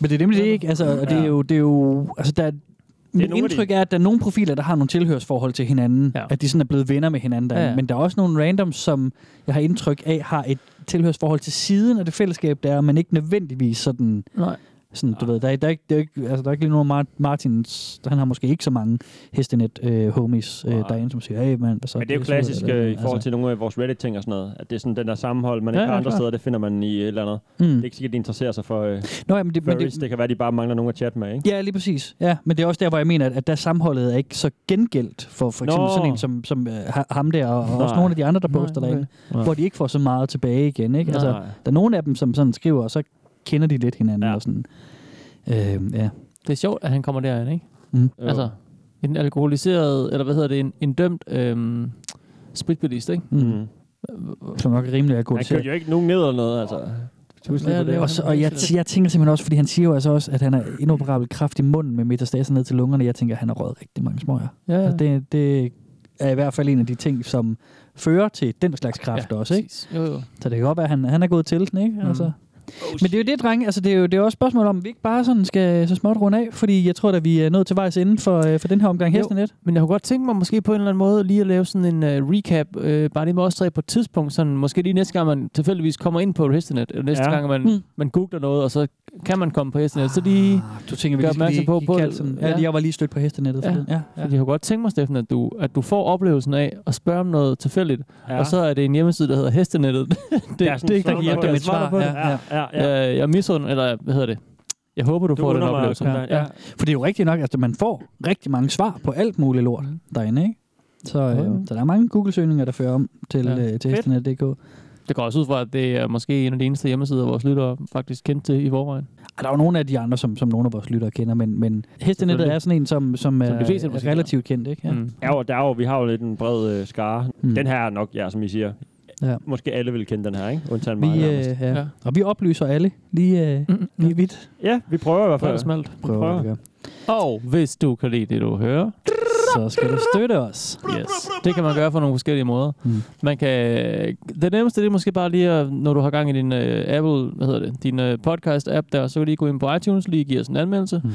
Men det er nemlig det ikke, altså, og det er jo, det er jo, altså, der, mit nogle af de- indtryk er, at der er nogle profiler, der har nogle tilhørsforhold til hinanden, ja. at de sådan er blevet venner med hinanden, der, Ja, ja, ja. men der er også nogle randoms, som jeg har indtryk af, har et tilhørsforhold til siden af det fællesskab, der er, men ikke nødvendigvis sådan, Nej. sådan du ved, der er, der er, ikke, der er ikke, altså, der er ikke lige nogen af Mar- Martins, han har måske ikke så mange hestenet øh, homies øh, derinde, som siger, hey mand, hvad så? Men det er jo sådan, klassisk eller- øh, i forhold til nogle af vores Reddit-ting og sådan noget. At det er sådan den der sammenhold, man altså. Ja, ikke har ja, andre klart. steder, det finder man i et eller andet. Mm. Det er ikke sikkert, at de interesserer sig for øh, Nå, ja, men det- men det- furries. Det kan være, at de bare mangler nogen at chatte med, ikke? Ja, lige præcis. Ja, men det er også der, hvor jeg mener, at- at der sammenholdet er ikke så gengældt for for eksempel Nå. Nå. sådan en som, som øh, ha- ham der, og, og også Nej. nogle af de andre, der poster Nej, okay. derinde, Nej. hvor de ikke får så meget tilbage igen. Ikke? Altså, Nej. der er nogle af dem, som sådan skriver, og så kender de lidt hinanden. Ja. Og sådan. Øh, ja. Det er sjovt, at han kommer derind, ikke? Mm. Jo. Altså, en alkoholiseret, eller hvad hedder det, en, en dømt øhm, spritbilist, ikke? Mm. Som nok er rimelig Han alkoholiseret. kørte jo ikke nogen ned eller noget, altså. Tusind Hvad på er det, det. Og, så, og jeg, jeg tænker simpelthen også, fordi han siger jo altså også, at han er inoperabel kraft i munden med metastaser ned til lungerne. Jeg tænker, at han har røget rigtig mange smøger. Ja, ja. Altså, det, det er i hvert fald en af de ting, som fører til den slags kræfter ja, også, ikke? Jo, jo. Så det kan godt være, at han, han er gået til den, ikke? Mm. Altså. Men det er jo det, dreng. Altså, det er jo, det er jo også et spørgsmål om, at vi ikke bare sådan skal så småt runde af, fordi jeg tror, at vi er øh, nået til vejs ende for, øh, for den her omgang hestenet. Men jeg kunne godt tænke mig måske på en eller anden måde lige at lave sådan en uh, recap, øh, bare lige med os tre på et tidspunkt, sådan måske lige næste gang, man tilfældigvis kommer ind på Hestenet, eller næste Ja. ja. gang, man, Mm. mm. man googler noget, og så kan man komme på Hestenet, så lige Ah, du tænker, vi gør lige skal opmærksom lige på, give på kalsen. Ja, jeg var lige stødt på hestenettet Ja. forleden. Ja, Ja, ja. ja. Jeg kunne godt tænke mig, Steffen, at du, at du får oplevelsen af at spørge om noget tilfældigt, Ja. ja. og så er det en hjemmeside, der hedder Hestenettet. det, Der er sådan det er ikke svarer der giver på det, dig mit svarer svar. på det. Ja, ja. Ja, ja. Øh, Jeg, jeg misunder, eller hvad hedder det? Jeg håber, du, får den undervejs, oplevelse. sådan der, ja. For det er jo rigtigt nok, at altså, man får rigtig mange svar på alt muligt lort Mm. derinde, ikke? Så, øh, Mhm. så der er mange Google-søgninger, der fører om til, Ja. ja. øh, til Fedt. hestenet.dk. Det går også ud fra, at det er måske en af de eneste hjemmesider, vores lyttere faktisk kendte til i forvejen. Ah, Der er jo nogle af de andre, som, som nogle af vores lyttere kender, men, men hestenettet Selvfølgelig. er sådan en, som, som, som Som er de fleste af vores relativt kendt, ikke? Ja. Mm. Der, er jo, der er jo, vi har jo lidt en bred øh, skare. Mm. Mm. Den her er nok, ja, som I siger. Ja. Ja. Måske alle vil kende den her, ikke? Undtagen mig. Vi, nærmest. øh, ja. Ja. Og vi oplyser alle lige, øh, mm, lige vidt. Ja, vi prøver i hvert Prøver fald. det smalt. Prøver, Prøver. prøver. Og hvis du kan lide det, du hører, så skal du støtte os. Yes. Det kan man gøre på nogle forskellige måder. Mm. Man kan, det nemmeste det er måske bare lige, at, når du har gang i din øh, Apple, hvad hedder det, din øh, podcast-app der, så kan du lige gå ind på iTunes, lige give os en anmeldelse. Mm.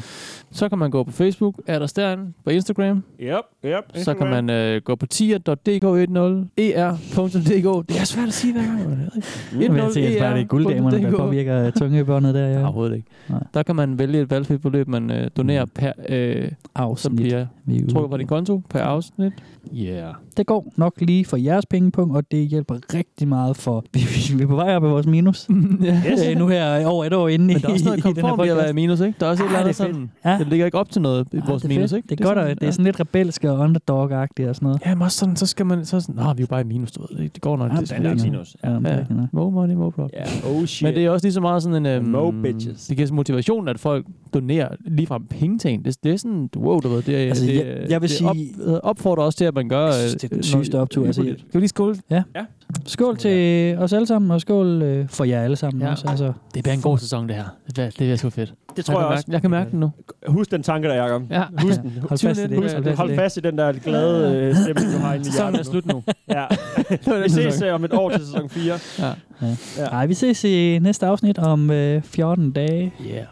Så kan man gå på Facebook, er der stjerne, på Instagram. Yep, yep. Så kan man øh, gå på e tier.dk10er.dk. Det er svært at sige hver gang. man er det. Men jeg tænker bare, det er gulddamerne, der 10er.dk. påvirker tungebåndet der. Ja. Overhovedet ikke. Der kan man vælge et valgfrit beløb, man øh, donerer per øh, afsnit. Som bliver Vi er trukket på din konto per afsnit. Yeah. Det går nok lige for jeres pengepunkt, og det hjælper rigtig meget for... Vi, vi- vi er på vej op i vores minus. Yes. Øh, nu her øh, over et år inde i, Men der er også noget i den her komfort ved at være i podcast. minus, ikke? Der er også et Ah, eller andet det er fedt. sådan. Ja. Ja. Det ligger ikke op til noget i vores det er minus, fedt. ikke? Det er, godt, at det er sådan lidt rebelsk og underdog-agtigt og sådan noget. Ja, men også sådan, så skal man... Så sådan, Nå, vi er jo bare i minus, du ved. Det, det går nok. Ja, det, men det Ah, er sgu ikke nok. minus. Ja, men det er ja. ikke noget. More money, more problem. Yeah. Oh shit. Men det er også lige så meget sådan en... Øhm, Mo bitches. Det giver sådan motivation, at folk donerer ligefrem penge til en. Det, det er sådan, wow, du ved, det, er- Altså, det, jeg- jeg vil det op- sige- øh, opfordrer også til, at man gør... Jeg synes, det er den sygeste optur, altså, jeg- Kan vi lige skåle? Ja. ja. Skål til os alle sammen, og skål øh, for jer alle sammen ja. også. Altså. Det bliver en god sæson, det her. Det bliver, det bliver sgu fedt. Det tror kan jeg mærke- også. Jeg kan mærke den nu. Øh, Husk den tanke der, Jacob. Ja. Husk den. Hold fast i det. Husk Hold den. fast i Hold det. fast i den der glade øh, stemning, du har inde i Sæsonen hjertet er slut nu. Ja. den Vi ses sæson. øh, om et år til sæson 4. Ja. Ja. Ja. Ej, vi ses i næste afsnit om øh, 14 dage. Yeah.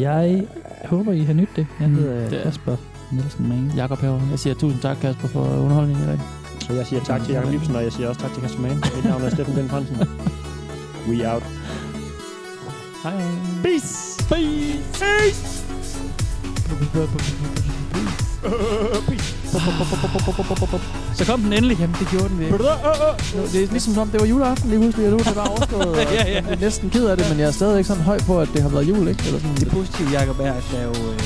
Jeg håber, I har nyt det. Jeg hedder Mm. det er- Kasper Nielsen Mange. Jakob herovre. Jeg siger tusind tak, Kasper, for underholdningen i dag. Så jeg siger tak til Jacob Ibsen, og jeg siger også tak til Kasper Mann. Mit navn er Steffen Den Fransen. We out. Hej. Peace. Peace. Peace. Så kom den endelig. Jamen, det gjorde den virkelig. Det er ligesom som, det var juleaften lige pludselig, og nu er det bare overstået. ja, ja. Jeg er næsten ked af det, men jeg er stadigvæk sådan høj på, at det har været jul, ikke? Eller sådan. Det positive, Jacob, er, at der er jo øh,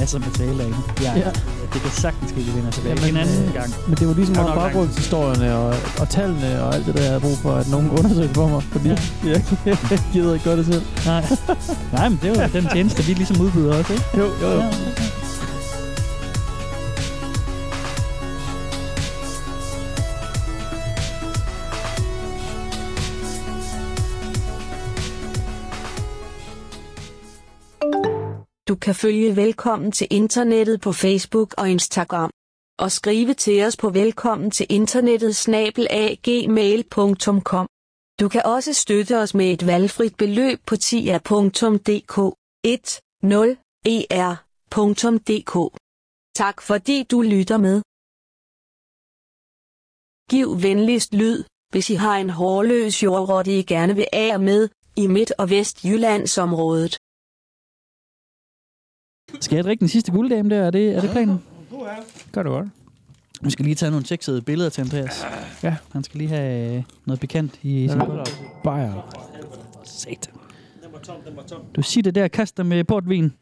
masser af materiale derinde. Ja, ja. Ja. Det kan sagtens ske, at vi vender tilbage ja, en anden øh, gang. Men det var ligesom Godt om nok lang baggrundshistorierne og, og tallene og alt det der, jeg havde brug for, at nogen undersøgte for mig. Fordi jeg, jeg gider ikke gøre det selv. Nej. Nej, men det er jo den tjeneste, vi ligesom udbyder også, ikke? Jo, jo, jo. Du kan følge Velkommen til Internettet på Facebook og Instagram. Og skrive til os på velkommen til internettet snabelagmail.com. Du kan også støtte os med et valgfrit beløb på tia.dk E 10er.dk. Tak fordi du lytter med. Giv venligst lyd, hvis I har en hårløs jordrotte, I gerne vil af med, i Midt- og Vestjyllandsområdet. Skal jeg drikke den sidste gulddame der? Er det, er det planen? Gør det godt. Vi skal lige tage nogle tjeksede billeder til Andreas. Ja. Han skal lige have øh, noget bekendt i sin bold. Bajer. Satan. Du siger det der, kast dig med portvin.